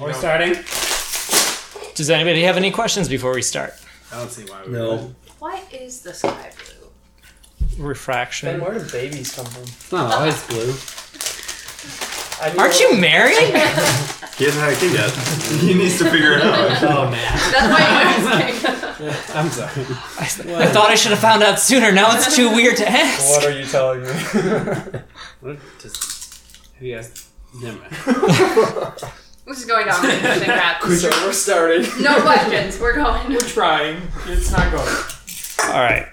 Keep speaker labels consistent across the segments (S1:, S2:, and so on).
S1: Are we starting?
S2: Does anybody have any questions before we start?
S1: I don't see why we
S3: No.
S4: Why is the sky blue?
S2: Refraction.
S5: where do babies come from?
S3: It's not always blue.
S5: I mean,
S2: Aren't you married?
S1: He hasn't had a kid yet. he needs to figure it out.
S3: Oh man.
S4: That's why I'm asking.
S3: I'm sorry.
S2: I, I thought I should have found out sooner. Now it's too weird to ask.
S5: What are you telling me?
S3: What? Just, have you asked? Never mind.
S4: this is going down. Congrats.
S5: so we're starting.
S4: No questions. We're going.
S5: We're trying. It's not going.
S2: All right.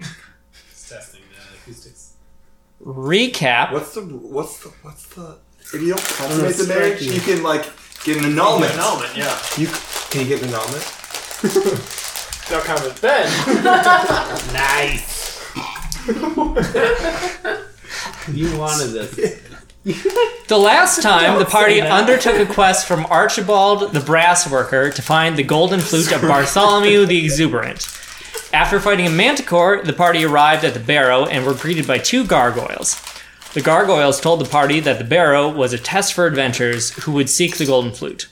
S3: It's testing the acoustics.
S2: Recap.
S1: What's the what's the what's the if you don't
S3: know,
S1: consummate the
S3: it's
S1: marriage,
S3: striking.
S1: you can like get an annulment.
S5: Annulment, yeah.
S1: You c- can you get an annulment?
S5: No comment. Then
S3: Nice. you wanted this.
S2: The last time the party
S5: say that.
S2: undertook a quest from Archibald the brass worker to find the golden flute of Bartholomew the exuberant. After fighting a manticore, the party arrived at the barrow and were greeted by two gargoyles. The gargoyles told the party that the barrow was a test for adventurers who would seek the golden flute.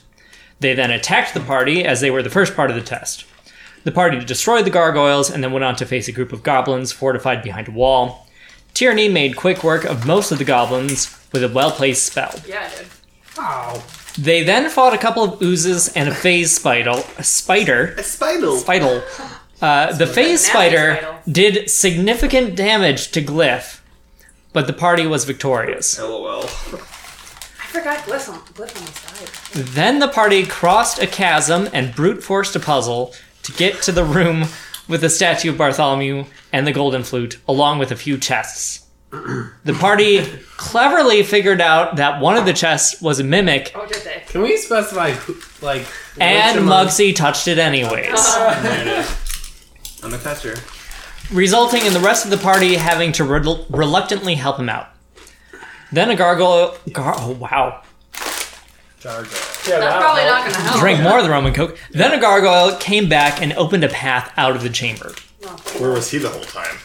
S2: They then attacked the party as they were the first part of the test. The party destroyed the gargoyles and then went on to face a group of goblins fortified behind a wall. Tierney made quick work of most of the goblins with a well placed spell.
S4: Yeah, dude.
S3: Ow.
S2: They then fought a couple of oozes and a phase spider. Spider.
S1: A spider.
S2: Spider. Uh, the phase
S4: nasty
S2: spider
S4: spider.
S2: did significant damage to Glyph, but the party was victorious.
S1: LOL.
S4: I forgot glyph on, glyph on the side.
S2: Then the party crossed a chasm and brute forced a puzzle to get to the room with the statue of Bartholomew and the golden flute, along with a few chests. The party cleverly figured out that one of the chests was a mimic,
S4: Oh, did they?
S3: Can we specify who, like?
S2: and
S3: which among-
S2: Mugsy touched it anyways,
S1: I'm a catcher.
S2: resulting in the rest of the party having to rel- reluctantly help him out. Then a gargoyle. Gar- oh, wow.
S3: Jar Jar.
S5: yeah,
S4: That's
S5: that'll
S4: probably
S5: help.
S4: not gonna help.
S2: Drank more of the rum and coke. Then a gargoyle came back and opened a path out of the chamber.
S1: Where was he the whole time?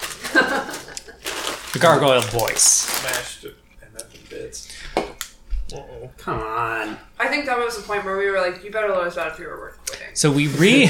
S2: The gargoyle voice.
S5: smashed it and that in bits. Uh-oh.
S3: Come on.
S4: I think that was the point where we were like, you better let us out if you were worth quitting.
S2: So we re,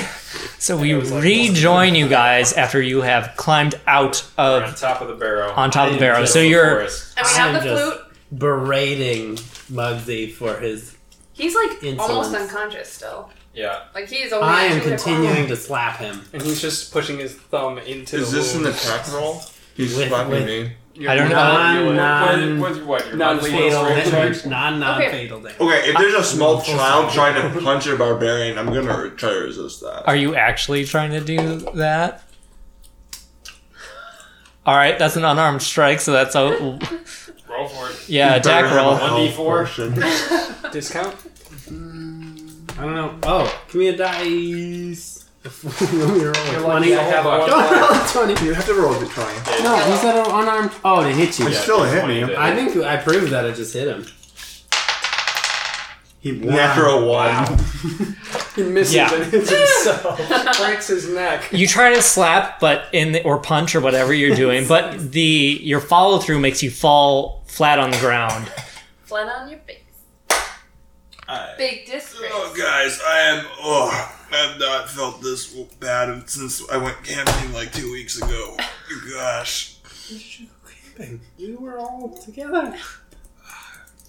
S2: so we rejoin you guys after you have climbed out
S6: on
S2: of
S6: top of the barrow.
S2: on top of the barrow.
S6: Middle
S2: So
S6: of the
S2: you're
S6: forest.
S4: And we have the
S3: I'm just-
S4: flute.
S3: Berating Mugsy for his.
S4: He's like almost
S3: Insolence.
S4: unconscious still.
S6: Yeah.
S4: Like he's only.
S3: I am
S4: actually, like,
S3: continuing to slap him.
S5: And he's just pushing his thumb into
S1: Is
S5: the
S1: this an
S5: wound.
S1: attack roll? He's
S3: With-
S1: slapping
S3: with-
S1: me.
S2: I don't know.
S3: Nah.
S6: What-
S3: non-
S6: what- what- your monthly
S3: Non-fatal,
S6: strength
S3: damage,
S6: check?
S3: non-non-fatal damage.
S1: Okay, if there's a small child trying to punch a barbarian, I'm gonna re- try to resist that.
S2: Are you actually trying to do that? All right, that's an unarmed strike, so that's a
S6: Roll for it.
S2: yeah attack roll.
S6: 1d4.
S5: discount?
S3: I don't know. Oh, give me a dice. Let me roll a
S5: You're
S3: twenty.
S5: lucky I have
S6: Hold
S5: one.
S3: Don't roll a twenty.
S1: You have to roll the twenty.
S3: No, he said an unarmed. Oh, to hit you.
S1: It still hit me.
S3: I think I proved that I just hit him.
S1: He natural one.
S5: He misses
S2: Yeah.
S5: and hits himself. Breaks his neck.
S2: You try to slap, but in the, or punch or whatever you're doing, but the your follow through makes you fall flat on the ground.
S4: Flat on your face.
S1: I-
S4: Big disgrace.
S1: Oh, guys, I am. Oh, I have not felt this bad since I went camping like two weeks ago. Gosh.
S3: We were all together.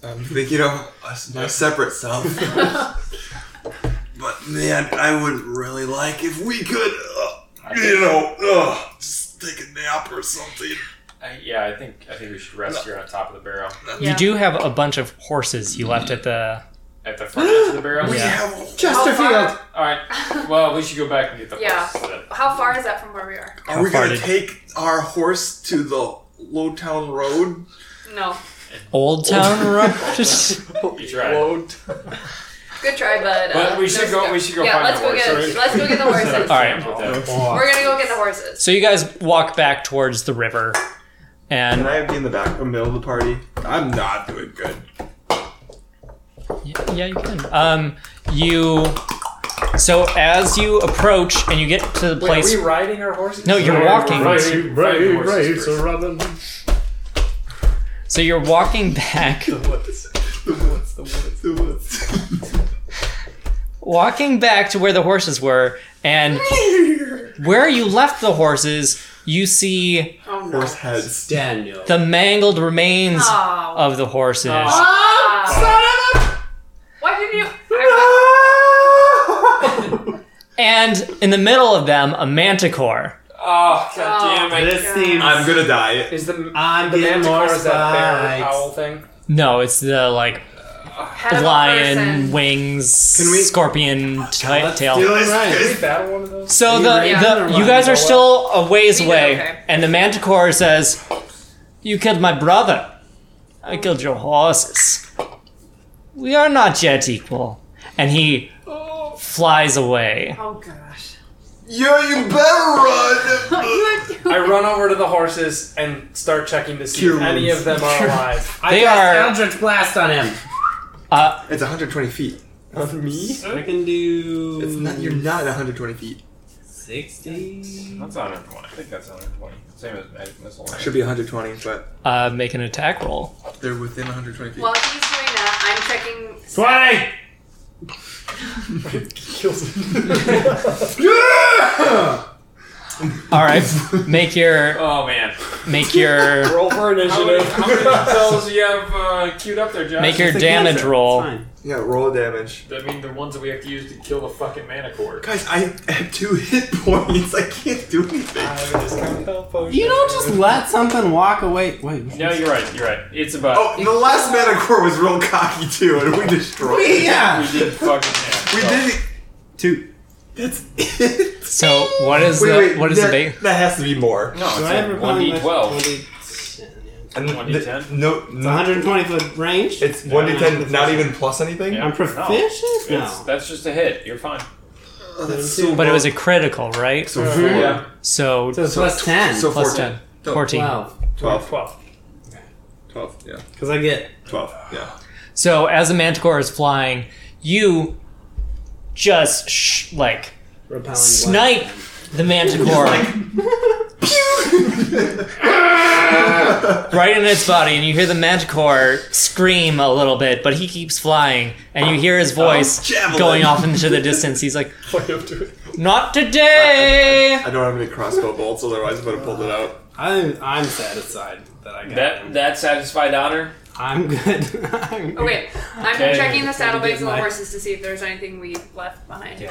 S1: I'm thinking of us, my separate self. but man, I would really like if we could, uh, you know, uh, just take a nap or something.
S6: I, yeah, I think I think we should rest here on top of the barrow.
S4: Yeah.
S2: You do have a bunch of horses you left at the.
S6: At the front edge of the barrow.
S1: We
S2: Yeah.
S1: have a
S3: Chesterfield.
S6: All right. Well, we should go back and get the
S4: Yeah.
S6: horse then.
S4: How far is that from where we are?
S1: Are we
S2: How far
S1: gonna
S2: did-
S1: take our horse to the Lowtown Road?
S4: No.
S2: Old Town Road. Just-
S6: You tried.
S4: Good try, but. Uh,
S6: But we should
S4: there's
S6: go-
S4: no-
S6: we should go
S4: Yeah,
S6: find
S4: let's
S6: the
S4: go get.
S6: horse, right?
S4: Let's go get the horses.
S2: All right.
S6: With that.
S3: Oh,
S4: We're gonna go get the horses.
S2: So you guys walk back towards the river, and
S1: I be in the back, middle of the party? I'm not doing good.
S2: Yeah, you can. Um, you. So as you approach and you get to the
S5: Wait, are
S2: place,
S5: we riding our horses?
S2: no, you're walking.
S6: Brave, brave, brave, so
S3: Robin.
S2: So you're walking back.
S1: The woods, the woods, the woods, the woods.
S2: walking back to where the horses were, and where you left the horses, you see
S4: Oh no.
S1: Horse heads.
S3: Daniel.
S2: the mangled remains
S4: Oh.
S2: of the horses.
S4: Ah. Why didn't you? I
S6: Oh
S2: And in the middle of them, a manticore.
S6: Oh, god damn it.
S3: This seems.
S1: I'm gonna
S4: Oh.
S1: die.
S6: Is the,
S3: I'm
S6: the
S3: getting more
S6: manticore is that bear
S3: spikes.
S6: owl thing?
S2: No, it's the like
S4: head of a
S2: lion
S4: person.
S2: wings,
S3: Can we-
S2: scorpion type tail.
S3: do it.
S1: This
S3: Right.
S1: is-
S6: Did we battle one of those?
S2: So
S3: You
S2: the,
S3: ran or
S2: the
S3: run?
S2: you guys are
S6: Go
S2: still a ways
S4: We did
S2: away,
S4: okay.
S2: and the manticore says, "You killed my brother. I killed your horses. We are not yet equal." And he flies away.
S4: Oh gosh.
S7: Yo, you better run.
S6: I run over to the horses and start checking to see if
S1: Cure
S6: any
S1: wounds.
S6: of them are alive.
S3: I
S2: They
S3: cast
S2: are-
S3: Eldritch Blast on him.
S2: Uh,
S1: It's 120 feet.
S6: On me?
S3: I can do.
S1: It's not. You're not at 120 feet.
S3: 60.
S6: That's 120. I think that's 120. Same as magic missile. right?
S1: Should be 120, but
S2: uh, make an attack roll.
S1: they're within 120 feet.
S4: While he's doing that, I'm checking.
S3: 20!
S1: Yeah!
S2: All right, make your
S6: Oh man.
S2: make your
S6: Roll for
S3: How many-
S6: initiative.
S3: how many
S6: spells you have uh, queued up there, Josh?
S2: make your
S3: It's a
S2: damage
S3: cantrip,
S2: roll.
S3: it's fine.
S1: Yeah, roll damage.
S6: I mean, the ones that we have to use to kill the fucking manicore.
S1: Guys, I have two hit points. I can't do anything.
S3: You don't just let something walk away. Wait. what's
S6: No,
S3: this?
S6: you're right. You're right. It's about.
S1: Oh, the last Manticore was real cocky too, and we destroyed
S3: Wait,
S1: it.
S3: yeah.
S6: We did fucking.
S1: We
S6: yeah.
S1: did it. Two. That's it.
S2: So what Oh. is
S1: Wait,
S2: the
S1: wait.
S2: what is
S1: that,
S2: the base?
S1: That has to be more.
S6: No,
S3: Do I have
S6: it's
S3: repelling
S6: one d
S3: left?
S6: twelve.
S3: 1d10, yeah.
S1: And
S6: One D
S1: the-
S6: ten?
S1: No,
S3: It's 120 foot range.
S1: It's one to
S3: Yeah.
S1: ten, not even plus anything.
S6: Yeah.
S3: I'm proficient? No.
S6: No, it's- that's just a hit. You're fine.
S1: Oh, that's
S3: But
S1: so
S2: But it
S1: low.
S2: was a critical, right?
S1: so
S3: Mhm.
S1: four.
S6: Mm-hmm. Yeah.
S2: So
S3: So, plus 10.
S1: So
S2: plus
S1: 14.
S2: 10, 14.
S3: 12.
S1: Twelve.
S6: Twelve.
S1: Twelve. Yeah.
S3: Because I get.
S1: Twelve. Yeah.
S2: So as the manticore is flying, you just sh- like
S3: Repelling
S2: snipe the manticore right in its body, and you hear the manticore scream a little bit, but he keeps flying, and you hear his voice
S1: Oh, javelin.
S2: going off into the distance. He's like,
S6: Play up to it.
S2: "Not today."
S1: I don't have any crossbow bolts, otherwise I would have pulled it out.
S3: I'm, I'm satisfied that I got
S6: That
S3: him.
S6: that satisfied honor.
S3: I'm good. I'm good.
S2: Oh,
S4: Okay, I'm checking the
S6: Okay, I'm trying to
S4: saddlebags
S3: get
S4: and the
S3: my-
S4: horses to see if there's anything we left behind.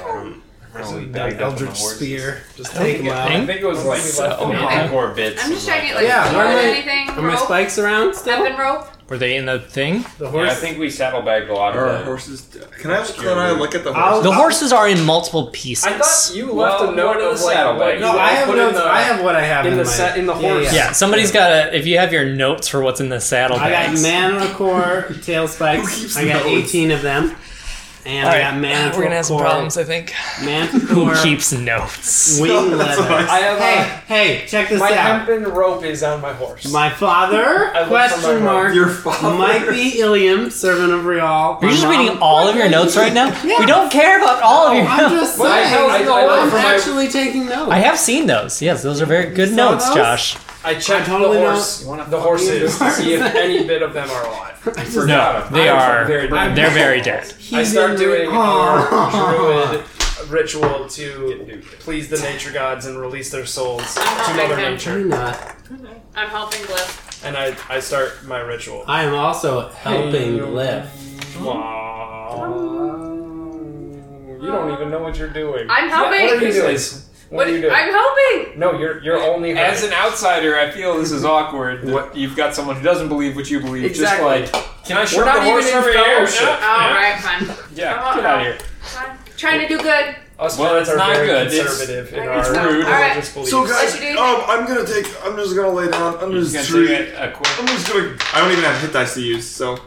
S3: Oh, we
S6: Back
S3: got
S6: up on the
S3: Eldritch
S6: horses.
S3: Spear. Just
S2: I don't
S3: take him
S2: think it-
S3: out.
S6: I think it was like
S2: So-
S6: left the manicore bits.
S4: I'm just
S6: and, like,
S4: checking, like,
S3: Yeah,
S4: yeah,
S3: where are they-
S4: anything,
S3: Are my
S4: rope,
S3: spikes around still?
S4: weapon rope.
S2: Were they in the thing?
S3: The
S6: Yeah,
S3: horse?
S6: I think we saddlebagged a lot
S1: Are our
S6: of them.
S1: horses? Can I? Can I look at the
S3: I'll-
S1: horses?
S2: The horses are in multiple pieces.
S6: I thought you left
S3: Well,
S6: a note
S3: what are
S6: of
S3: the
S6: like what
S3: no,
S6: you
S3: I have
S6: put in
S3: notes.
S6: the-
S3: I have what I have
S6: in
S3: in,
S6: the
S3: my,
S6: set- in the
S3: yeah,
S6: horse.
S3: Yeah.
S2: yeah, somebody's gotta. If you have your notes for what's in the
S3: I got
S2: saddlebags,
S3: Manticore tail
S1: Who keeps
S3: spikes. I got
S1: notes?
S3: 18 of them. And
S2: All
S3: I
S2: right,
S3: got Manticore.
S2: we're gonna have some problems, I think. Who
S3: Manticore
S2: keeps notes?
S3: wing
S1: That's what
S3: leather.
S1: I
S6: I have uh,
S3: Hey, hey, check this
S6: my
S3: out.
S6: hempen rope is on my horse.
S3: My father?
S6: I look for my
S3: Question
S6: mom.
S3: mark.
S1: Your father.
S3: Might be Ilium, servant of Rial.
S2: Are you
S3: My
S2: just
S3: mom-
S2: reading all of your notes right now? We don't care about all of your
S3: I'm
S2: notes.
S3: just
S6: Well, I
S3: saying.
S6: know-
S3: I,
S6: I- I look
S3: am
S6: for my-
S3: actually taking notes.
S2: I have seen those. Yes, those are very good
S3: saw
S2: notes,
S3: those?
S2: Josh.
S6: I checked
S3: I totally
S6: the
S3: know-
S6: horse, the horses to see if any bit of them are alive.
S3: I just-
S2: No,
S6: forgot.
S2: they
S6: I'm
S2: are.
S6: very dead.
S2: They're very dead.
S6: I start doing our
S3: Oh.
S6: druid ritual to please the nature gods and release their souls to
S4: not
S6: Mother
S4: making-
S3: I'm
S6: Nature.
S3: not.
S4: I'm helping Glyph.
S6: And I, I start my ritual.
S3: I am also helping lift.
S6: You don't even know what you're doing.
S4: I'm helping.
S6: What are you doing? What are you doing?
S4: I'm helping.
S6: No, you're you're only
S5: As
S6: hurting.
S5: an outsider, I feel this is awkward. that You've got someone who doesn't believe what you believe.
S6: Exactly.
S5: Just like, can I show
S6: We're
S5: the
S6: not even
S5: horse
S6: in
S5: over here?
S6: fellowship.
S5: Yeah,
S4: Oh, All right, fine.
S5: yeah,
S4: Come on.
S5: get out of here.
S4: fine. Trying to do good.
S6: Us
S5: Well,
S6: parents
S5: it's
S6: are
S5: not
S6: very
S5: good. It's-
S6: conservative in
S4: it's
S6: our
S4: not-
S6: religious
S4: alright.
S6: beliefs.
S1: So guys,
S4: What you doing?
S1: um, I'm gonna take. I'm just gonna lay down. I'm
S5: You're
S1: just,
S5: just gonna
S1: treat-
S5: take a, a quick.
S1: I'm just gonna. I don't even have hit dice to use, so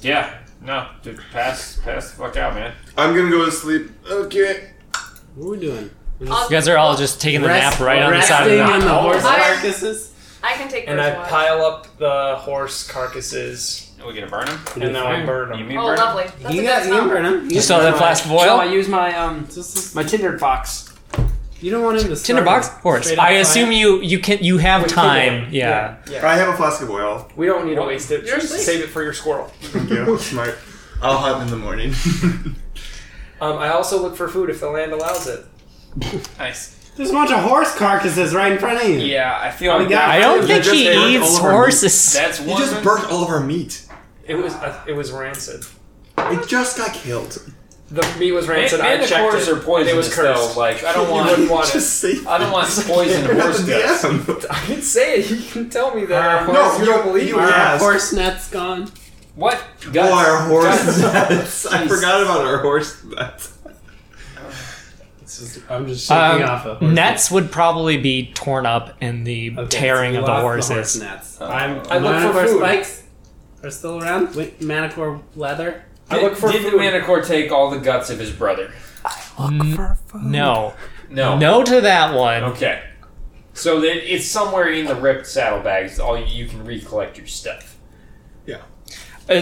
S5: Yeah, no, just pass, pass the fuck out, man.
S1: I'm gonna go to sleep. Okay.
S3: What are we doing?
S4: I'll-
S2: You guys are all just taking the
S3: Rest-
S2: nap right on the
S3: resting
S2: side of the
S3: on
S2: mountain.
S3: the horse
S4: I-
S3: carcasses.
S4: I can take
S6: and
S4: first
S6: I
S4: watch.
S6: pile up the horse carcasses,
S5: Are we gonna burn him?
S6: and now I burn
S5: You
S6: them.
S5: mean
S4: Oh,
S5: burn him?
S4: lovely. That's
S3: You
S4: a
S3: got
S4: good
S3: you
S4: song.
S3: can burn him.
S2: You still have that flask of oil?
S6: use my um
S3: Just-
S6: my tindered fox.
S3: You don't want him to. start
S2: Tinderbox
S3: with
S2: horse.
S3: straight up
S2: I assume
S3: fire.
S2: you you can you have time. Yeah.
S1: I have a flask of oil.
S6: We don't need to waste it.
S4: You're
S6: Just
S4: asleep.
S6: save it for your squirrel.
S1: Thank you. Smart. I'll hop in the morning.
S6: Um, I also look for food if the land allows it.
S5: Nice.
S3: There's a bunch of horse carcasses right in front of you.
S5: Yeah, I feel
S6: Oh,
S5: like
S6: yeah.
S5: that-
S2: I don't think
S1: just
S2: he
S1: burnt all
S2: eats
S1: of our meat.
S2: horses.
S5: that's
S1: You
S5: one.
S1: just burnt all of our meat.
S6: It was uh, it was rancid.
S1: It just got killed.
S6: The meat was
S5: Man-
S6: rancid. I
S5: manticores
S6: checked it.
S5: are
S6: It was
S5: poisonous,
S6: cursed.
S5: though. Like I don't
S6: You
S5: want.
S6: wouldn't want it.
S1: Just say
S5: I don't want poison in horse guts.
S1: DM.
S6: I can say it. You can tell me that.
S3: Uh,
S6: of
S3: no,
S6: course
S1: you
S6: you don't
S1: don't-
S6: believe
S1: you
S6: me.
S3: Are our
S1: Yes.
S3: horse nuts gone?
S5: What?
S1: Oh, our
S5: Guts.
S1: horse
S5: Guts.
S1: nuts. I forgot about our horse nuts.
S3: This is, I'm just
S2: Um,
S3: shaking off a horse
S2: Nets would probably be torn up in the
S3: Okay,
S2: tearing
S3: so
S2: of
S3: we
S2: the
S3: lost
S2: horses.
S3: horse nuts.
S5: I'm-
S6: I look for
S3: Manticore
S6: food.
S3: spikes are still around. Wait, manticore leather.
S6: I look for
S5: Did
S6: food.
S5: the Manicore take all the guts of his brother?
S2: No,
S5: No.
S2: no to that one.
S5: Okay. So then it's somewhere in the ripped saddlebags. All you, you can recollect your stuff.
S2: Uh,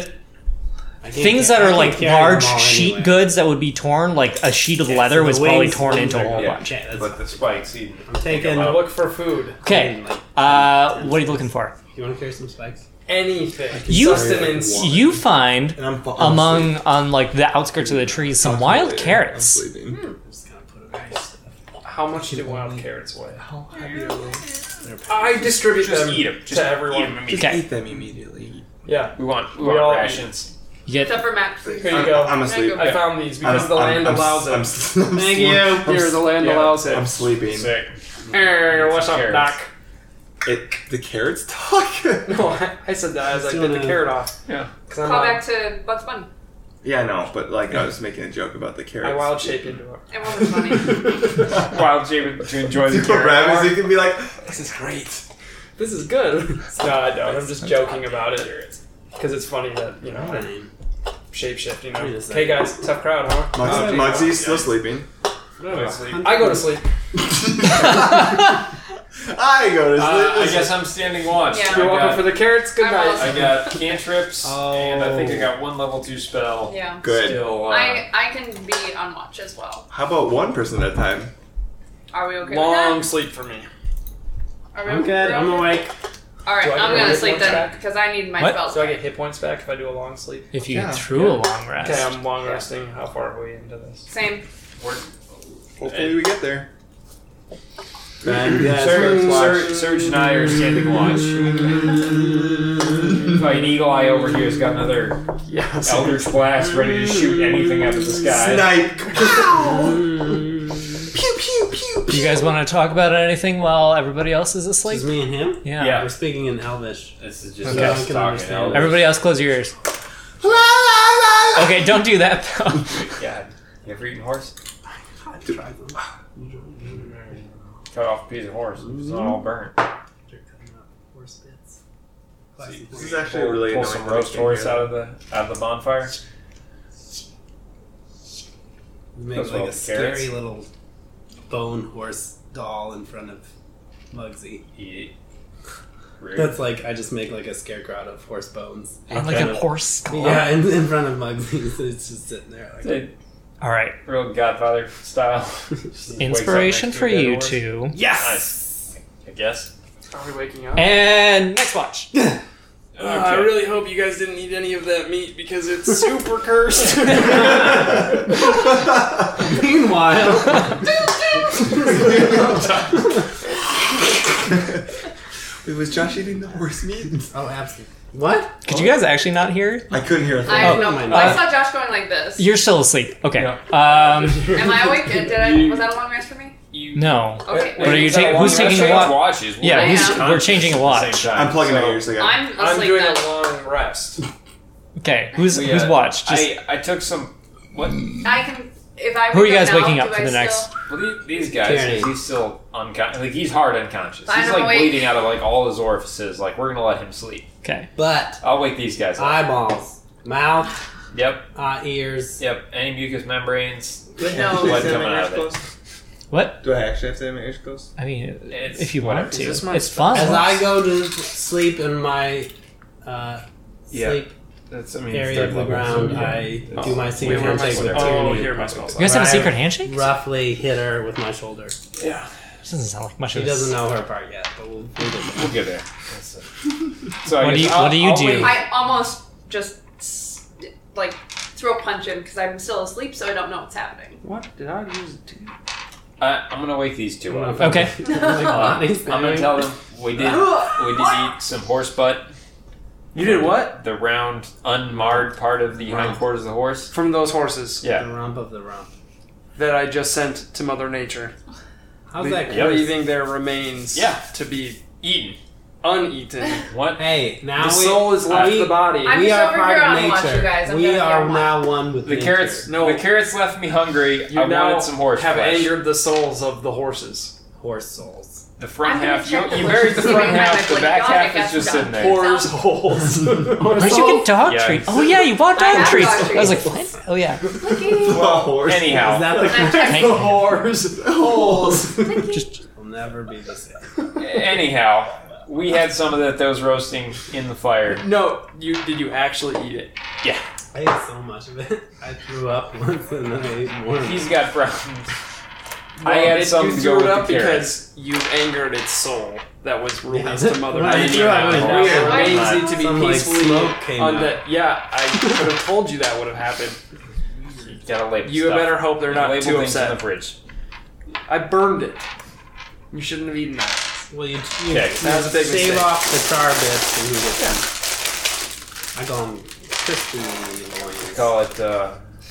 S3: I can't
S2: things
S3: ca-
S2: that
S3: I
S2: are
S3: can't
S2: like
S3: carry them
S2: large
S3: all
S2: sheet
S3: anyway.
S2: goods that would be torn, like a sheet of
S3: Yeah,
S2: leather
S3: so
S2: was
S3: the
S2: probably
S3: wings-
S2: torn into a whole
S5: Yeah.
S2: bunch.
S3: Okay, that's-
S5: the spikes, he
S3: I'm taking.
S6: I look for food.
S2: Okay,
S3: Like,
S2: uh, what are you looking for?
S3: you want to carry some spikes?
S6: Anything.
S2: You-
S6: Sustenance.
S1: Water.
S2: You find
S1: And I'm, I'm
S2: among on like the outskirts of the trees some
S1: sleeping.
S2: wild
S1: I'm
S2: carrots. Hmm.
S1: sleeping.
S3: I'm just gonna put away stuff.
S6: How much do wild carrots weigh?
S1: How happy are we?
S6: I distribute
S5: just
S6: them
S5: eat him.
S6: to
S5: Just
S6: everyone.
S5: Eat him immediately.
S1: Just
S2: Okay.
S1: eat them immediately.
S6: Yeah,
S5: We want we,
S6: We
S5: want
S6: all eat
S5: rations.
S2: You get
S4: Except for Matt, please.
S6: Here you go.
S1: I'm asleep.
S4: Mango.
S6: I found these because the land
S1: I'm,
S6: allows
S1: I'm,
S6: it.
S1: s- I'm
S3: Thank
S1: sl-
S3: you.
S1: I'm
S6: Here,
S1: s-
S6: the land
S5: yeah.
S6: allows it.
S1: I'm sleeping.
S5: Sick.
S6: Hey, what's up,
S5: Carrots.
S6: Doc?
S1: It, the carrots talk.
S6: No, I, I said that as I
S3: Still
S6: bit the
S3: no.
S6: carrot off.
S5: Yeah.
S6: Because I'm
S4: Call
S6: not,
S4: back to Bugs Bunny.
S1: yeah, no, but like I was making a joke about the carrots.
S6: I wild shape into it.
S4: It wasn't funny.
S5: Wild Javen to enjoy the
S1: Super rabbits,
S5: carrot.
S1: you can be like, this is great.
S6: This is good. no, I don't. I'm just joking about it. Because it's funny that, you know, shape shift, you know.
S3: Wait a second.
S6: Hey guys, tough crowd, huh?
S1: Mugsy,
S6: Oh,
S1: Muggsy's still sleeping.
S6: I go to sleep.
S1: I go to sleep.
S5: Uh, I guess I'm standing watch.
S4: Yeah.
S5: I
S6: You're welcome for
S5: got,
S6: the carrots. Good
S4: I'm
S6: night.
S4: also-
S5: I got cantrips,
S3: Oh.
S5: and I think I got one level two spell.
S4: Yeah.
S1: Good.
S5: Still, uh,
S4: I, I can be on watch as well.
S1: How about one person at a time?
S4: Are we okay
S6: Long
S4: with
S6: sleep for me.
S4: that? Are we
S3: I'm good.
S4: we're
S3: I'm
S4: okay?
S3: awake.
S4: Alright,
S6: Do I get
S4: I'm
S6: my
S4: gonna
S6: hit
S4: sleep
S6: points
S4: then
S6: back?
S4: because I need my
S2: What?
S4: spells.
S6: Do I get hit points back if I do a long sleep?
S2: if you
S1: Yeah,
S2: get through a long rest.
S6: Okay,
S3: um,
S6: I'm long resting. How far are we into this?
S4: Same.
S5: we're-
S1: Hopefully we get there.
S3: Bang, yeah,
S5: Serge,
S3: smoke watch.
S5: Serge, Serge and I are standing watch. Fight Eagle Eye over here has got another
S1: Yes.
S5: Eldritch Blast ready to shoot anything out of the sky.
S1: Snipe. Pow! pew pew pew.
S2: You guys want to talk about anything while everybody else is asleep?
S3: It's me and him.
S2: Yeah.
S5: Yeah.
S3: We're speaking in Elvish.
S5: This is just
S3: Okay.
S5: us
S3: I can
S5: talking.
S3: understand.
S5: Elvish.
S2: Everybody else, close your ears.
S1: La, la, la, la.
S2: Okay, don't do that. though.
S5: God, you ever eaten horse?
S3: They're
S5: Cut off a piece of horse. It's not all burnt.
S3: cutting up horse bits.
S5: See,
S3: Classic
S1: This is actually a really
S5: pull
S1: annoying
S5: some roast
S1: thing to
S5: horse
S1: hear.
S5: out of the out of the bonfire.
S3: We make
S5: Those
S3: like a
S5: little carrots.
S3: scary little bone horse doll in front of Mugsy.
S5: Eat it. Rude.
S3: That's like I just make like a scarecrow out of horse bones.
S2: And like
S5: Okay.
S2: a horse skull.
S3: Yeah, in, in front of Mugsy, so it's just sitting there. Like,
S5: Dude,
S2: All right.
S5: real Godfather style. Just wakes up
S2: Inspiration
S5: next to
S2: for
S5: a dead
S2: you
S5: horse,
S2: two.
S3: yes.
S5: I guess.
S6: Are we waking up?
S2: And next watch.
S6: Uh, I
S5: Okay.
S6: really hope you guys didn't eat any of that meat because it's super cursed.
S3: Meanwhile,
S1: Wait, was Josh eating the horse meat?
S3: oh, absolutely. What?
S2: Could you guys actually not hear?
S1: I couldn't hear a
S4: I
S3: Oh,
S4: no.
S3: my
S4: I
S3: God.
S4: saw Josh going like this.
S2: You're still asleep. Okay. Um,
S4: Am I awake? Did I? Was that a long rest for me?
S5: You,
S2: no.
S4: Okay.
S2: What are you
S5: is that
S2: taking-
S5: a
S2: who's
S5: long
S2: taking
S5: rest?
S2: the
S5: Take
S2: wa-
S5: the watches? We'll
S2: Yeah,
S4: I
S2: who's,
S4: am.
S2: we're changing a
S5: at the
S2: watch.
S5: same time,
S1: I'm plugging
S5: so
S1: my ears again.
S4: I'm asleep
S6: I'm doing
S4: then.
S6: a long rest.
S2: Okay. Who's
S5: We,
S2: who's
S5: uh,
S2: watched? Just
S5: I, I took some. What?
S4: I can. If I.
S2: Who are
S4: wake
S2: you guys
S4: now,
S2: waking up
S4: do
S2: for
S4: I
S2: the
S4: still-
S2: next?
S5: Well, the- these guys,
S3: Tyranny.
S5: he's still unconscious. Like he's hard unconscious.
S4: Fine,
S5: he's
S4: I'm
S5: like
S4: awake.
S5: bleeding out of like all his orifices. Like we're gonna let him sleep.
S2: Okay.
S3: But
S5: I'll wake these guys up.
S3: eyeballs, mouth,
S5: Yep,
S3: uh, ears.
S5: yep. Any mucous membranes,
S4: No.
S5: blood coming out of it.
S2: What?
S1: Do I actually have to have my ears closed?
S2: I mean,
S5: It's
S2: if you
S5: whatever.
S2: want
S5: Is
S2: to,
S5: this my
S2: it's fun.
S3: As I go to sleep in my uh,
S5: Yeah.
S3: sleep
S5: That's I mean
S3: area of the ground, I do my secret
S5: Oh, We were
S3: handshake
S5: my
S3: with
S5: secret-
S6: oh,
S3: Tyranny.
S6: here my smells.
S2: you guys have a
S3: Right.
S2: secret handshake?
S3: Roughly hit her with my shoulder.
S5: Yeah,
S2: This doesn't sound like much
S3: She
S2: of a
S3: doesn't know her part yet, but we'll, we'll get there.
S5: we'll get there. That's it. So I
S2: What do
S5: guess
S2: you-
S5: I'll-
S2: what do you
S5: I'll
S2: do?
S5: wait.
S4: I almost just s- like throw a punch in because I'm still asleep, so I don't know what's happening.
S8: What did I use it to?
S5: I, I'm gonna wake these two up.
S2: Okay.
S5: Uh, I'm
S3: I'm
S5: gonna tell them we did we did eat some horse butt.
S8: You did what?
S5: The round, unmarred part of the hindquarters of the horse.
S8: From those horses
S5: Yeah.
S3: The rump of the rump.
S8: that I just sent to Mother Nature,
S3: How's
S8: Le-
S3: that?
S5: Yep.
S8: leaving their remains
S5: Yeah.
S8: to be
S5: Eaten.
S8: uneaten.
S5: What?
S3: Hey, now
S8: the
S3: we,
S8: soul is left
S3: we-
S8: the body.
S4: I'm
S3: we
S4: just
S3: are
S4: over
S3: part
S4: here
S3: of
S4: on watch,
S3: nature.
S4: you guys. I'm
S3: we
S4: gonna get
S3: are
S4: one.
S3: now one with
S5: The
S3: nature.
S5: carrots.
S8: No.
S5: No, the carrots left me hungry.
S8: You
S5: I
S8: now
S5: wanted some horse
S8: have
S5: flesh.
S8: angered the souls of the horses.
S3: Horse souls.
S5: The front
S4: I'm gonna
S5: half. You,
S4: check the
S5: you buried the
S4: horses.
S5: front half.
S4: Like,
S5: The back
S4: God, I
S5: half
S4: guess
S5: is just
S4: not.
S5: in there.
S8: Horse holes.
S2: Where'd you get dog
S5: Yeah.
S2: treats? Oh yeah, you bought
S4: I
S2: dog
S4: have
S2: treats.
S4: dog
S2: I was like,
S4: treats.
S2: what? Oh yeah.
S4: Clicky.
S5: Well,
S3: horse.
S5: anyhow.
S3: Is that
S4: I'm
S3: the
S4: checking.
S2: Thank you.
S8: Horse holes.
S2: Just
S3: will never be the same.
S5: Anyhow, we had some of that that was roasting in the fire.
S8: No, you did you actually eat it?
S3: I ate so much of it. I threw up once and then I ate more.
S5: He's got problems. I
S8: Well,
S5: had
S8: it-
S5: some
S8: you
S5: to
S8: threw
S5: go
S8: it
S5: with
S8: up
S5: the carrots.
S8: because you angered its soul that was released
S3: that-
S8: to Mother
S3: when I
S8: Nature.
S5: threw up, it was
S8: And now it
S5: weird.
S8: remains it to be
S3: Some, like,
S8: peacefully
S3: smoke came
S8: on
S3: out.
S8: the. Yeah, I could have told you that would have happened.
S5: You gotta label
S8: You
S5: stuff.
S8: better hope they're not
S5: label
S8: too
S5: things in
S8: upset.
S5: the fridge.
S8: I burned it. You shouldn't have eaten that.
S3: Well, you, you,
S5: Okay.
S3: you
S8: That was a big
S3: shave
S8: mistake.
S3: off the char bits and you get them. I call them crispy loins.
S5: Call it uh,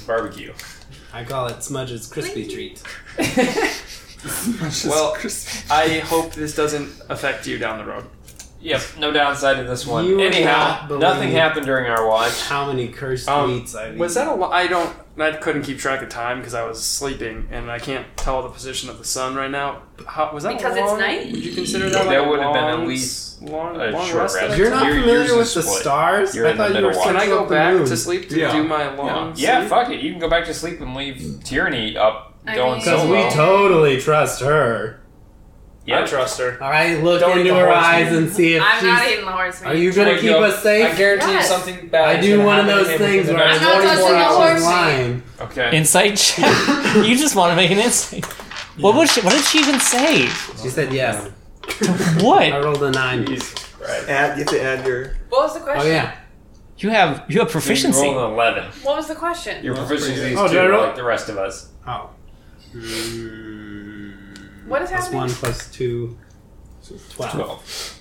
S5: barbecue.
S3: I call it Smudge's crispy treat.
S8: Well, I hope this doesn't affect you down the road.
S5: Yep, no downside to this one.
S3: You would
S5: Anyhow,
S3: not believe-
S5: nothing happened during our watch.
S3: How many cursed
S8: Um,
S3: meats I've
S8: Was
S3: eaten.
S8: that a lot? I don't. I couldn't keep track of time because I was sleeping, and I can't tell the position of the sun right now. How, was that
S4: Because it's
S8: long?
S4: night?
S8: Would you consider that?
S5: That
S8: like a
S5: would have been
S8: long
S5: at least
S8: long,
S5: a
S8: long
S5: short
S8: rest.
S5: rest.
S3: You're not
S5: Your- yours
S3: familiar
S5: is
S3: with the
S5: split.
S3: stars?
S5: You're
S3: I
S5: in the
S3: thought you
S5: middle
S3: were
S5: watch.
S8: Can I
S3: sexual
S8: go
S3: with the
S8: back
S3: moon.
S8: to sleep to
S1: Yeah.
S8: do my long?
S5: Yeah,
S8: sleep?
S5: fuck it. You can go back to sleep and leave Tyranny up
S4: I
S5: going
S4: mean-
S5: so
S3: Because
S4: Hello.
S5: well.
S3: we totally trust her.
S5: yeah.
S8: I trust her.
S3: All right, look
S8: Don't eat
S3: into
S8: the
S3: her
S8: horse
S3: eyes and see if
S4: I'm not
S3: she's.
S4: eating the horse meat.
S3: Are you gonna
S8: Wake
S3: keep
S8: up.
S3: us
S6: I
S3: safe?
S6: guarantee
S4: Yes.
S6: you something bad.
S3: I
S6: is
S3: do
S6: gonna
S3: one of
S6: happen
S3: those
S6: if we
S3: things
S6: do
S3: where I'm
S4: I'm not touching
S3: 24
S4: the
S3: hours
S4: horse.
S3: lying.
S5: Okay.
S2: insight check. you just want to make an insight. What was she? What did she even say?
S3: She said yes. I
S2: What?
S3: rolled a nine.
S6: Add, you have to add your.
S4: What was the question?
S3: Oh yeah.
S2: You have you have
S5: You
S2: proficiency.
S5: roll an 11.
S4: What was the question?
S5: Your proficiency is
S3: Oh,
S5: 2,
S3: did I roll?
S5: like the rest of us.
S3: Oh.
S4: what
S3: Plus
S4: is happening?
S3: one plus two. Twelve.
S5: 12.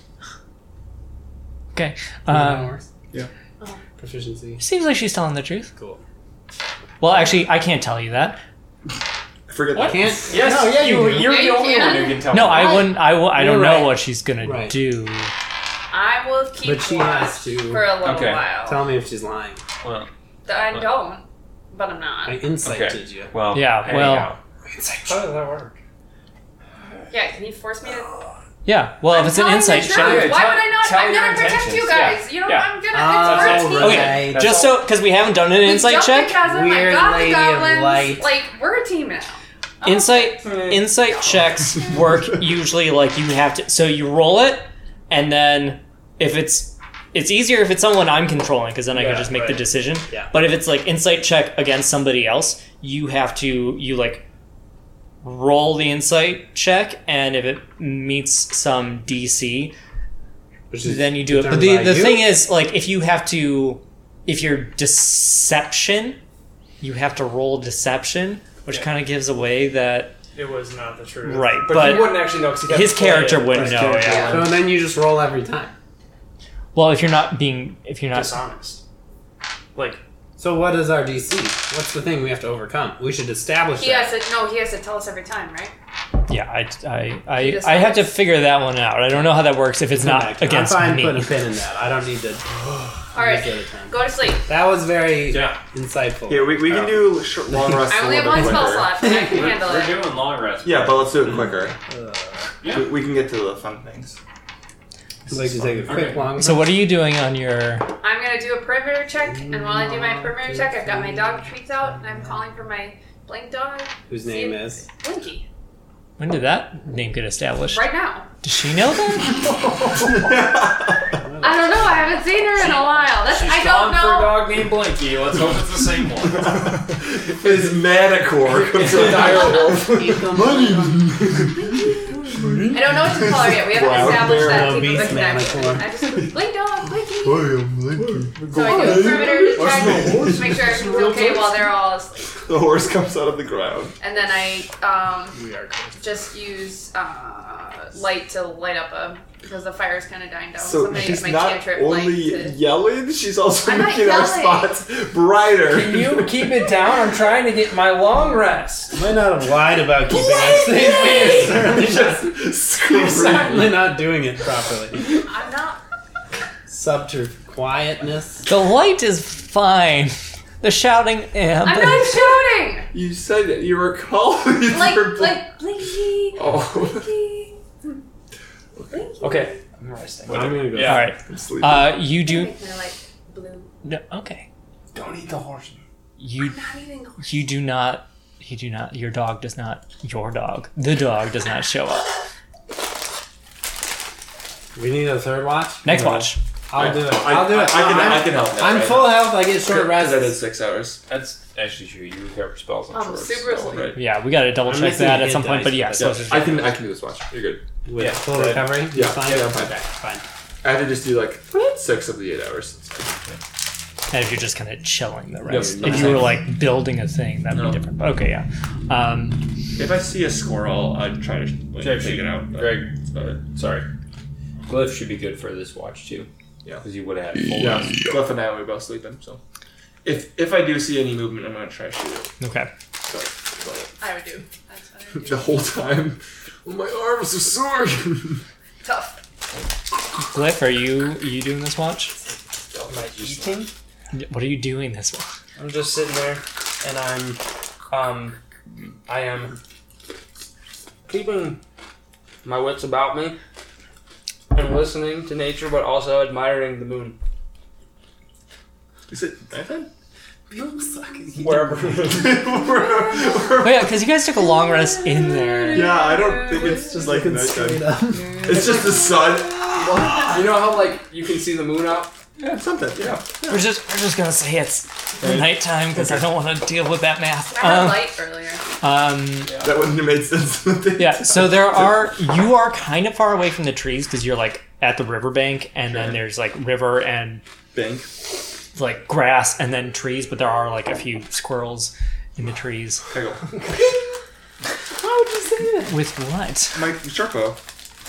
S2: Okay. Um,
S3: hours.
S1: Yeah.
S4: Oh.
S3: Proficiency.
S2: seems like she's telling the truth.
S3: Cool.
S2: Well, actually, I can't tell you that.
S1: I forget
S5: What?
S1: that.
S3: Can't.
S5: Yes,
S3: No, yeah, you
S5: you,
S3: do.
S5: you're
S4: Yeah,
S5: the
S4: you
S5: only
S4: can.
S5: one who can tell
S2: No,
S5: me.
S2: I
S4: Right.
S2: wouldn't. I, will, I don't
S3: You're
S2: know
S3: right.
S2: what she's gonna
S3: Right.
S2: do.
S4: I will keep
S3: But she
S4: watch
S3: has to-
S4: for a little
S5: Okay.
S4: while.
S3: Tell me if she's lying.
S5: Well,
S4: I don't, but I'm not.
S3: I insighted
S5: Okay.
S3: you.
S5: well,
S2: Yeah, well-
S5: anyhow.
S6: How does that work?
S4: Yeah, can you force me to?
S2: Yeah. Well, if it's an
S4: Telling the
S2: insight
S4: truth.
S2: check.
S5: Yeah,
S4: Why
S5: tell-
S4: would I not?
S5: tell
S4: I'm
S5: your
S4: gonna protect you
S5: intentions.
S4: guys. You know
S5: Yeah.
S4: I'm gonna.
S3: All
S4: it's our team.
S5: right.
S2: Okay.
S5: That's
S2: Just so because we haven't done an insight
S4: we
S2: check.
S4: Because of
S3: Weird
S4: my god,
S3: lady
S4: the
S3: of
S4: goblins.
S3: light.
S4: Like we're a team now. Oh.
S2: Insight insight checks work usually like you have to so you roll it and then if it's it's easier if it's someone I'm controlling because then I can
S6: Yeah,
S2: just make the
S6: right.
S2: decision.
S3: Yeah.
S2: But if it's like insight check against somebody else, you have to you like roll the insight check and if it meets some DC,
S3: Which is
S2: then you do it. But
S3: determined
S2: the,
S3: by
S2: the
S3: you?
S2: thing is like if you have to if you're deception, you have to roll deception, which
S6: Yeah.
S2: kind of gives away that
S6: It was not the truth.
S2: Right,
S6: but,
S2: but
S6: he wouldn't actually know because
S2: his character wouldn't know. Yeah.
S3: So then you just roll every time.
S2: Well, if you're not being, if you're not,
S6: Dishonest. Like
S3: So what is our DC? What's the thing we have to overcome? We should establish
S4: He
S3: that.
S4: has to. No, he has to tell us every time, right?
S2: yeah, I, I,
S4: He
S2: I,
S4: just
S2: I have to
S4: says-
S2: figure that one out. I don't know how that works if it's not
S3: Back to-
S2: against
S3: I'm fine
S2: me.
S3: putting a pin in that. I don't need to.
S4: All right.
S3: Use the other time.
S4: Go to sleep.
S3: That was very
S5: Yeah.
S3: insightful.
S1: Here, we, we can do short, long rest.
S4: I
S1: a
S4: only have
S1: little
S4: one
S1: bit
S4: spell
S1: quicker.
S4: slot. and I can handle
S5: We're
S4: it.
S5: doing long rest.
S1: Yeah, but let's do it quicker.
S3: Uh,
S5: Yeah.
S1: We, we can get to the fun things.
S3: I'd like to take a quick
S5: Okay.
S3: long.
S2: So what are you doing on your?
S4: I'm gonna do a perimeter check, and while I Mm, do my perimeter check, I've got my dog treats out, and I'm calling for my blink dog,
S3: whose name is?
S4: Blinky,
S2: When did that name get established?
S4: right now.
S2: Does she know that?
S4: I don't know. I haven't seen her in a while. That's
S5: She's
S4: I
S5: gone
S4: don't
S5: for a
S4: know.
S5: dog named Blinky. Let's hope it's the same one.
S1: It's Manicore. It's a dire wolf.
S4: I don't know what to call her yet. We haven't
S1: Wow.
S4: established that
S3: Beast
S4: deep of a
S3: man,
S4: connection.
S3: I call her.
S4: I just blink dog, Blinky. So I do a perimeter check to make sure everything's okay while they're all asleep.
S9: The horse comes out of the ground.
S4: And then I um, just use uh, light to light up a because the fire's kind of dying down.
S9: So
S4: Somebody
S9: she's
S4: make
S9: not
S4: cantrip
S9: only
S4: light to.
S9: yelling, she's also
S4: I'm not
S9: making our
S4: yelling.
S9: spots brighter.
S6: You keep it down. I'm trying to get my long rest.
S3: Might not have lied about keeping us safe, but you're certainly not- you're
S9: Screaming.
S3: certainly not doing it properly.
S4: I'm not.
S3: Subter quietness.
S2: The light is fine. The shouting, eh,
S4: I'm
S2: but-
S4: not shouting.
S1: You said it. You were calling.
S4: Like like blinky,
S1: Oh.
S4: blinky.
S6: Okay, I'm resting.
S3: I'm gonna go.
S2: all right.
S9: I'm sleeping.
S2: Uh, you do
S4: Make my light blue.
S2: no, okay.
S6: Don't eat the horse.
S2: You
S4: Not even going.
S2: you do not you do not your dog does not your dog the dog does not show up.
S3: We need a third watch.
S2: Next watch.
S3: I'll do it.
S1: I,
S3: I'll do it.
S1: I, can,
S3: I'm,
S1: I can help. That
S3: I'm
S1: right
S3: full
S1: Now.
S3: health. I get short
S1: Because
S3: rest.
S1: I did six hours.
S5: That's actually true. You recover spells.
S4: I'm
S5: short
S4: super
S5: spell,
S4: asleep.
S5: right?
S2: Yeah, we got to double
S3: I'm
S2: check
S3: missing
S2: that
S3: the
S2: at some
S3: hit
S2: point. But
S3: dice,
S2: yeah,
S3: but-
S2: so it's
S1: Yeah,
S2: just-
S1: I can. I can do this watch. You're good.
S3: With
S1: Yeah,
S3: full
S1: right.
S3: recovery.
S1: Yeah,
S3: You're fine.
S1: yeah,
S3: You're
S1: I'm fine.
S3: back. Fine.
S1: I had to just do like six of the eight hours.
S2: and if you're just kind of chilling the rest.
S1: no,
S2: if you were like building a thing, that'd
S1: No.
S2: be different. But okay, yeah. Um,
S5: If I see a squirrel, I'd try to like,
S1: Jack,
S5: take
S1: shoot.
S5: it out. but
S1: Greg.
S5: that's about it. Sorry. Glyph should be good for this watch too.
S1: Yeah.
S5: Because you would have had full
S1: Yeah,
S5: rest.
S1: Cliff and I were both sleeping. So, if if I do see any movement, I'm gonna try to shoot it.
S2: okay.
S1: So, so-
S4: I would do. That's what I would do.
S1: the whole time, "Oh, my arms are sore.
S4: Tough.
S2: Glyph, are you are you doing this watch?
S6: Am I eating?
S2: What are you doing this watch?
S6: I'm just sitting there, and I'm, um, I am keeping my wits about me and listening to nature, but also admiring the moon
S1: Is it nighttime?
S6: wherever.
S2: Oh yeah, because you guys took a long rest in there.
S1: Yeah, I don't think it's just like nighttime. It's just the sun.
S6: you know how like you can see the moon out.
S1: Yeah, something. Yeah.
S2: We're just we're just gonna say it's nighttime because I don't want to deal with that math.
S4: I had
S2: Um,
S4: light earlier.
S2: um,
S1: That wouldn't have made sense.
S2: yeah. So there are you are kind of far away from the trees because you're like at the riverbank, and then there's like river and
S1: Bank.
S2: like grass and then trees, but there are like a few squirrels in the trees.
S1: I go.
S2: With what?
S1: My Sharpo.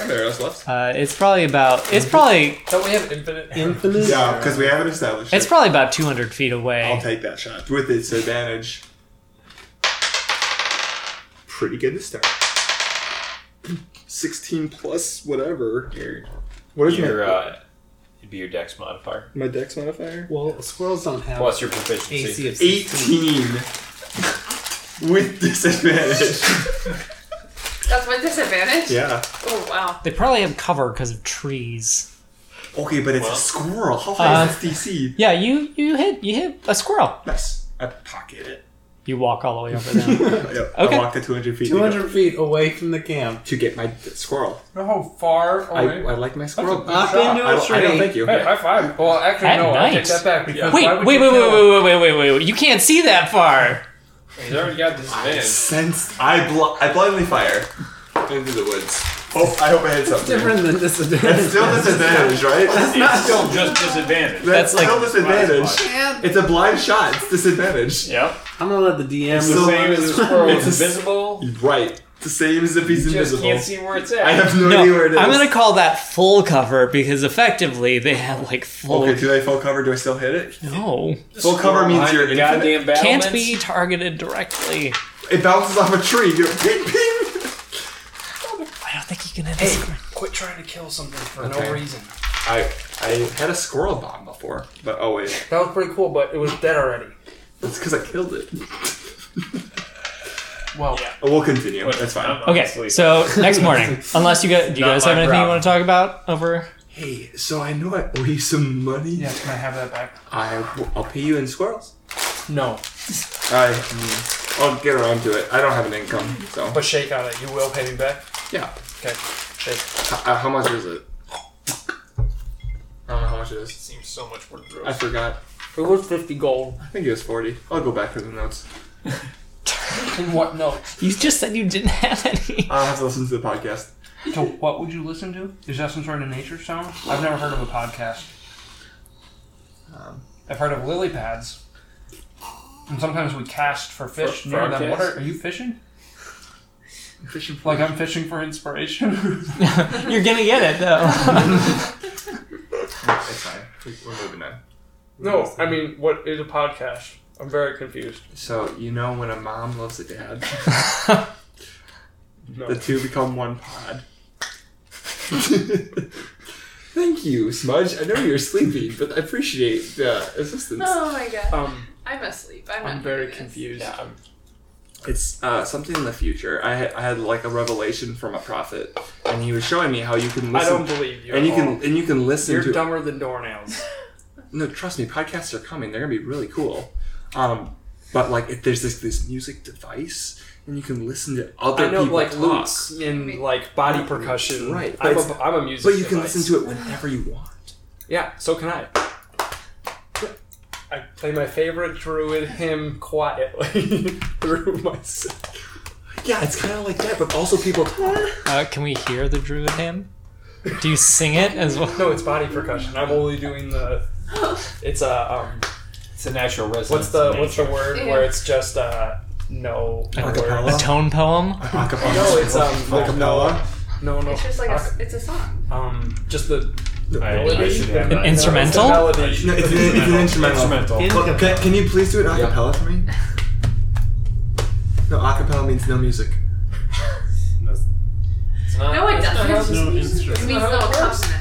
S1: Hi there, that's left.
S2: Uh, it's probably about it's probably
S6: Don't we have infinite?
S3: Infinite.
S1: Yeah, because we haven't established
S2: it's
S1: it.
S2: probably about 200 feet
S1: I'll
S2: away.
S1: take that shot with its advantage. Pretty good to start. 16 plus whatever.
S5: Your,
S1: What is
S5: your
S1: my,
S5: uh, it'd be your dex modifier
S1: my dex modifier?
S3: Well, squirrels don't have
S5: plus your
S3: AC
S5: proficiency.
S3: of 16.
S1: 18 with disadvantage.
S4: That's with disadvantage.
S1: yeah.
S4: Oh wow.
S2: They probably have cover because of trees.
S1: Okay, but it's
S5: Well.
S1: a squirrel. How high
S2: Uh,
S1: is its DC?
S2: Yeah, you you hit you hit a squirrel.
S1: Nice. I pocket it.
S2: You walk all the way over them.
S1: Yep,
S2: Okay.
S1: I walked the 200 feet to go-
S3: 200 feet away from the camp.
S1: to get my d- squirrel.
S6: You know how far away?
S1: I, I like my squirrel.
S3: Up
S1: I
S3: into a
S1: don't, I
S3: tree.
S1: don't thank you.
S6: Hey, high five. Well, actually,
S2: At
S6: no. I
S2: night.
S6: take that back because
S2: Wait,
S6: why
S2: wait,
S6: would
S2: wait, wait,
S6: you kill-
S2: wait, wait, wait, wait, wait! You can't see that far.
S5: He's already got disadvantage.
S1: Since I bl- I blindly fire into the woods. Oh, I hope I hit something.
S3: Different than
S1: That's
S3: disadvantage.
S1: still disadvantage, right? That's
S5: It's still just disadvantage.
S2: That's like-
S1: still disadvantage.
S3: Man,
S1: It's a blind shot. It's disadvantage.
S5: Yep.
S3: I'm gonna let the DM.
S1: the
S5: The
S1: So-
S5: same as the squirrel
S1: It's a
S5: is
S1: s-
S5: invisible.
S1: Right. It's the same as if he's
S5: You just
S1: invisible.
S5: can't see where it's at.
S1: I have no,
S2: No,
S1: idea where it is.
S2: I'm gonna call that full cover because effectively they have like full.
S1: Okay, do I full cover? Do I still hit it?
S2: No,
S1: Full cover means
S5: Behind
S1: you're
S5: the
S1: infinite.
S5: goddamn battlements.
S2: can't be targeted directly.
S1: It bounces off a tree. You're ping ping.
S2: I don't think you can hit.
S6: Hey, quit trying to kill something for
S1: Okay.
S6: no reason.
S1: I I had a squirrel bomb before, but oh wait,
S6: That was pretty cool, but it was dead already.
S1: it's because I killed it. Oh,
S6: Well,
S1: We'll continue. That's fine.
S5: I'm
S2: Okay,
S5: honestly-
S2: so next morning, unless you guys, do you
S5: Not
S2: guys
S5: my
S2: have anything you
S5: problem.
S2: want to talk about over?
S1: Hey, so I know I owe you some money.
S6: yeah, can I have that back?
S1: I I'll pay you in squirrels.
S6: No,
S1: I mm, I'll get around to it. I don't have an income, so
S6: but shake on it. You will pay me back.
S1: yeah.
S6: Okay, shake.
S1: H- uh, how much is it? I don't know how much it is.
S5: Seems so much more
S1: I
S5: gross.
S1: forgot.
S6: It was 50 gold.
S1: I think it was forty. I'll go back to the notes.
S6: And what no?
S2: You just said you didn't have any.
S1: I'll have to listen to the podcast.
S6: So what would you listen to? Is that some sort of nature sound? I've never heard of a podcast. Um, I've heard of lily pads. And sometimes we cast for fish
S10: Fro-
S6: near
S10: frog
S6: them. What
S10: cast?
S6: are, are you fishing?
S8: Fishing for
S6: Like I'm fishing for inspiration.
S2: You're gonna get it though.
S1: It's fine. We- We're moving on.
S8: no, I mean, what is a podcast? I'm very confused.
S1: So you know when a mom loves a dad,
S8: No.
S1: the two become one pod.
S10: Thank you, Smudge. I know you're sleepy, but I appreciate the assistance.
S4: Oh my god.
S8: Um,
S4: I'm asleep. I'm,
S8: I'm
S4: not
S8: very
S4: doing this.
S8: confused.
S10: Yeah, I'm-
S1: It's uh, something in the future. I had, I had like a revelation from a prophet, and he was showing me how you can
S8: I
S1: listen.
S8: don't believe you.
S1: and you
S8: at all.
S1: can and you can listen
S8: You're
S1: to
S8: dumber than doornails.
S1: no trust me podcasts are coming they're gonna be really cool um but like if there's this this music device and you can listen to other
S8: I know,
S1: people
S8: like
S1: talk
S8: loops and like body percussion.
S1: Right, but
S8: I'm a,
S1: it's-
S8: I'm a music.
S1: but you can
S8: device.
S1: listen to it whenever you want
S8: Yeah, so can I. I play my favorite druid hymn quietly through myself.
S1: yeah it's kind of like that but also people talk
S2: uh, can we hear the druid hymn? Do you sing it as well?
S8: No, it's body percussion. I'm only doing the. It's a um.
S10: it's a natural resonance.
S8: What's the
S10: in
S8: what's the
S10: nature.
S8: word
S4: Yeah.
S8: where it's just uh no no
S1: Acapella?
S8: words.
S2: A tone poem?
S1: acapella
S8: No, it's um
S1: acapella
S8: no no
S4: It's just like a,
S8: uh,
S4: s- it's a song.
S8: um just the
S10: I, I
S8: melody?
S10: should have
S2: An
S10: that.
S2: instrumental?
S8: No, it's the melody.
S1: no, it's, an, it's an instrumental. Well, can, can you please do it acapella for me? No, acapella means no music.
S5: It's not,
S4: No, it
S5: that's not how
S4: doesn't.
S5: this-
S4: It
S8: instrument.
S4: means no accompaniment.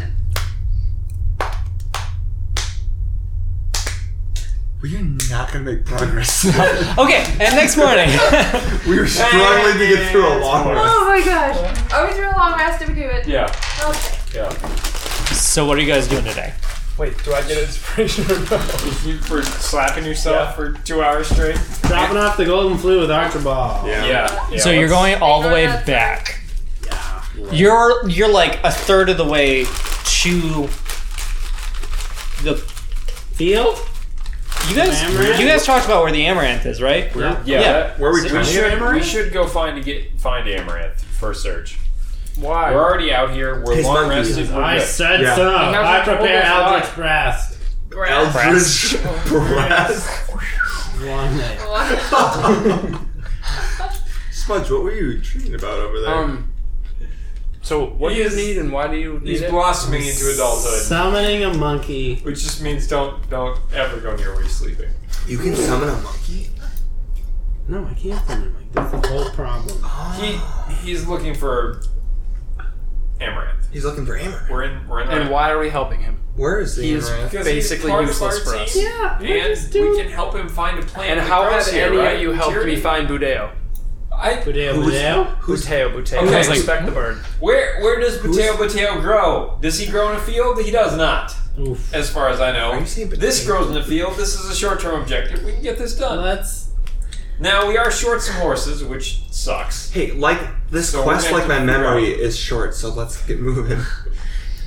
S1: We are not gonna make progress.
S2: Okay, and next morning.
S1: we are struggling to get through a long one.
S4: Oh my gosh. Are we through a long rest if we do it?
S5: Yeah.
S4: Okay.
S2: so, what are you guys doing today?
S8: Wait, do I get inspiration or no?
S5: If you for slapping yourself
S8: Yeah.
S5: for two hours straight.
S3: Dropping off the golden flute with Archibald.
S5: Yeah. yeah,
S2: so you're
S5: let's-
S2: going all the
S4: Hang on
S2: way
S4: outside.
S2: back. You're you're like a third of the way to the
S3: Field?
S2: you guys
S3: Amaranth?
S2: you guys talked about where the amaranth is, right?
S5: Yeah.
S2: Yeah.
S5: that-
S1: Where are we
S5: so
S1: trying to get
S5: should,
S1: Amaranth?
S5: We should go find get find Amaranth for search.
S8: Why?
S5: We're already out here. We're
S1: His
S5: long
S1: monkey.
S5: rested. We're
S3: I
S5: good.
S3: said
S1: Yeah.
S3: so.
S5: He
S3: I
S5: hasn't told
S3: prepare
S5: us
S3: Eldritch
S5: why.
S3: Blast.
S4: Grass.
S1: Eldritch Brass.
S3: One night.
S4: What?
S1: Smudge, what were you dreaming about over there?
S8: Um. So what do you need and why do you need
S5: He's
S8: it?
S5: blossoming into adulthood,
S3: Summoning a monkey.
S5: which just means don't don't ever go near where you're sleeping.
S1: you can summon a monkey?
S3: No, I can't summon a monkey. That's the whole problem.
S5: He he's looking for Amaranth.
S1: He's looking for Amaranth.
S5: We're in we're in.
S8: and why are we helping him?
S1: Where is the
S8: He is
S1: Amaranth?
S8: basically
S5: part of
S8: useless
S5: our
S8: for us.
S5: team.
S4: yeah. we're
S5: And
S4: just doing-
S5: we can help him find a plant.
S8: And
S5: that
S8: how
S5: grows
S8: have
S5: here,
S8: any
S5: right?
S8: of you helped
S5: Tyranny.
S8: me find Budeo?
S5: I,
S3: Budeo, budeo?
S1: Who's
S8: Buteo, Buteo.
S5: Okay,
S8: Okay,
S5: like-
S8: respect the bird.
S5: where where does Bateo Bateo grow? Does he grow in a field? He does not,
S3: Oof.
S5: as far as I
S1: Are
S5: know.
S1: you saying Bateo?
S5: This grows in a field. This is a short term objective. We can get this done.
S3: Let's.
S5: Now we are short some horses, which sucks.
S1: Hey, like this
S5: So
S1: quest,
S5: we're
S1: like
S5: gonna
S1: my
S5: have to figure
S1: memory is short, so let's get moving.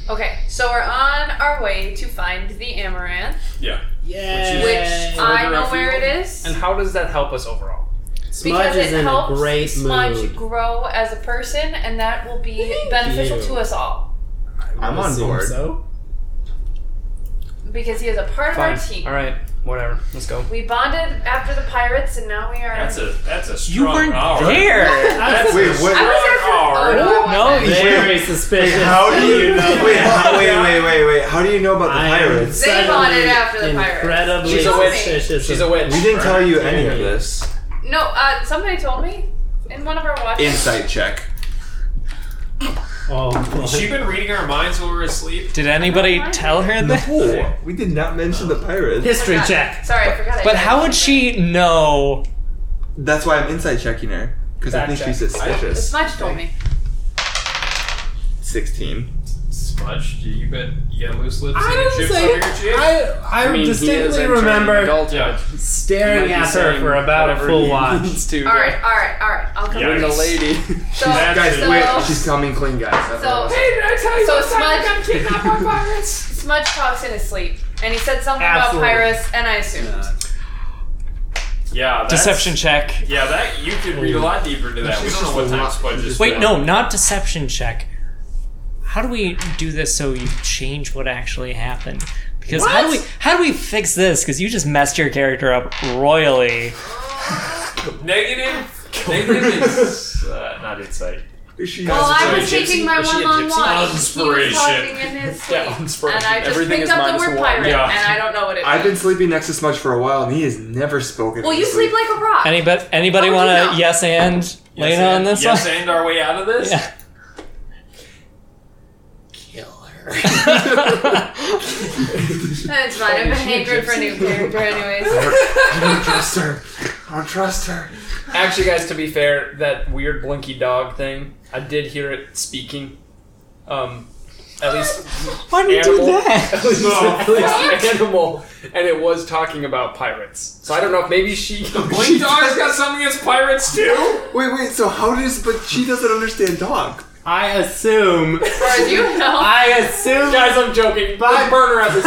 S4: Okay, so we're on our way to find the amaranth,
S5: Yeah.
S3: Yay!
S4: which um, I know where it
S8: And
S4: is
S8: how does that help us overall?
S3: Smudge
S4: because
S3: is
S4: it
S3: in a
S4: helps
S3: great
S4: Smudge
S3: mood.
S4: grow as a person, and that will be beneficial
S3: you.
S4: to us all
S1: I'm on
S3: Assume
S1: board.
S3: So?
S4: because he is a part
S8: Fine.
S4: of our team.
S8: All right. Whatever. Let's go.
S4: We bonded after the pirates, and now we are.
S5: That's a that's a
S2: You
S5: strong
S2: weren't
S5: hour.
S2: there.
S5: That's
S1: Wait,
S5: a
S1: what-
S5: strong
S4: I was there for-
S5: hour.
S4: oh, no, I
S2: No,
S4: wasn't.
S2: you-
S3: Very suspicious.
S1: Wait, how, wait, wait, wait, wait. How do you know about the
S3: I am
S1: pirates?
S4: They bought it
S3: suddenly
S4: after the pirates.
S3: Incredibly
S8: She's a witch.
S3: suspicious.
S8: She's
S3: of-
S8: a witch.
S1: We didn't tell you any of this.
S4: no. Uh, somebody told me in one of our watches.
S1: Insight check.
S3: Oh, boy.
S5: Has she been reading our minds while we were asleep?
S2: Did anybody tell her that?
S1: Oh, we did not mention the pirates.
S3: history
S4: Forgot.
S3: check.
S4: Sorry, I forgot. I
S2: But
S4: did
S2: how would
S4: something.
S2: she know?
S1: That's why I'm insight checking her. Because I
S8: Fact
S1: think she's
S8: check.
S1: suspicious.
S4: Smudge told me.
S1: 16.
S5: Smudge, you been you got loose lips
S3: I
S5: and
S3: don't
S5: chips
S3: say.
S5: over your cheek?
S3: I I
S8: I mean, he is
S3: distinctly
S8: entering
S3: remember
S8: adulthood.
S5: yeah.
S3: staring
S8: Might be
S3: at her
S8: saying
S3: for about a
S8: whatever
S3: full
S8: he
S3: while.
S8: needs to.
S4: All right, all right, all right. I'll come.
S5: Yeah.
S8: When the lady.
S4: So,
S1: Guys,
S4: so,
S1: wait, she's coming clean, guys. That's
S4: so,
S1: all.
S4: so Smudge, Smudge talks in his sleep, and he said something
S3: Absolutely.
S4: about pirates, and I assumed.
S5: Yeah. That's,
S2: Deception check.
S5: Yeah, that you could read a lot deeper to that. We don't know what time Smudge is.
S2: Wait, no, not deception check. How do we do this so you change what actually happened? Because how do we how do we fix this? Because you just messed your character up royally.
S5: Negative. Negative is uh, not insight.
S4: Well, I was taking my
S8: Is she a
S4: one on one. He was
S5: Inspiration.
S4: talking in his sleep, and I just
S8: Everything
S4: picked
S8: is
S4: up the
S8: minus
S4: word
S8: one.
S4: pirate,
S5: Yeah.
S4: and I don't know what it
S1: I've
S4: means.
S1: been sleeping next to Smudge for a while, and he has never spoken.
S4: Well,
S1: in
S4: you
S1: his
S4: sleep like a rock.
S2: Anybody anybody
S4: How would
S2: want
S4: you
S2: to
S4: know?
S2: yes and Lena
S5: and,
S2: on this
S5: yes
S2: one?
S5: and our way out of this.
S2: Yeah.
S4: That's fine. I've been hatred for a new character, anyways.
S1: I don't trust her. I don't trust her.
S6: Actually, guys, to be fair, that weird blinky dog thing, I did hear it speaking. Um, at least,
S2: Why did you do
S6: Animal.
S2: that?
S6: at least, at least animal, and it was talking about pirates. So I don't know if maybe she.
S5: Blink Dog's got something against pirates too.
S4: Oh!
S1: Wait, wait. So how does? But she doesn't understand dog.
S3: I assume.
S4: As far as you know,
S3: I assume.
S6: Guys, I'm joking. Bye, burner at the sink.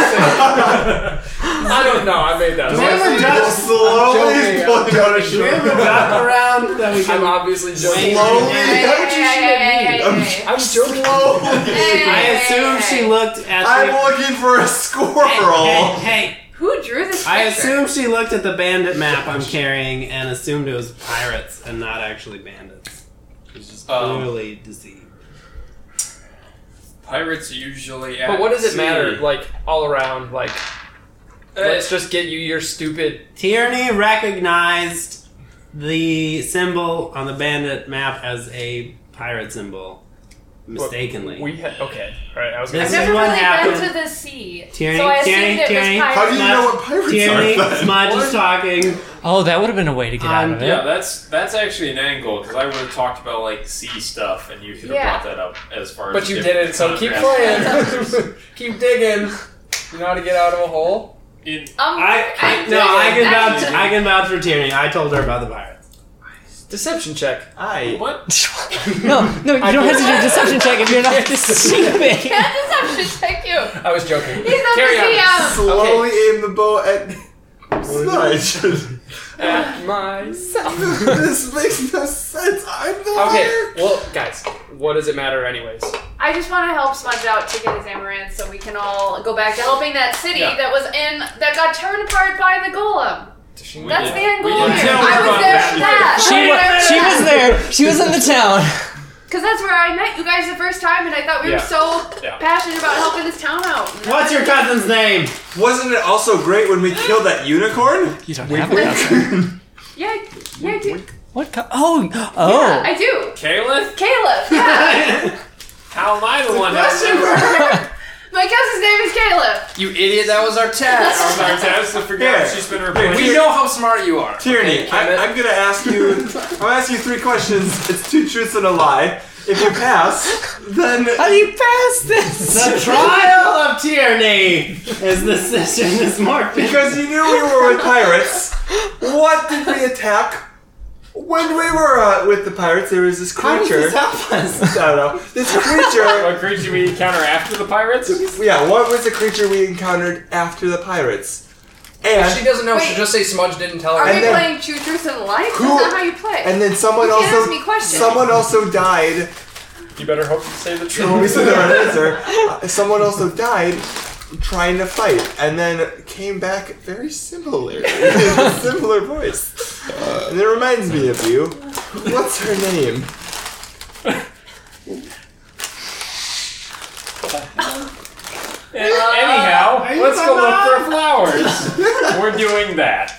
S6: I don't know. I made that.
S3: We
S6: up.
S3: have a
S1: People
S3: duck.
S1: slowly
S6: joking,
S1: pulling out a
S3: We have a
S1: shirt.
S3: duck around that we
S6: I'm
S3: can.
S6: obviously joking.
S1: Slowly.
S4: Hey,
S1: How did
S4: hey,
S1: you
S4: hey,
S1: shoot
S4: hey,
S1: me?
S4: hey,
S1: I'm
S4: hey.
S6: I'm joking.
S1: slowly.
S3: I assume
S4: Hey,
S3: she looked at.
S1: I'm
S3: the-
S1: looking for a
S3: Hey,
S1: squirrel.
S3: hey, hey.
S4: Who drew this?
S3: I
S4: picture?
S3: assume she looked at the bandit map I'm carrying and assumed it was pirates and not actually bandits. She's just
S5: Um,
S3: clearly deceived.
S5: Pirates usually.
S6: But what does it matter? Like all around, like
S5: Uh,
S6: let's just get you your stupid.
S3: Tierney recognized the symbol on the bandit map as a pirate symbol mistakenly.
S5: We had okay. All right, I was
S3: This
S4: I've
S3: is
S4: never
S3: what
S4: really
S3: happened.
S4: been to the sea,
S3: Tierney,
S4: so I assumed
S3: Tierney,
S4: it
S3: Tierney.
S4: was
S1: How do you
S4: pirates.
S1: know what pirates
S3: Tierney,
S1: are? Then?
S3: Smudge is talking.
S2: Oh, that would have been a way to get out
S3: Um,
S2: of it.
S5: Yeah, that's that's actually an angle because I would have talked about like sea stuff, and you could have
S4: Yeah.
S5: brought that up as far as.
S6: But you
S5: different
S6: didn't, so keep
S5: contrasts.
S6: playing. keep digging. You know how to get out of a hole.
S5: In,
S4: Um,
S3: I, I no,
S4: did
S3: I
S4: it.
S3: can
S4: That-
S3: vouch. I can vouch for Tierney. I told her about the pirates.
S6: Deception check.
S1: I.
S5: what?
S2: no, no, you don't have to do a deception check if you're not deceiving.
S4: That deception check you.
S6: I was joking.
S4: He's not
S6: Carry
S4: the DM.
S1: Slowly aim the bow at Smudge.
S6: At myself.
S1: this makes no sense. I'm the
S6: Okay.
S1: liar.
S6: Well, guys, what does it matter anyways?
S4: I just want to help Smudge out to get his amaranth, so we can all go back to helping that city
S5: Yeah.
S4: that was in that got torn apart by the golem.
S5: We
S4: That's
S5: did-
S4: the end
S5: we
S4: goal
S5: did-
S4: here.
S5: Yeah,
S4: I
S5: we
S4: was
S5: brought
S4: there
S5: that.
S4: for that.
S2: She
S4: I was
S2: was, she was there. She was in the town.
S4: Because that's where I met you guys the first time, and I thought we were
S5: Yeah.
S4: so
S5: Yeah.
S4: passionate about helping this town out.
S3: What's your cousin's name?
S1: Wasn't it also great when we killed that unicorn?
S2: You don't have a cousin.
S4: Yeah, yeah, I do.
S2: What? Co- oh, oh.
S4: Yeah, I do.
S5: Caleb,
S4: Caleb. Yeah.
S5: how am I the one?
S4: My cousin's name is Caleb.
S6: You idiot! That was our test.
S5: Sorry, Tess, I forgot
S1: Here.
S5: she's been replaced.
S6: we know how smart you are.
S1: Tierney, I,
S6: Kemet.
S1: I'm gonna ask you. I'm gonna ask you three questions. It's two truths and a lie. If you pass, then
S2: How do you pass this?
S3: The trial of Tierney is the session is marked.
S1: because you knew we were with pirates. What did we attack? When we were uh, with the pirates, there was this
S3: How does
S1: creature.
S3: this help us?
S1: I don't know. This creature.
S5: What creature we encounter after the pirates?
S1: Yeah, what was the creature we encountered after the pirates?
S6: If she
S1: And
S6: doesn't know. She
S4: Wait.
S6: just say Smudge didn't tell
S4: Are
S6: her.
S1: And
S4: we
S1: then-
S4: playing True Truths and Lies? That's
S1: Who-
S4: not how you play.
S1: and then someone
S4: you can't
S1: also
S4: ask me questions.
S1: someone also died.
S5: You better hope you say the truth.
S1: We said there were an answer. Uh, Someone also died trying to fight, and then came back very similar, in a similar voice. Uh, And it reminds me of you. What's her name?
S5: Anyhow, let's go look for flowers. We're doing that.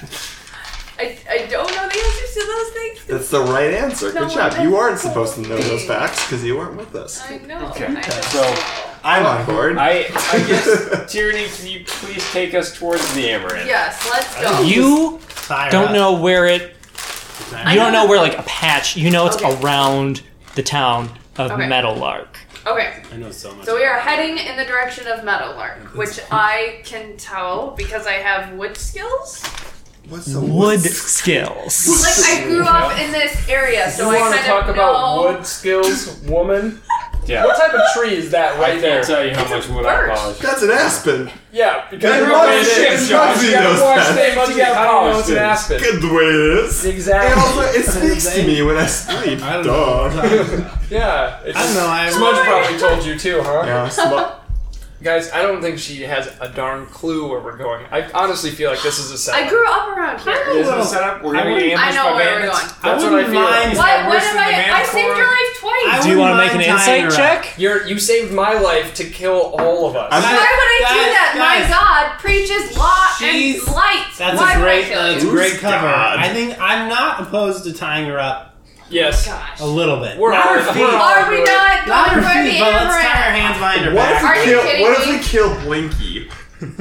S4: I, I don't know the answers to those things.
S1: That's the right answer.
S4: No,
S1: Good job.
S4: I-
S1: You aren't supposed to know those facts because you weren't with us.
S4: I know.
S5: Okay,
S4: I know.
S5: So
S1: I'm on board.
S5: I, I guess, Tierney, can you please take us towards the amaranth?
S4: Yes, let's go.
S2: You
S3: Fire
S2: don't
S3: up.
S2: know where it.
S3: I
S2: You don't know where like a patch. You know it's
S4: Okay.
S2: around the town of
S4: Okay.
S2: Meadowlark.
S4: Okay,
S3: I know so much.
S4: so we are heading in the direction of Meadowlark, which I can tell because I have wood skills.
S1: What's the
S2: Wood skills.
S4: Like I grew up in this area, so
S6: you
S4: I
S6: want
S4: kind
S6: to talk
S4: of
S6: about
S4: know.
S6: wood skills, woman?
S5: Yeah.
S6: What type of tree is that
S5: I
S6: right
S5: can't
S6: there?
S5: tell you how much wood I
S4: birch.
S5: polished.
S1: That's an aspen.
S6: Yeah, because
S1: Good
S6: we're on
S1: luck.
S6: ship,
S1: Good
S6: Josh.
S1: luck.
S6: You gotta
S1: Those
S6: watch
S1: guys.
S6: them. You gotta
S5: How do you
S6: know it's an
S5: know
S6: aspen.
S1: Good the way it is. And also,
S6: Exactly.
S1: it speaks to me when I sleep.
S3: I don't
S1: Duh.
S3: know.
S6: Yeah. It's
S3: I don't know. I
S6: Smudge probably told you too, huh?
S1: Yeah, smu-
S6: Guys, I don't think she has a darn clue where we're going. I honestly feel like this is a setup.
S4: I grew up around here.
S5: This is
S3: Well,
S5: a setup. We're
S3: I
S5: gonna get
S3: wouldn't-
S5: ambushed
S4: I know
S5: by
S4: where we're
S5: bandits.
S4: going.
S6: That's what I
S3: wouldn't
S6: feel.
S3: mind-
S4: What? What
S5: worse
S4: am
S5: than the
S4: I? I
S5: Manticore?
S4: saved your life twice.
S3: I
S2: Do you want to
S3: wouldn't
S2: make an
S3: mind tying
S2: insight
S3: her up.
S2: check?
S6: You're you saved my life to kill all of us.
S4: Why would I do
S3: Guys,
S4: that?
S3: guys.
S4: My God preaches law
S3: She's-
S4: and light.
S3: That's
S4: Why
S3: a
S4: would I
S3: great,
S4: kill
S3: uh,
S4: you?
S3: it's a great cover.
S1: God.
S3: I think I'm not opposed to tying her up
S6: yes,
S4: Gosh.
S3: a little bit.
S6: we're
S3: Not
S6: all,
S3: her feet.
S6: we're all
S4: Are we
S6: good.
S3: Not
S4: not going
S3: her
S4: for the
S3: feet, but let's tie her
S4: amaranth?
S3: hands behind her
S1: What if
S3: back.
S1: we
S4: Are you
S1: kill?
S4: kidding
S1: What if
S4: me?
S1: we kill Blinky?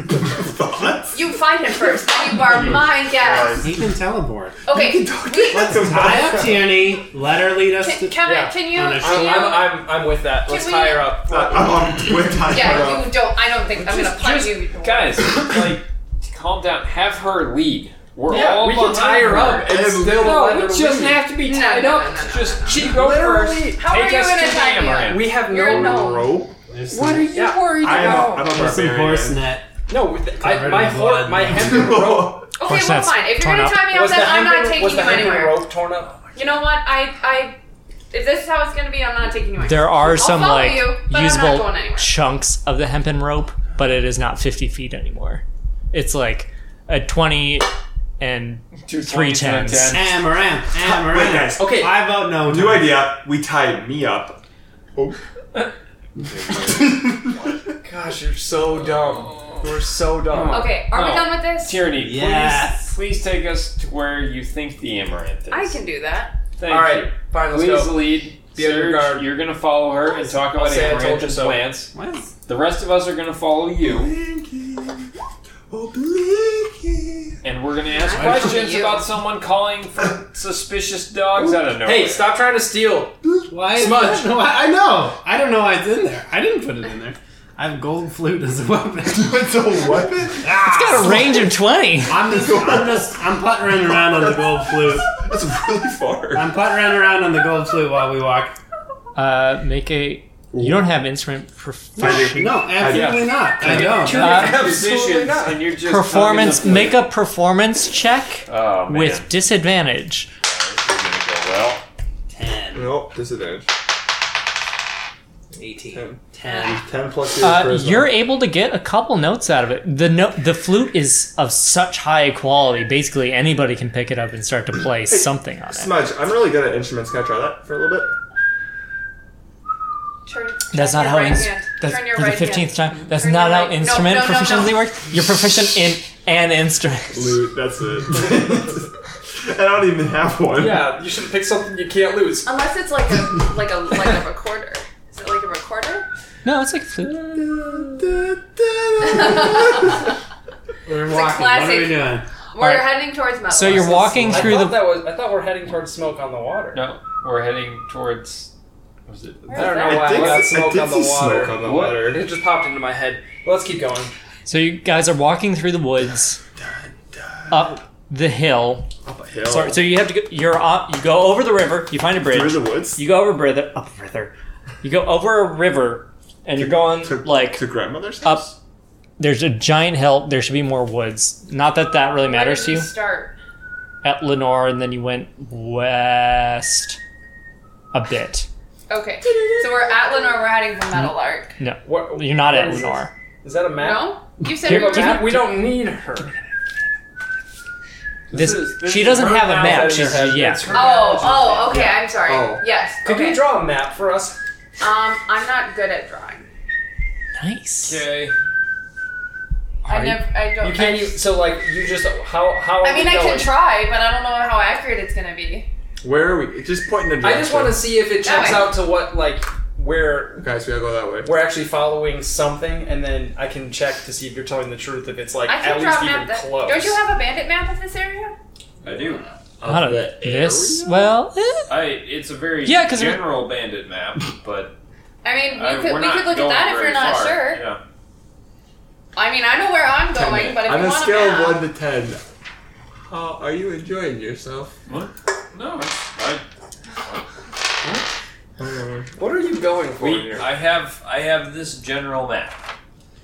S1: Thoughts?
S4: You find him first. You are my guest.
S3: He can teleport.
S4: Okay. We,
S1: Let's go.
S3: Tie up Tierney. Let her lead us
S4: can,
S3: to.
S4: Kevin,
S6: Yeah.
S4: can you?
S3: I'm-
S6: I'm,
S4: Can you
S6: I'm, I'm, I'm with that. Let's
S4: we-
S6: tie her up.
S1: I'm on with time.
S4: yeah, you don't. I don't think I'm gonna
S5: Just-
S4: punch
S5: just-
S4: you.
S5: Guys, like, calm down. Have her lead. We're
S6: Yeah,
S5: all
S6: we can
S5: behind
S6: tie her up and
S1: And
S6: still
S5: No,
S6: let
S5: it
S6: her
S5: doesn't
S6: lead.
S5: have to be
S4: No,
S5: tied
S4: no,
S5: up.
S4: no, no, no.
S5: Just she go
S6: Literally.
S5: first.
S4: How
S5: Take
S4: are you
S5: us
S4: gonna
S5: to
S4: tie me
S5: the
S4: up?
S5: Amaranth.
S6: We have
S4: You're
S6: no.
S4: a gnome.
S1: Rope.
S3: what are you?
S6: Yeah.
S5: worried
S1: I'm a, I'm a
S3: There's some horse
S1: barbarian.
S3: net.
S6: No, th- I,
S3: Covered
S6: my
S3: in
S6: hor
S3: blood.
S6: my hempen rope.
S4: Okay, well,
S2: that's
S4: fine. If you're
S2: torn
S4: gonna
S2: up.
S4: tie me up,
S6: Was the
S4: then I'm
S6: hempen,
S4: not taking
S6: was
S4: you
S6: the hempen
S4: anywhere.
S6: rope torn up?
S4: You know what? I, I, if this is how it's gonna be, I'm not taking you anywhere.
S2: There are
S4: I'll
S2: some
S4: follow
S2: like
S4: you, but I'm not
S2: usable
S4: going anywhere.
S2: chunks of the hempen rope, but it is not 50 feet anymore. It's like a 20 and
S5: Two
S2: three
S5: twenties and a
S2: tens.
S5: ten.
S3: Amaranth.
S1: Wait, guys.
S3: Amaranth.
S6: Okay.
S3: I vote oh, no.
S1: New idea. We tie me up. Oh.
S6: Gosh, you're so dumb. You're so dumb.
S4: Okay, are we
S5: No.
S4: done with this?
S5: Tyranny,
S3: Yes.
S5: please, please take us to where you think the Amaranth is.
S4: I can do that.
S5: Thank
S6: All
S5: you.
S6: right, fine. Let's
S5: Please
S6: go.
S5: lead.
S6: Be on your
S5: Serge,
S6: guard.
S5: you're gonna follow her and talk about
S6: say I told
S5: Amaranth
S6: you
S5: and
S6: so.
S5: plants.
S3: What?
S5: The rest of us are gonna follow you,
S1: Blinky. Oh, Blinky.
S5: and we're gonna ask
S4: Why
S5: questions
S4: you?
S5: about someone calling for suspicious dogs out of nowhere.
S6: Hey, stop trying to steal.
S3: Why?
S6: Smudge.
S3: Why- I know. I don't know why it's in there. I didn't put it in there. I have gold flute as a weapon.
S1: It's a weapon.
S3: Ah,
S2: It's got a range of 20.
S3: I'm just, I'm just, I'm puttering around on the gold flute.
S1: That's really far.
S3: I'm puttering around on the gold flute while we walk.
S2: Uh, make a. You don't have instrument proficiency.
S3: No, absolutely not. I don't.
S2: Uh,
S5: Positions, and you're just
S2: performance.
S5: tugging the
S2: Make a performance check
S5: Oh man,
S2: with disadvantage.
S5: this is gonna go well.
S3: 10,
S1: Nope, disadvantage.
S3: 18, 10.
S1: 10 plus your
S2: Uh,
S1: charisma.
S2: you're able to get a couple notes out of it. The no- the flute is of such high quality. Basically, anybody can pick it up and start to play something on it.
S1: Smudge, I'm really good at instruments. Can I try that for a little bit?
S4: Turn,
S2: That's
S4: turn
S2: not
S4: your
S2: how
S4: right
S2: ins-
S4: hand.
S2: that's
S4: turn your
S2: for
S4: right
S2: the fifteenth
S4: hand.
S2: time. That's
S4: Turn
S2: not
S4: your
S2: how
S4: right- no,
S2: instrument
S4: no, no, no.
S2: proficiency works. You're proficient in an instrument.
S1: Loot, that's it. I don't even have one.
S6: Yeah, you should pick something you can't lose.
S4: Unless it's like a, like a, like a recorder. Is it like a recorder?
S2: No, it's like flute.
S3: We're walking. What are
S4: a
S3: we
S4: classic.
S3: doing?
S4: We're
S2: Alright.
S4: heading towards Metal.
S2: So you're walking
S6: I
S2: through
S6: thought
S2: the.
S6: that was. I thought we're heading towards smoke on the water.
S5: No, we're heading towards. Was it?
S6: I don't know
S4: I
S6: why I,
S1: did
S6: got
S1: see- I
S6: smoke
S1: did
S6: on the
S1: see
S6: water.
S1: smoke on the
S5: What?
S1: water.
S6: It just popped into my head. Let's keep going.
S2: So you guys are walking through the woods, up the hill.
S1: Up a hill.
S2: Sorry. So you have to. Go, you're up. You go over the river. You find a
S1: Through
S2: bridge.
S1: the woods?
S2: You go over river. Up river. You go over a river, and you're going
S1: to,
S2: like
S1: to grandmother's
S2: up.
S1: house?
S2: There's a giant hill. There should be more woods. Not that that really
S4: Where
S2: matters
S4: did
S2: to
S4: we
S2: you.
S4: Start.
S2: At Lenore, and then you went west a bit.
S4: Okay. So we're at Lenore. We're heading for Metal Arc.
S2: No,
S6: What?
S2: you're not
S6: what
S2: at
S6: is this?
S2: Lenore.
S6: Is that a map?
S4: No? You said
S2: Here,
S4: we were
S6: A map?
S4: at
S6: We don't need her.
S2: This,
S5: is- this
S2: she
S5: is
S2: doesn't
S5: her
S2: have a
S5: mouth
S2: map.
S5: out of your
S2: She's
S5: head.
S2: yeah.
S5: That's her
S4: Oh,
S5: mouth.
S4: oh, okay. I'm sorry.
S1: Oh.
S4: Yes.
S6: Could
S4: okay.
S6: you draw a map for us?
S4: Um, I'm not good at drawing.
S2: Nice.
S6: Okay.
S4: I
S2: Are you-
S4: never. I don't.
S6: You can't.
S4: I,
S6: use- so like you just how how.
S4: I mean,
S6: are
S4: I
S6: we
S4: can
S6: going?
S4: try, but I don't know how accurate it's gonna be.
S1: Where are we? Just point in the direction.
S6: I just want to see if it checks
S4: That way.
S6: out to what like where
S1: Guys, we gotta go that way.
S6: we're actually following something, and then I can check to see if you're telling the truth. If it's like
S4: I
S6: at
S4: can
S6: least
S4: draw a
S6: even
S4: map. That,
S6: close.
S4: don't you have a bandit map of this area?
S5: I do.
S2: Not a, this. Well, eh.
S5: I. It's a very
S2: Yeah, 'cause we're-
S5: general bandit map, but
S4: I mean, we
S5: I,
S4: could
S5: we're
S4: we
S5: not
S4: could look at
S5: going
S4: that if
S5: very
S4: you're not
S5: far.
S4: sure.
S5: Yeah.
S4: I mean, I know where I'm going, but if
S1: On
S4: you
S1: a
S4: want
S1: scale
S4: a
S1: of
S4: map,
S1: 1 to 10, how are you enjoying yourself?
S5: No, I,
S6: What are you going for?
S5: we,
S6: here?
S5: I have I have this general map,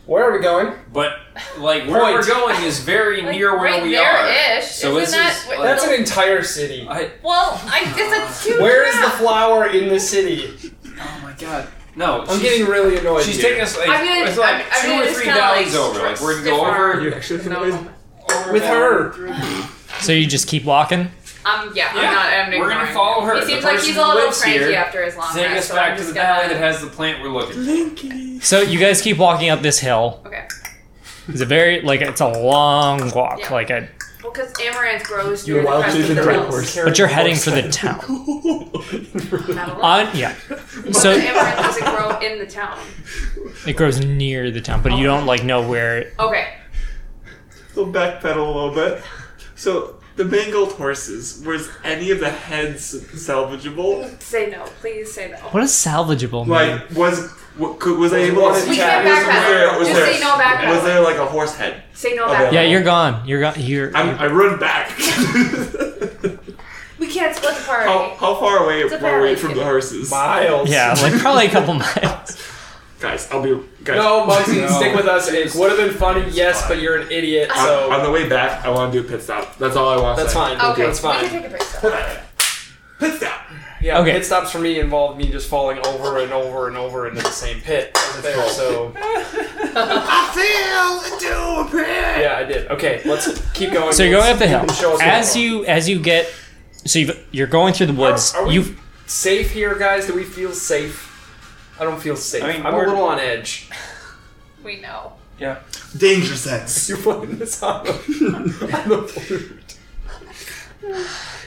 S6: Where are we going?
S5: but like where
S6: Point.
S5: we're going is very
S4: like,
S5: near where
S4: right
S5: we
S4: there
S5: are.
S4: ish. Isn't
S5: So this
S4: that
S5: is,
S4: wait,
S5: like-
S6: That's an entire city.
S5: I,
S4: well? I, it's a huge
S6: Where is the
S4: map.
S6: flower in the city?
S5: oh my god, No,
S10: I'm
S5: she's,
S10: getting really annoyed.
S5: she's
S10: here.
S5: taking us like,
S4: I'm gonna-
S5: it's like
S4: I'm- I'm
S5: 2
S4: gonna
S5: or
S4: just
S5: three
S4: kinda, like,
S5: valleys over. Like we're gonna go
S4: stiff
S5: over,
S4: arm.
S10: You're actually
S4: No, Um,
S10: annoyed.
S5: over
S3: With
S5: that
S3: her.
S5: one.
S2: So you just keep walking?
S4: Um, yeah,
S5: Yeah,
S4: I'm not. I'm
S5: we're gonna
S4: ignoring
S5: follow
S4: him.
S5: her.
S4: He seems
S5: The
S4: like
S5: person
S4: he's a
S5: who
S4: little
S5: lives
S4: cranky
S5: here
S4: after his long
S5: Take
S4: rest.
S5: us
S4: so
S5: back
S4: I'm
S5: to the
S4: just
S5: valley that
S4: gonna-
S5: has the plant we're looking. for.
S2: So you guys keep walking up this hill.
S4: Okay.
S2: It's a very like it's a long walk.
S4: Yeah.
S2: Like a,
S4: Well, because amaranth grows
S10: Your
S4: through the
S10: wild
S4: crest of
S10: pigeon
S4: the
S10: drink
S4: hills.
S10: horse.
S2: but you're heading for the town.
S4: Metal.
S2: On yeah.
S4: Well,
S2: So
S4: the amaranth doesn't grow in the town.
S2: it grows near the town, but you don't like know where.
S4: Okay.
S1: We'll backpedal a little bit. So the mangled horses. Was any of the heads salvageable?
S4: Say no. Please say no.
S2: What is salvageable? Man?
S1: Like was w- could, was I able to?
S10: We
S4: We
S10: Yeah,
S4: can't
S10: was-
S4: backpedal. Just say no backpedal.
S1: Was there like a horse head?
S4: Say no
S1: Okay.
S4: backpedal.
S2: yeah, you're gone. You're gone. You're.
S1: I'm, I run back.
S4: We can't split the party.
S5: Oh,
S1: how, how far away
S4: a
S1: were we
S4: valley.
S1: from the horses?
S10: Miles.
S2: yeah, like probably a couple miles.
S1: Guys, I'll be guys.
S10: No, Muggsy,
S5: No.
S10: stick with us. It would have been funny, yes, but you're an idiot,
S1: On, on
S10: so
S1: the way back, I want to do a pit stop. That's all I want.
S10: that's
S1: say.
S10: fine.
S4: okay.
S10: That's
S4: We
S10: fine.
S4: can take a break. Though.
S1: Pit stop.
S10: Yeah,
S2: Okay.
S10: pit stops for me involve me just falling over and over and over into the same pit. There, so
S1: I feel into a pit.
S10: yeah, I did. Okay, let's keep going.
S2: So you're going up the hill.
S10: can show us
S2: As
S10: where
S2: you as you get, so you've, you're going through the woods.
S10: Are- are we-
S2: You
S10: Safe here, guys? Do we feel safe? I don't feel safe.
S5: I mean,
S10: I'm a
S5: we're-
S10: little on edge.
S4: We know.
S1: Danger sense.
S10: You're putting this on. the-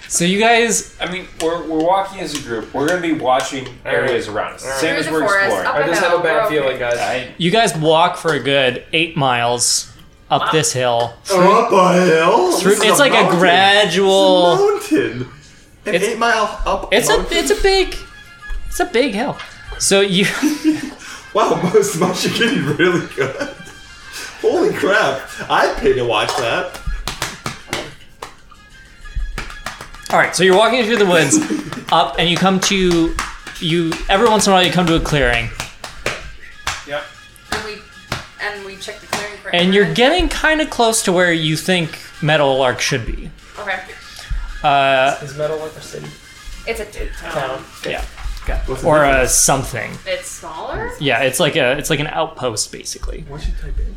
S2: so you guys
S5: I mean, we're, we're walking as a group. We're gonna be watching areas around us, same
S4: Through
S5: as
S4: the
S5: we're
S4: forest,
S5: exploring.
S4: up
S10: I just have a bad
S4: We're okay.
S10: feeling, guys.
S5: I,
S2: you guys walk for a good eight miles up this hill.
S1: Up a hill. This
S2: Through
S1: is
S2: it's like a
S1: mountain.
S2: gradual.
S1: It's a mountain. An
S2: It's-
S1: eight mile up.
S2: It's a
S1: mountain.
S2: it's a big it's a big hill. So you
S1: wow, most much you're getting really good. Holy crap! I'd pay to watch that.
S2: all right. So you're walking through the woods up, and you come to you every once in a while you come to a clearing,
S5: yeah.
S4: And we and we check the clearing for.
S2: and you're
S4: amaranth.
S2: getting kind of close to where you think Metal Lark should be.
S4: Okay.
S2: Uh,
S10: Is metal like a city?
S4: It's a dude town.
S10: Town.
S2: yeah, or a something.
S4: It's smaller.
S2: Yeah, it's like a it's like an outpost basically.
S10: What should type in?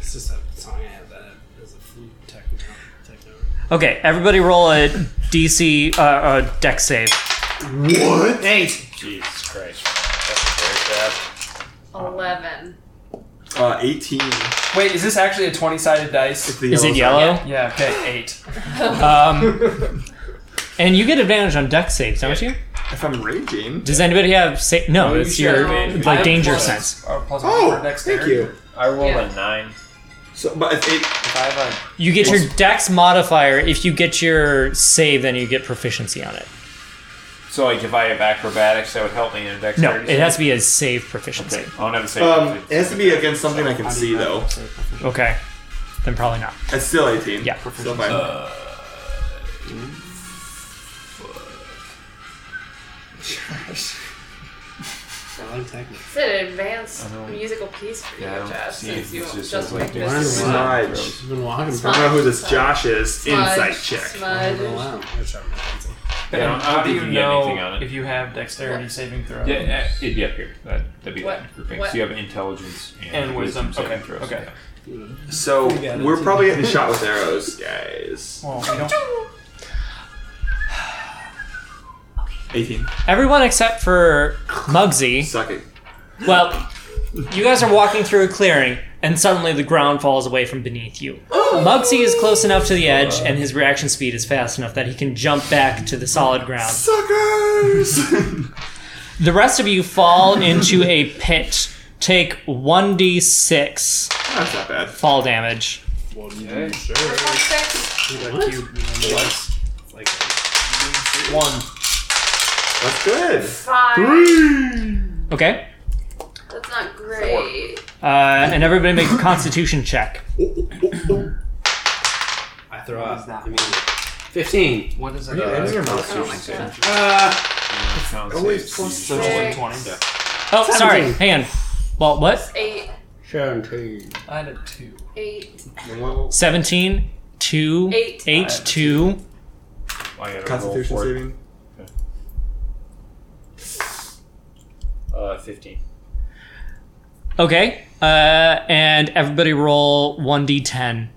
S3: It's just a song I have that is a flute techno. techno.
S2: Okay, everybody roll a DC uh, uh, deck save.
S1: What?
S5: Jesus Christ. That's very bad.
S4: Eleven.
S1: Uh, eighteen.
S10: Wait, is this actually a 20 sided dice?
S1: If the
S2: Is it
S1: yellows
S2: yellow?
S1: are-
S10: Yeah, okay, eight.
S2: Um, and you get advantage on deck saves, don't you?
S1: If I'm raging.
S2: Does anybody have sa- no?
S10: Oh,
S5: you
S2: it's
S5: should
S2: your
S5: have advantage.
S2: like
S10: I'm
S2: danger
S10: plus-
S2: sense.
S10: Or plus
S1: Oh,
S10: one for next
S1: thank
S10: turn.
S1: you.
S5: I rolled
S4: Yeah.
S5: a nine.
S1: So, but it's eight.
S10: If I have
S2: You get your dex modifier if you get your save, then you get proficiency on it.
S5: So like if I have acrobatics, that would help me in a
S2: No,
S5: dexterity.
S2: it has to be a save proficiency.
S5: Okay. I'll never say.
S1: Um, it has to be against something I can
S3: How do
S1: see
S3: you know?
S1: though.
S2: Okay, then probably not.
S1: It's still eighteen.
S2: Yeah.
S1: Still fine.
S3: I like techno.
S4: It's an advanced
S5: don't-
S4: musical piece for
S5: Yeah, I
S4: you,
S5: don't
S4: Jess.
S5: see
S4: Since
S5: it.
S4: you
S5: It's just
S4: just
S5: like
S4: like
S5: this.
S4: this.
S1: Mine. Smudge.
S3: She's been walking
S1: I
S4: Smudge.
S1: don't know who this Josh is. Insight check.
S4: Smudge.
S3: Oh, wow. I'm gonna try my pencil.
S5: I don't- I don't
S8: how do
S5: think
S8: you
S5: you can get anything on
S8: know
S5: it.
S8: if you have dexterity saving throw?
S5: yeah, uh, it'd be up here. That, that'd be
S4: What-
S5: that grouping.
S4: what-
S5: So you have intelligence and,
S8: And wisdom.
S5: saving
S8: Okay,
S5: throws.
S8: okay.
S5: Yeah.
S1: So
S3: You got it.
S1: we're probably getting shot with arrows, guys.
S8: Well, we don't.
S1: Eighteen.
S2: Everyone except for Muggsy.
S1: Suck it.
S2: Well, you guys are walking through a clearing, and suddenly the ground falls away from beneath you. Muggsy is close enough to the edge, and his reaction speed is fast enough that he can jump back to the solid ground.
S1: Suckers.
S2: The rest of you fall into a pit. Take 1d6
S1: That's not bad.
S2: fall damage.
S3: Well,
S5: Okay.
S4: Which one's six?
S3: What? You, what? Like,
S10: one.
S1: That's good.
S4: Five.
S2: Okay?
S4: That's not great. Oh,
S2: Uh, and everybody make a constitution check.
S3: I throw up. I mean, 15.
S8: What is it?
S1: Yeah, it's your mouth.
S4: Oh my god.
S3: Uh,
S1: Always plus
S8: So it's like
S4: Six.
S8: 20.
S2: Oh, sorry.
S3: Seventeen.
S2: Hang on. Well, what?
S4: Eight.
S3: 17.
S8: I had a two.
S4: Eight.
S1: Well,
S2: 17, 2,
S4: Eight.
S2: 8, 2.
S5: I gotta roll
S1: Constitution
S5: for it.
S1: saving.
S5: Uh, 15.
S2: Okay. Uh, and everybody roll 1d10.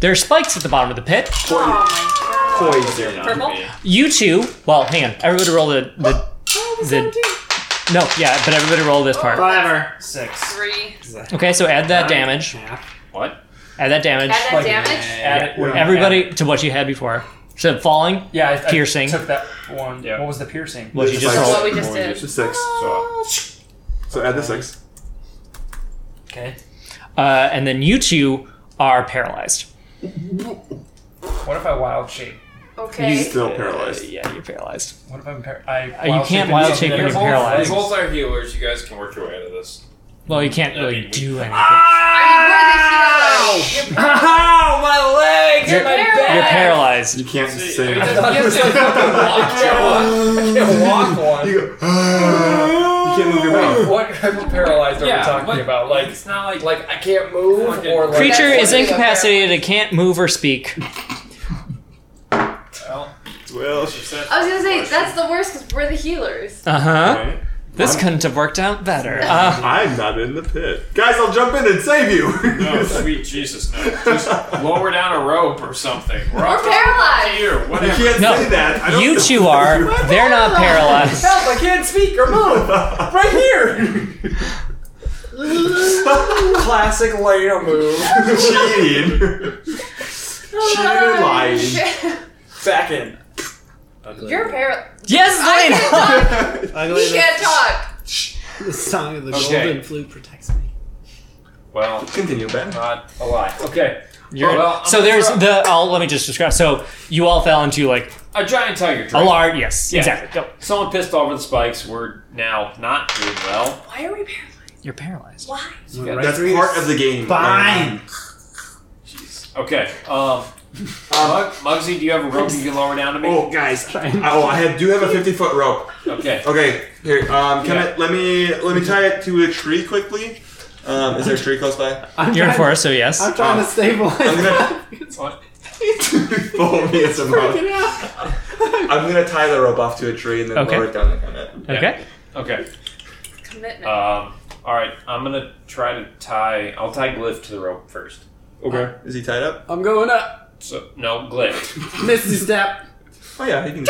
S2: There are spikes at the bottom of the pit.
S4: Oh my god.
S5: They're not
S4: Purple?
S5: me.
S2: You two, well, hang on. Everybody roll the. the
S4: Oh,
S2: the- no, yeah, but everybody roll this part.
S3: Whatever. Six.
S4: Three.
S2: Okay, so add that damage.
S3: Half.
S5: What?
S2: Add that
S4: Add
S2: damage.
S4: that damage.
S6: Add it.
S8: Yeah.
S2: Everybody to what you had before. So falling,
S6: Yeah, I, I
S2: Piercing.
S6: took that one.
S5: Yeah.
S6: What was the piercing?
S2: what you
S1: This
S2: just
S1: is
S4: What
S2: rolled.
S4: we just did.
S1: It's a six.
S5: So,
S1: So add the six.
S6: Okay.
S2: Uh, and then you two are paralyzed.
S6: What if I wild shape?
S1: He's
S4: Okay.
S1: still
S5: uh,
S1: paralyzed.
S5: yeah.
S2: You're paralyzed.
S6: What if I'm par- I
S2: Uh, you can't
S6: into
S2: wild shape
S6: something
S2: when
S6: that-
S2: you're paralyzed.
S5: You both are healers. You guys can work your way out of this.
S2: Well, you can't
S5: Yeah,
S2: really
S5: we-
S2: do anything.
S4: I mean, we're the heroes. Oh,
S6: Ow! My legs!
S2: You're,
S6: and my
S4: paralyzed.
S6: back!
S2: you're paralyzed.
S1: You can't
S5: See,
S1: sing.
S5: I guess they fucking locked you up.
S6: I can't walk one.
S1: You go. "Ah." you can't move your mouth.
S6: What type of paralyzed are
S5: Yeah,
S6: we talking
S5: what-
S6: about? Like,
S5: It's not like
S6: like I can't move
S5: Fucking-
S6: or like
S2: Creature is
S4: That's-
S2: incapacitated. It can't move or speak.
S1: Well,
S4: I was gonna say that's the worst because we're the healers.
S2: Uh
S5: Uh-huh.
S2: huh.
S1: alright.
S2: This couldn't have worked out better. Uh,
S1: I'm not in the pit. Guys, I'll jump in and save you.
S5: No, sweet Jesus, no. Just lower down a rope or something. We're
S4: We're
S5: off the
S4: paralyzed.
S5: here.
S1: You
S5: Whatever.
S1: can't
S2: No.
S1: say that. I don't
S2: you two are. They're not paralyzed.
S6: Help! I can't speak or move. Right here. Classic Lena move.
S1: Cheating. Cheating, lying.
S6: Back in.
S4: You're paralyzed.
S2: Yes,
S4: I
S2: Lena.
S4: can't talk.
S3: Ugly.
S4: He can't talk.
S3: The song of the
S5: Okay.
S3: golden flute protects me.
S5: Well,
S1: Continue, Ben.
S5: not a lie. Okay.
S2: You're-
S5: Well, I'm
S2: so
S5: gonna
S2: there's
S5: throw-
S2: the. I'll, let me just describe. So you all fell into like
S5: a giant tiger.
S2: a
S5: Drake.
S2: large. Yes,
S5: Yeah.
S2: exactly. Go.
S5: Someone pissed over the spikes. We're now not doing well.
S4: Why are we paralyzed?
S2: You're paralyzed.
S4: Why?
S5: Right
S1: That's part of the game.
S3: Fine.
S5: Okay. Um, Mug, Muggsy, do you have a rope you can lower down to me?
S1: Oh, guys. I, oh, I have, do have a 50 foot rope.
S5: Okay.
S1: Okay, here. Um, can
S5: Yeah.
S1: I, let me let me tie it to a tree quickly. Um, is there a tree close by?
S3: I'm
S2: You're in Oh.
S3: trying,
S2: forest, so yes.
S3: I'm trying to stabilize.
S1: I'm gonna-
S3: It's
S5: What?
S1: Follow me as I'm
S3: freaking out.
S1: I'm gonna tie the rope off to a tree and then
S2: Okay.
S1: lower it down the helmet.
S2: Okay.
S5: Okay.
S4: Commitment.
S5: Um, all right. I'm gonna try to tie. I'll tie Glyph to the rope first.
S1: Okay. Is he tied up?
S3: I'm going up.
S5: So no, Glyph.
S3: Misty step.
S1: Oh yeah, he can.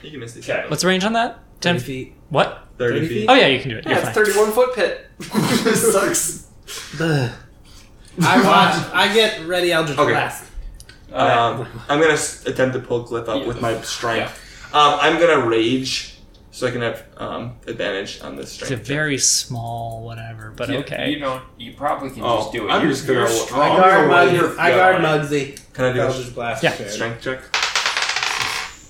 S1: he can miss the
S5: Okay.
S2: What's the range on that? Ten.
S3: 10 feet.
S2: What?
S1: Thirty,
S3: 30
S1: feet.
S2: Oh yeah, you can do it. You're
S6: Yeah,
S2: fine.
S6: it's 31 foot pit.
S1: Sucks.
S3: I watch. I get ready Eldritch
S1: Okay.
S3: Blast.
S1: Um, I'm gonna s- attempt to pull Glyph up with my strength. Um, I'm gonna rage so I can have um, advantage on this
S2: It's a
S1: strength.
S2: very small whatever, but
S5: You-
S2: okay.
S5: You know, you probably can
S1: Oh,
S5: just do it.
S1: I'm
S5: you're,
S1: just gonna-
S5: you're
S1: I
S5: strong.
S1: got-
S3: guard
S1: Oh,
S3: Muggsy.
S1: you're-
S3: I
S1: yeah.
S3: guard Muggsy.
S1: Can I do a
S3: Eldritch Blast.
S2: Yeah.
S3: Fair.
S1: strength check?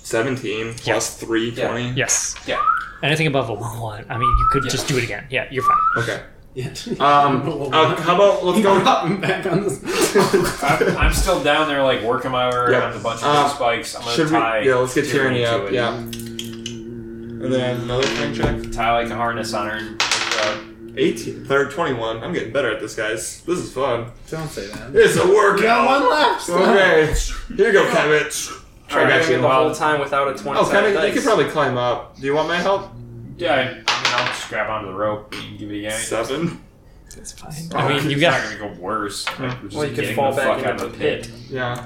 S1: Seventeen plus three
S5: Yeah.
S1: twenty.
S2: Yes.
S5: Yeah.
S2: Anything above a one. I mean, you could just do it again. Yeah, you're fine.
S1: Okay.
S3: Yeah.
S1: Um, uh, how about let's
S3: You
S1: go.
S3: go up and back on this.
S5: I'm, I'm still down there, like working my way around a bunch of
S1: Uh,
S5: spikes. I'm gonna
S1: Should we?
S5: tie.
S1: Yeah, let's get
S5: Tyranny
S1: Tyranny
S5: to
S1: up.
S5: it.
S1: Yeah. And then another strength check.
S5: Tie like a harness on her. And, uh,
S1: 18, third, 21. I'm getting better at this, guys. This is fun.
S3: Don't say that.
S1: It's a workout.
S3: Got one left.
S1: Okay. Here you go, Kemet.
S5: all right,
S1: got
S6: Maybe
S1: you.
S6: the whole
S5: Well,
S6: time without a 20
S1: Oh,
S6: sided
S1: Kemet, you
S6: dice.
S1: could probably climb up. Do you want my help?
S5: yeah. I, I mean, I'll just grab onto the rope and give it a yank.
S1: Seven.
S2: It's fine.
S5: I mean,
S2: you
S5: it's
S2: got-
S5: not gonna go worse. Like, we're just
S6: Well, you could
S5: getting
S6: fall
S5: the
S6: back
S5: fuck out
S6: into
S5: of the
S6: the
S5: pit.
S1: Yeah.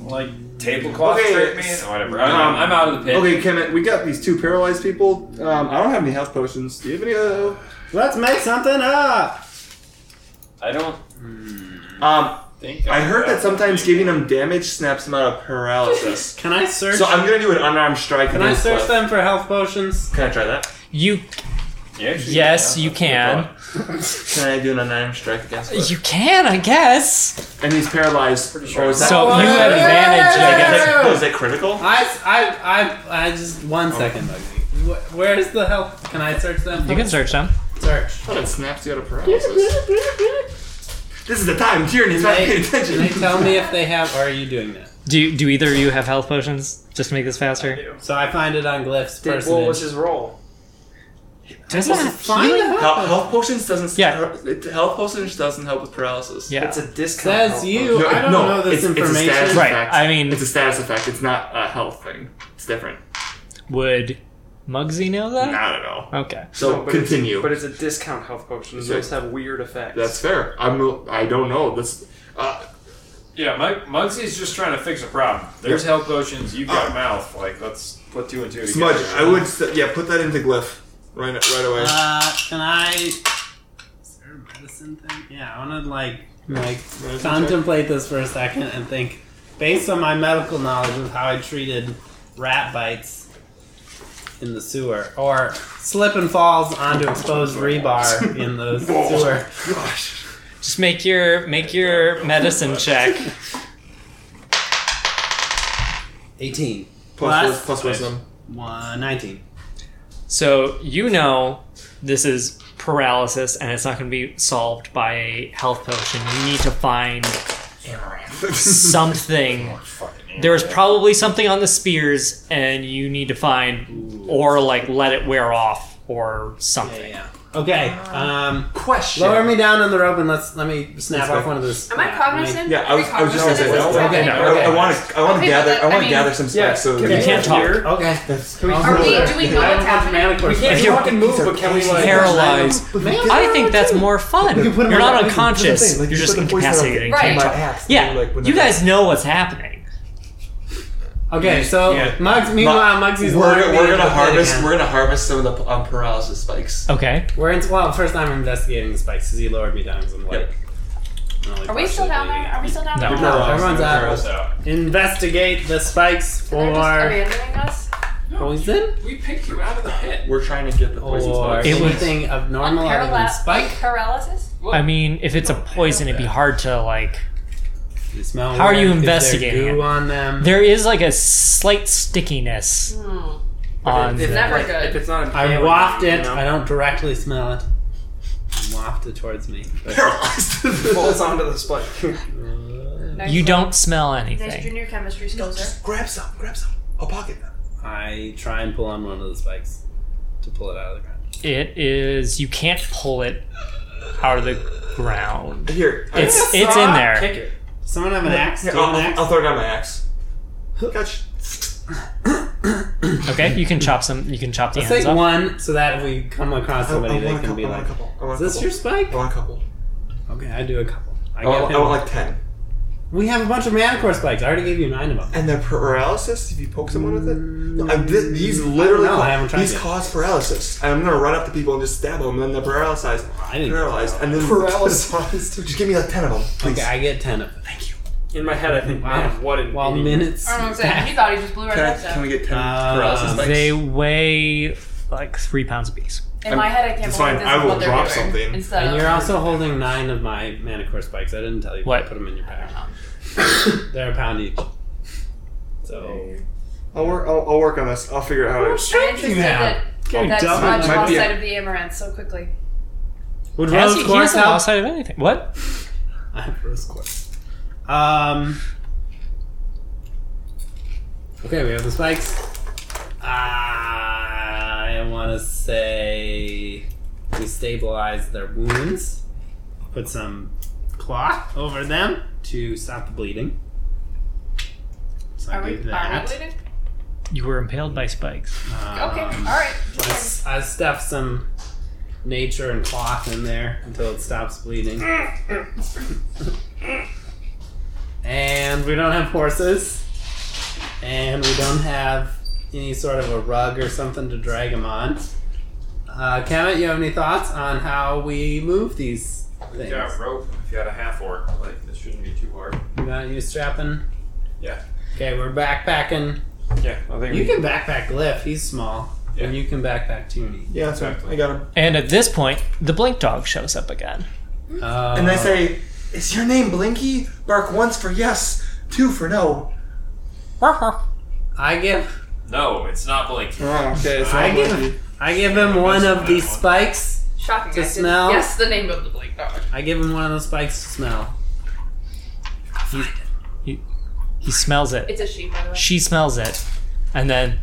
S5: Like tablecloth
S1: Okay,
S5: trick me,
S1: it's-
S5: or Oh, whatever. I'm, I'm- I'm out of the pit.
S1: Okay, Kemet, we got these two paralyzed people. Um, I don't have any health potions. Do you have any? Uh,
S3: Let's make something up.
S5: I don't
S1: um,
S5: think.
S1: I heard that sometimes
S5: giving.
S1: giving them damage snaps them out of paralysis.
S3: Can I search?
S1: So I'm gonna do an unarmed strike.
S3: can I
S1: against
S3: search
S1: Leth.
S3: them for health potions?
S1: Can I try that?
S2: You
S5: Yeah, she-
S2: Yes,
S5: yeah,
S2: you
S5: that's what I
S2: can.
S5: thought.
S1: Can I do an unarmed strike against? Leth?
S2: you can, I guess.
S1: And he's paralyzed.
S5: sure.
S1: Or is that
S2: So
S1: Oh,
S2: you
S1: is
S2: have
S1: that-
S2: advantage
S1: is
S2: against.
S1: that- is that critical?
S3: I, I, I, I just one second, Muggsy. Wh- Where's the health? Can I search them?
S2: You can search them.
S3: search.
S1: thought it snaps you out of paralysis. this is the time. Tyranny's not paying
S3: They,
S1: attention.
S3: they tell me if they have. Or are you doing that?
S2: Do do either of you have health potions? Just to make this faster.
S3: So I find it on Glyph's
S6: Did, what was
S3: personage.
S6: his role?
S2: Does
S3: Find the health.
S1: Health, health potions doesn't.
S2: Yeah.
S1: it- Health potions doesn't help with paralysis.
S2: Yeah.
S6: It's a discount.
S3: Says you. I don't
S1: no,
S3: know this
S1: it's- it's a
S3: information.
S1: status
S2: Right.
S1: effect.
S2: I mean,
S1: It's a status effect. It's not a health thing. It's different.
S2: would Mugsy know that?
S1: Not at all.
S2: Okay.
S1: So
S8: but it's-
S1: continue.
S8: but it's a discount health potion. and
S1: So-
S8: Those have weird effects.
S1: That's fair. I'm. I don't know. That's. Uh,
S5: Yeah, Mug- Muggsy's just trying to fix a problem. There's health potions. You've got mouth. Like, let's put two and two
S1: smudge.
S5: together.
S1: I would. Say, yeah. Put that into glyph. Right. Right away.
S3: Uh, can I? Is there a medicine thing? Yeah, I want to like like
S1: Medicine
S3: contemplate this for a second and think. Based on my medical knowledge of how I treated rat bites in the sewer, or slip and falls onto exposed rebar in the sewer.
S2: Just make your make your medicine check.
S3: 18.
S1: Plus
S3: Plus-
S1: wis- plus wisdom.
S3: One, 19.
S2: So you know this is paralysis and it's not going to be solved by a health potion. You need to find something. There was probably something on the spears and you need to find or like let it wear off or
S3: Yeah,
S2: something.
S3: yeah. Okay. Um,
S8: question.
S3: lower me down on the rope and let's let me snap
S1: go.
S3: off one of those.
S4: Am I cognizant?
S1: Yeah. I was. I was just gonna
S4: Cognizant
S1: say.
S4: of what's
S1: no,
S4: happening?
S1: okay, no,
S2: Okay.
S1: I want to. I want to
S4: Okay,
S1: gather.
S4: but
S1: I want
S4: I
S1: to
S4: mean-
S1: gather some
S8: Yeah,
S1: specs. So
S8: can
S2: You
S8: we
S2: can't
S8: get
S2: talk.
S8: here?
S3: Okay.
S1: That's
S4: Are we? Do we know
S8: I
S4: what's
S8: don't have
S4: happening?
S8: manacles.
S6: We can't
S2: You're-
S6: talk and move, but can we like?
S2: Paralyzed.
S3: Man,
S2: I think that's more fun.
S3: You
S2: You
S3: can put 'em on
S2: are not
S3: your-
S2: unconscious.
S1: Like,
S2: You're
S1: you
S2: just
S1: put the poison on
S2: incapacitating.
S1: my-
S4: Right.
S1: my axe, and
S2: Yeah.
S1: then, like, when
S2: you
S1: the-
S2: guys know what's happening.
S3: Okay, so
S5: Yeah.
S3: Muggs. Meanwhile, Muggsy's
S10: we're,
S3: lying
S10: gonna- we're
S3: in
S10: gonna
S3: the pit
S10: harvest.
S3: again.
S10: We're gonna harvest some of the um, paralysis spikes.
S2: Okay.
S3: We're in, well, first I'm investigating the spikes because he lowered me down. 'cause I'm like, I'm only
S4: Are we
S3: partially
S4: still down there?
S3: bleeding.
S4: Are we still down
S2: No.
S4: there?
S3: No, everyone's out.
S5: Us out.
S3: Investigate the spikes
S4: They're just
S3: for
S4: abandoning us.
S3: poison
S5: We picked you out of the pit.
S10: We're trying to get
S1: Oh,
S10: the poison
S3: or
S10: spikes.
S2: It was-
S3: anything
S4: On
S3: abnormal other than
S4: paralysis.
S3: spike.
S4: Paralysis.
S2: I mean, if it's a poison, it'd be hard to like.
S3: You smell
S2: How are you
S3: weird. Is there
S2: investigating
S3: Goo
S2: it?
S3: on them.
S2: There is like a slight stickiness
S4: Hmm.
S2: on.
S8: If-
S2: the-
S4: never
S8: like,
S4: good.
S8: If it's not,
S3: I
S8: impaling,
S3: waft it.
S8: you know?
S3: I don't directly smell it. Waft it towards me.
S8: bolts onto the spike.
S4: Nice
S2: You
S4: one.
S2: don't smell
S4: Nice
S2: anything.
S4: junior chemistry skills there.
S1: Grab some. Grab some. I'll pocket them.
S3: I try and pull on one of the spikes to pull it out of the ground.
S2: It is. You can't pull it out of the ground.
S1: Here. I-
S2: It's it's in there.
S8: Kick it.
S3: Does someone have an axe? Do
S1: Here,
S3: you have
S1: I'll,
S3: an
S1: I'll,
S3: axe?
S1: I'll throw down my axe. Catch.
S2: Okay, you can chop some. You can chop the
S3: Let's
S2: ends
S3: take
S2: off.
S3: one so that if we come across
S1: I, I
S3: somebody,
S1: want
S3: they
S1: a
S3: can
S1: couple.
S3: be
S1: I want
S3: like,
S1: a couple. I
S3: "Is
S1: want a
S3: this your
S1: couple.
S3: spike?"
S1: I want a couple.
S3: Okay, I do a couple. I,
S1: I
S3: give
S1: want,
S3: him.
S1: I want Oh, like ten.
S3: we have a bunch of manicore spikes. I already gave you nine of them.
S1: And the paralysis, if you poke someone with it, no, I, thi- these literally
S3: know, Mm, I
S1: cause,
S3: haven't tried
S1: these
S3: yet.
S1: cause paralysis. And I'm gonna run up to people and just stab them, and then they're paralyzed,
S3: I didn't-
S1: paralyzed, and then paralyzed. just give me like ten of them, please.
S3: Okay, I get ten of them. Thank you.
S8: In my head, I think,
S3: Wow.
S8: man, what an
S3: While
S8: idiot.
S3: minutes.
S4: I don't know what I'm saying. He thought he just blew right
S10: Can, I,
S4: up
S10: can
S4: them.
S10: we get ten
S3: Uh,
S10: paralysis spikes?
S2: They weigh like three pounds apiece.
S4: In my head, I can't
S1: It's
S4: believe
S1: fine.
S4: this
S1: I
S4: is
S1: will
S4: what they're
S1: drop
S4: doing.
S1: something.
S4: Instead
S3: And
S4: of,
S3: you're also holding nine of my manicore spikes. I didn't tell you.
S2: What?
S3: Put them in your pack. They're a pound each. So
S1: I'll work. I'll, I'll work on this. I'll figure it out.
S4: I'm interested that
S3: Okay,
S4: that
S3: dumb.
S4: smudge
S3: Might
S4: lost
S10: be a-
S4: sight of the amaranth so quickly.
S3: would
S2: Yes,
S3: rose
S2: he, he
S3: quartz
S2: hasn't
S3: help?
S2: lost sight of anything. What?
S3: I have rose quartz. Um. Okay, we have the spikes. I want to say we stabilize their wounds. Put some cloth over them to stop the bleeding. So
S4: Are
S3: I
S4: we,
S3: do
S4: are we
S3: that.
S4: bleeding?
S2: You were impaled by spikes.
S4: Okay,
S3: Um,
S4: alright.
S3: I, s- I stuff some nature and cloth in there until it stops bleeding. and we don't have horses. And we don't have any sort of a rug or something to drag them on. Uh, Kemet, you have any thoughts on how we move these
S5: If
S3: things?
S5: you got a rope, if you got a half orc, like, this shouldn't be too hard.
S3: You got you strapping?
S5: Yeah.
S3: Okay, we're backpacking.
S5: Yeah, I think
S3: You can backpack Glyph, he's small.
S5: Yeah.
S3: And you can backpack Toonie.
S1: Yeah, that's right. I got him.
S2: And at this point, the blink dog shows up again.
S3: Uh,
S1: And I say, "Is your name Blinky? Bark once for yes, two for no."
S3: I give
S5: No, it's not blinking.
S1: okay, so
S3: I give, I give him one of these spikes.
S4: Shocking.
S3: To
S4: I didn't
S3: smell?
S4: guess the name of the blink dog.
S3: I give him one of those spikes to smell.
S2: He smells it.
S4: It's a sheep, by the way.
S2: She smells it, and then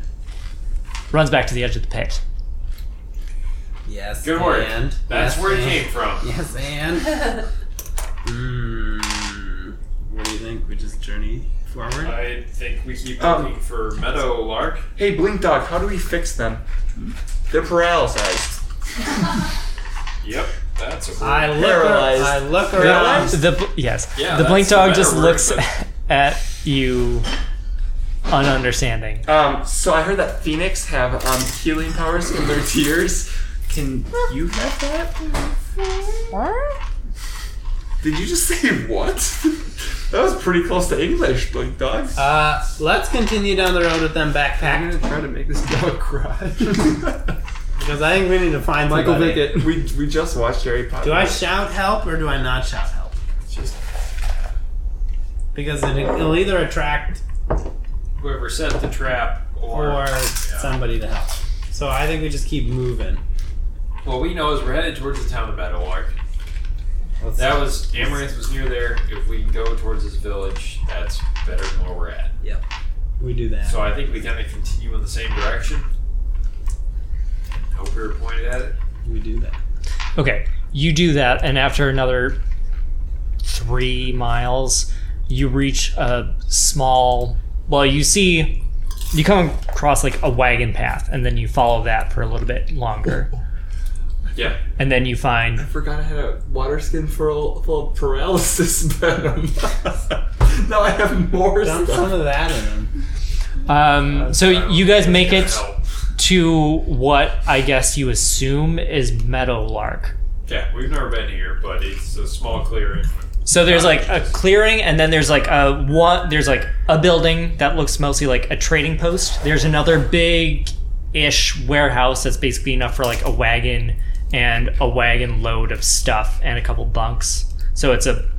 S2: runs back to the edge of the pit.
S3: Yes.
S5: Good work.
S3: And
S5: That's
S3: yes,
S5: where it
S3: and-
S5: came from.
S3: Yes, hmm. and. Mmm. What do you think? We just journey forward.
S5: I think we keep
S10: Um,
S5: looking for Meadow Lark.
S10: Hey, Blink Dog, how do we fix them? They're paralyzed.
S5: Yep, that's a
S3: I look.
S10: Paralyzed.
S3: I look around.
S2: The, the yes,
S5: Yeah,
S2: the blink
S5: that's the
S2: dog
S5: better
S2: just
S5: word,
S2: looks
S5: but-
S2: at you, ununderstanding.
S10: Um, so I heard that Phoenix have um, healing powers from their tears. Can you have that? Did you just say what? that was pretty close to English, Blink Dog.
S3: Uh, let's continue down the road with them
S8: I'm
S3: backpack
S5: Mm-hmm.
S8: gonna try to make this dog cry.
S3: because I think we need to find
S8: Michael
S3: somebody.
S8: Vickett.
S10: we, we just watched Harry Potter.
S3: Do I shout help or do I not shout help?
S5: Just-
S3: because it, it'll either attract
S5: whoever set the trap or,
S3: or somebody to help. So I think we just keep moving.
S5: what we know is we're headed towards the town of Meadow Lark.
S3: Let's-
S5: That was Amaranth was near there. If we go towards this village, that's better than where we're at.
S3: we do that.
S5: So I think we kind of continue in the same direction. Hope we were pointed at it.
S3: we do that.
S2: Okay, you do that, and after another three miles, you reach a small. Well, you see, you come across like a wagon path, and then you follow that for a little bit longer,
S5: Yeah.
S2: and then you find
S10: I forgot I had a water skin full, full of paralysis venom. now I have more
S3: Dump some
S10: stuff.
S3: of that in them.
S2: Um, so
S5: I don't
S2: you guys
S5: think
S2: make
S5: it's
S2: it
S5: gonna help.
S2: to what I guess you assume is Meadowlark.
S5: Yeah, we've never been here, but it's a small clearing.
S2: So there's like a clearing, and then there's like a one. There's like a building that looks mostly like a trading post. There's another big ish warehouse that's basically enough for like a wagon and a wagon load of stuff and a couple bunks. So it's a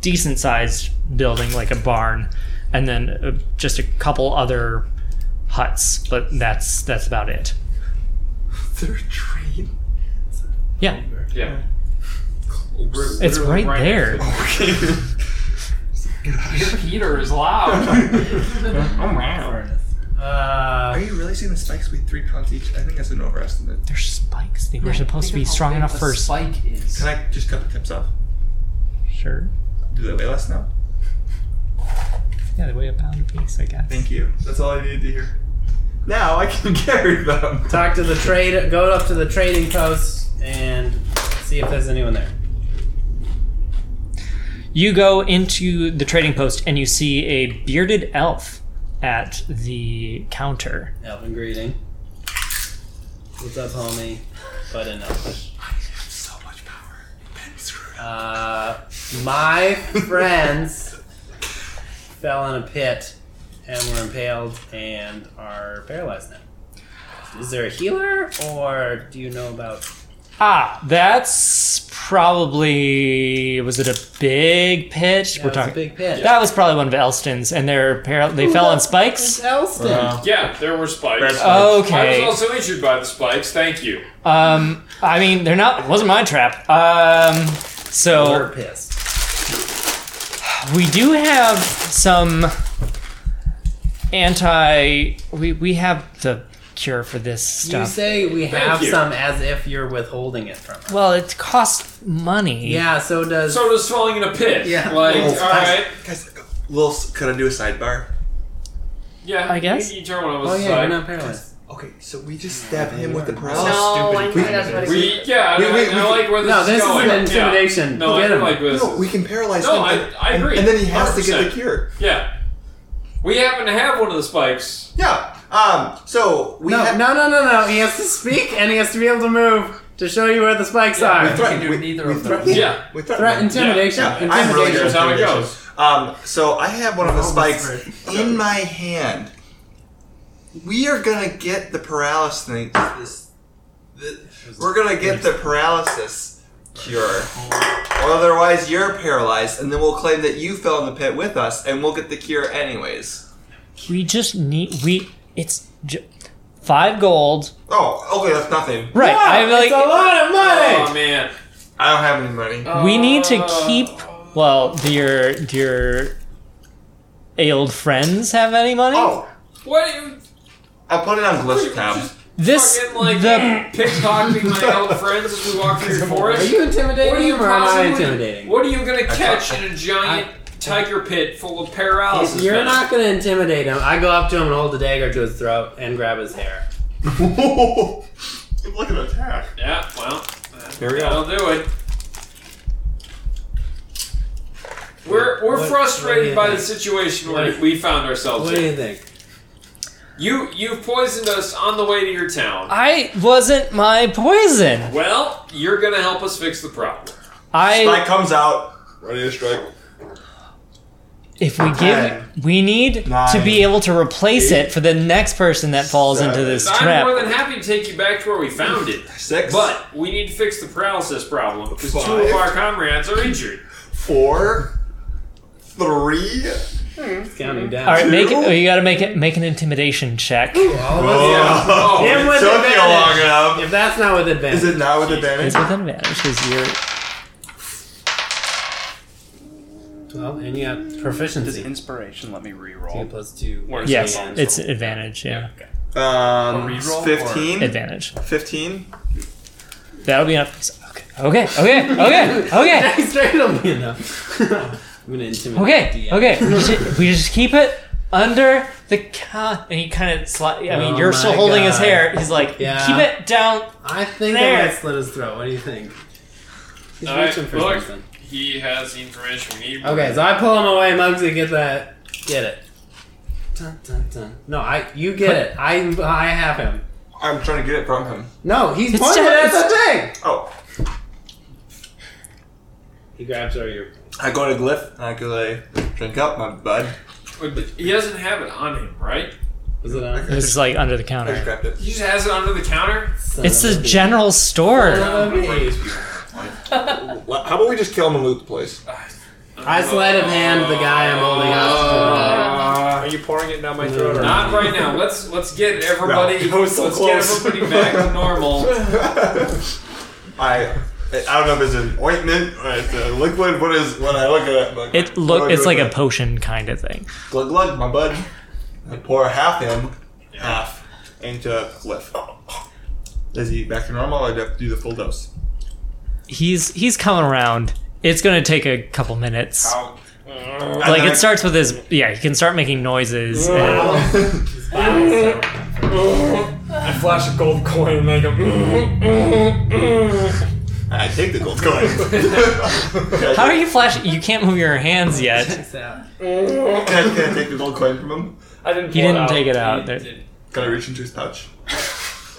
S2: decent sized building, like a barn, and then uh, just a couple other huts. But that's that's about it.
S10: They're a train.
S2: Yeah.
S5: Yeah. We're
S2: It's
S5: literally
S2: right there.
S5: next
S6: Your heater is loud.
S10: oh wow. Are
S3: Uh,
S10: you really seeing the spikes weigh three pounds each? I think that's an overestimate.
S2: They're spikes. They were supposed to be strong enough for
S6: Spike is.
S10: Can I just cut the tips off?
S2: Sure.
S10: Do they weigh less now?
S2: Yeah, they weigh a pound apiece, I guess.
S10: Thank you. That's all I needed to hear. Now I can carry them.
S3: talk to the trade. Go up to the trading post and see if there's anyone there.
S2: You go into the trading post and you see a bearded elf at the counter.
S3: Elven greeting. What's up, homie? But in Elvish.
S10: So much power. Ben screwed up.
S3: Uh, my friends fell in a pit and were impaled and are paralyzed now. Is there a healer, or do you know about?
S2: Ah, that's probably was it a big pitch?
S3: Yeah, it's a big pit.
S2: That was probably one of Elston's, and they're par- they fell on
S3: It's
S2: spikes.
S3: Elston.
S10: Uh,
S5: to- Yeah, there were spikes.
S10: That's-
S2: Okay.
S5: I was also injured by the spikes. Thank you.
S2: Um, I mean, they're not. It wasn't my trap. Um,
S3: We're
S2: so
S3: pissed.
S2: we do have some anti. We we have the cure for this
S3: You
S2: stuff.
S3: say we have
S5: you.
S3: some as if you're withholding it from us.
S2: well, it costs money.
S3: Yeah. So does.
S5: So does falling in a pit.
S3: Yeah.
S5: Like,
S10: Oh,
S5: all right.
S10: Guys, Lil, could I do a sidebar?
S5: Yeah.
S2: I guess.
S5: You turn one of us
S3: oh yeah,
S5: aside.
S3: you're not paralyzed.
S10: Okay, so we just stab him with the paralysis.
S4: No, I
S10: We-
S4: think that's what it
S5: We,
S4: is.
S5: yeah,
S10: We-
S5: I,
S10: we-
S5: I, I
S10: we-
S5: like where this
S3: No,
S5: is
S3: this is
S5: going.
S3: an intimidation.
S5: Yeah. No,
S3: Get
S5: I don't
S3: him.
S5: like where this
S10: No,
S5: is-
S10: we can paralyze
S5: No,
S10: him.
S5: I-
S10: and-
S5: I agree.
S10: And, then he has to get the
S5: 100%.
S10: cure.
S5: Yeah. We happen to have one of the spikes.
S1: Yeah. Um. So we
S3: no,
S1: have
S3: no, no, no, no. He has to speak and he has to be able to move to show you where the spikes
S6: Yeah,
S3: are.
S6: we can do neither of
S1: threaten-
S6: those.
S5: Yeah.
S1: We threaten.
S3: Threat, intimidation,
S1: Yeah,
S3: intimidation.
S1: I'm really good
S5: Here's
S1: at
S5: how it
S1: intimidation.
S5: goes.
S1: Um, so I have one of the
S3: Oh,
S1: spikes
S3: that's
S1: in my hand. We are gonna get the paralysis thing. This, the, we're gonna get the paralysis cure,
S3: Oh.
S1: or otherwise you're paralyzed, and then we'll claim that you fell in the pit with us, and we'll get the cure anyways.
S2: We just need we. It's j- five gold.
S1: Oh, okay, that's nothing.
S2: Right. I'm like
S3: it's a lot of money.
S5: Oh man. Uh,
S1: I don't have any money.
S2: we need to keep. Well, do your do your ailed friends have any money?
S1: Oh,
S5: What? are you
S1: I'll put it on Glitch tab.
S5: Just
S2: this
S5: fucking like
S2: the
S5: pickpocketing my old friends as we walk through the
S3: Are
S5: forest?
S3: you intimidating
S5: What are you
S3: him or am I
S5: possibly-
S3: intimidating?
S5: What are you gonna
S1: I
S5: catch
S1: thought-
S5: in a giant tiger pit full of paralysis.
S3: You're
S5: venom.
S3: not gonna intimidate him. I go up to him and hold the dagger to his throat and grab his hair.
S1: Look at attack.
S5: Yeah, well,
S6: Here we
S5: that'll
S6: go.
S5: do it. We're, we're
S3: What-
S5: frustrated
S3: what do
S5: by
S3: you
S5: the situation
S3: What do
S5: where
S3: you-
S5: we found ourselves
S3: What do
S5: in.
S3: you think?
S5: You you've poisoned us on the way to your town.
S2: I wasn't my poison.
S5: Well, you're gonna help us fix the problem.
S2: I
S1: Spike comes out. Ready to strike.
S2: if we give we need to be able to replace it for the next person that falls into this
S5: I'm more
S2: trap.
S5: than happy to take you back to where we found it.
S1: Six.
S5: But we need to fix the paralysis problem because two
S1: Five.
S5: of our comrades are injured.
S1: Four. Three.
S3: It's counting down.
S2: All right, make it. Oh, you got to make it. Make an intimidation check.
S3: All of us-
S1: Yeah.
S5: Oh,
S3: Him
S1: It
S3: with
S1: took you long
S3: advantage.
S1: enough.
S3: If that's not with advantage,
S1: Is it not with
S2: It's
S1: advantage?
S2: with advantage because you're.
S3: twelve, and you got proficiency.
S8: Inspiration. Let me
S3: Two
S8: reroll.
S3: plus two.
S8: Where's
S2: Yes,
S3: and-
S2: it's advantage. Yeah,
S1: Um,
S8: reroll or-
S1: 15?
S2: advantage.
S1: 15?
S2: That'll be enough. Okay. Okay. Okay. Okay. Okay.
S3: Next turn will be enough. I'm gonna intimidate.
S2: Okay,
S3: the DM.
S2: okay. We just, we just keep it under the ca- and he kind of sli- I mean,
S3: Oh
S2: you're still
S3: my
S2: holding his
S3: God.
S2: hair. He's like,
S3: Yeah.
S2: keep it down.
S3: I think
S2: There.
S3: I might slit his throat. What do you think? He's
S5: All right,
S3: reaching for
S5: look.
S3: something.
S5: He has the information we need.
S3: Okay, so I pull him away, Muggsy. Get that. Get it. Dun, dun, dun. No, I. You get it. I. I have him.
S1: I'm trying to get it from him.
S3: No, he's
S2: It's
S3: pointed
S2: just-
S3: at the thing.
S1: Oh.
S3: He grabs her. Your.
S1: I go to Glyph and I go like, drink up, my bud.
S5: But he doesn't have it on him, right?
S3: Was it on?
S2: This is like under the
S1: I just
S2: counter.
S1: grabbed it.
S5: He just has it under the counter.
S2: It's the general store.
S3: Son of a bitch.
S1: Well, How about we just kill him and loot the place?
S3: I sleight of hand the guy I'm holding hostage.
S6: Are you pouring it down my throat? Or
S5: Not right now. Let's let's get everybody.
S1: No, that was so
S5: let's
S1: close.
S5: get everybody back to normal.
S1: I I don't know if it's an ointment or it's a liquid. What is when I look at it? Like,
S2: It
S1: what
S2: look.
S1: do I
S2: It's
S1: do
S2: like a
S1: with that?
S2: potion kind of thing.
S1: glug glug, my bud. I pour half him, half into Cliff. Is he back to normal? I'd have to do the full dose.
S2: He's he's coming around. It's gonna take a couple minutes.
S5: Ow.
S2: Like
S1: And
S2: it starts with his. Yeah, he can start making noises. and-
S3: Wow.
S6: I flash a gold coin and I go.
S1: I, I take the gold coin.
S2: How are you flashing? You can't move your hands yet.
S3: Checks out.
S1: Can I, can I take the gold coin from him?
S6: I didn't.
S2: You
S6: pull
S2: didn't
S6: out.
S2: take it out. There-
S1: Can I reach into his pouch?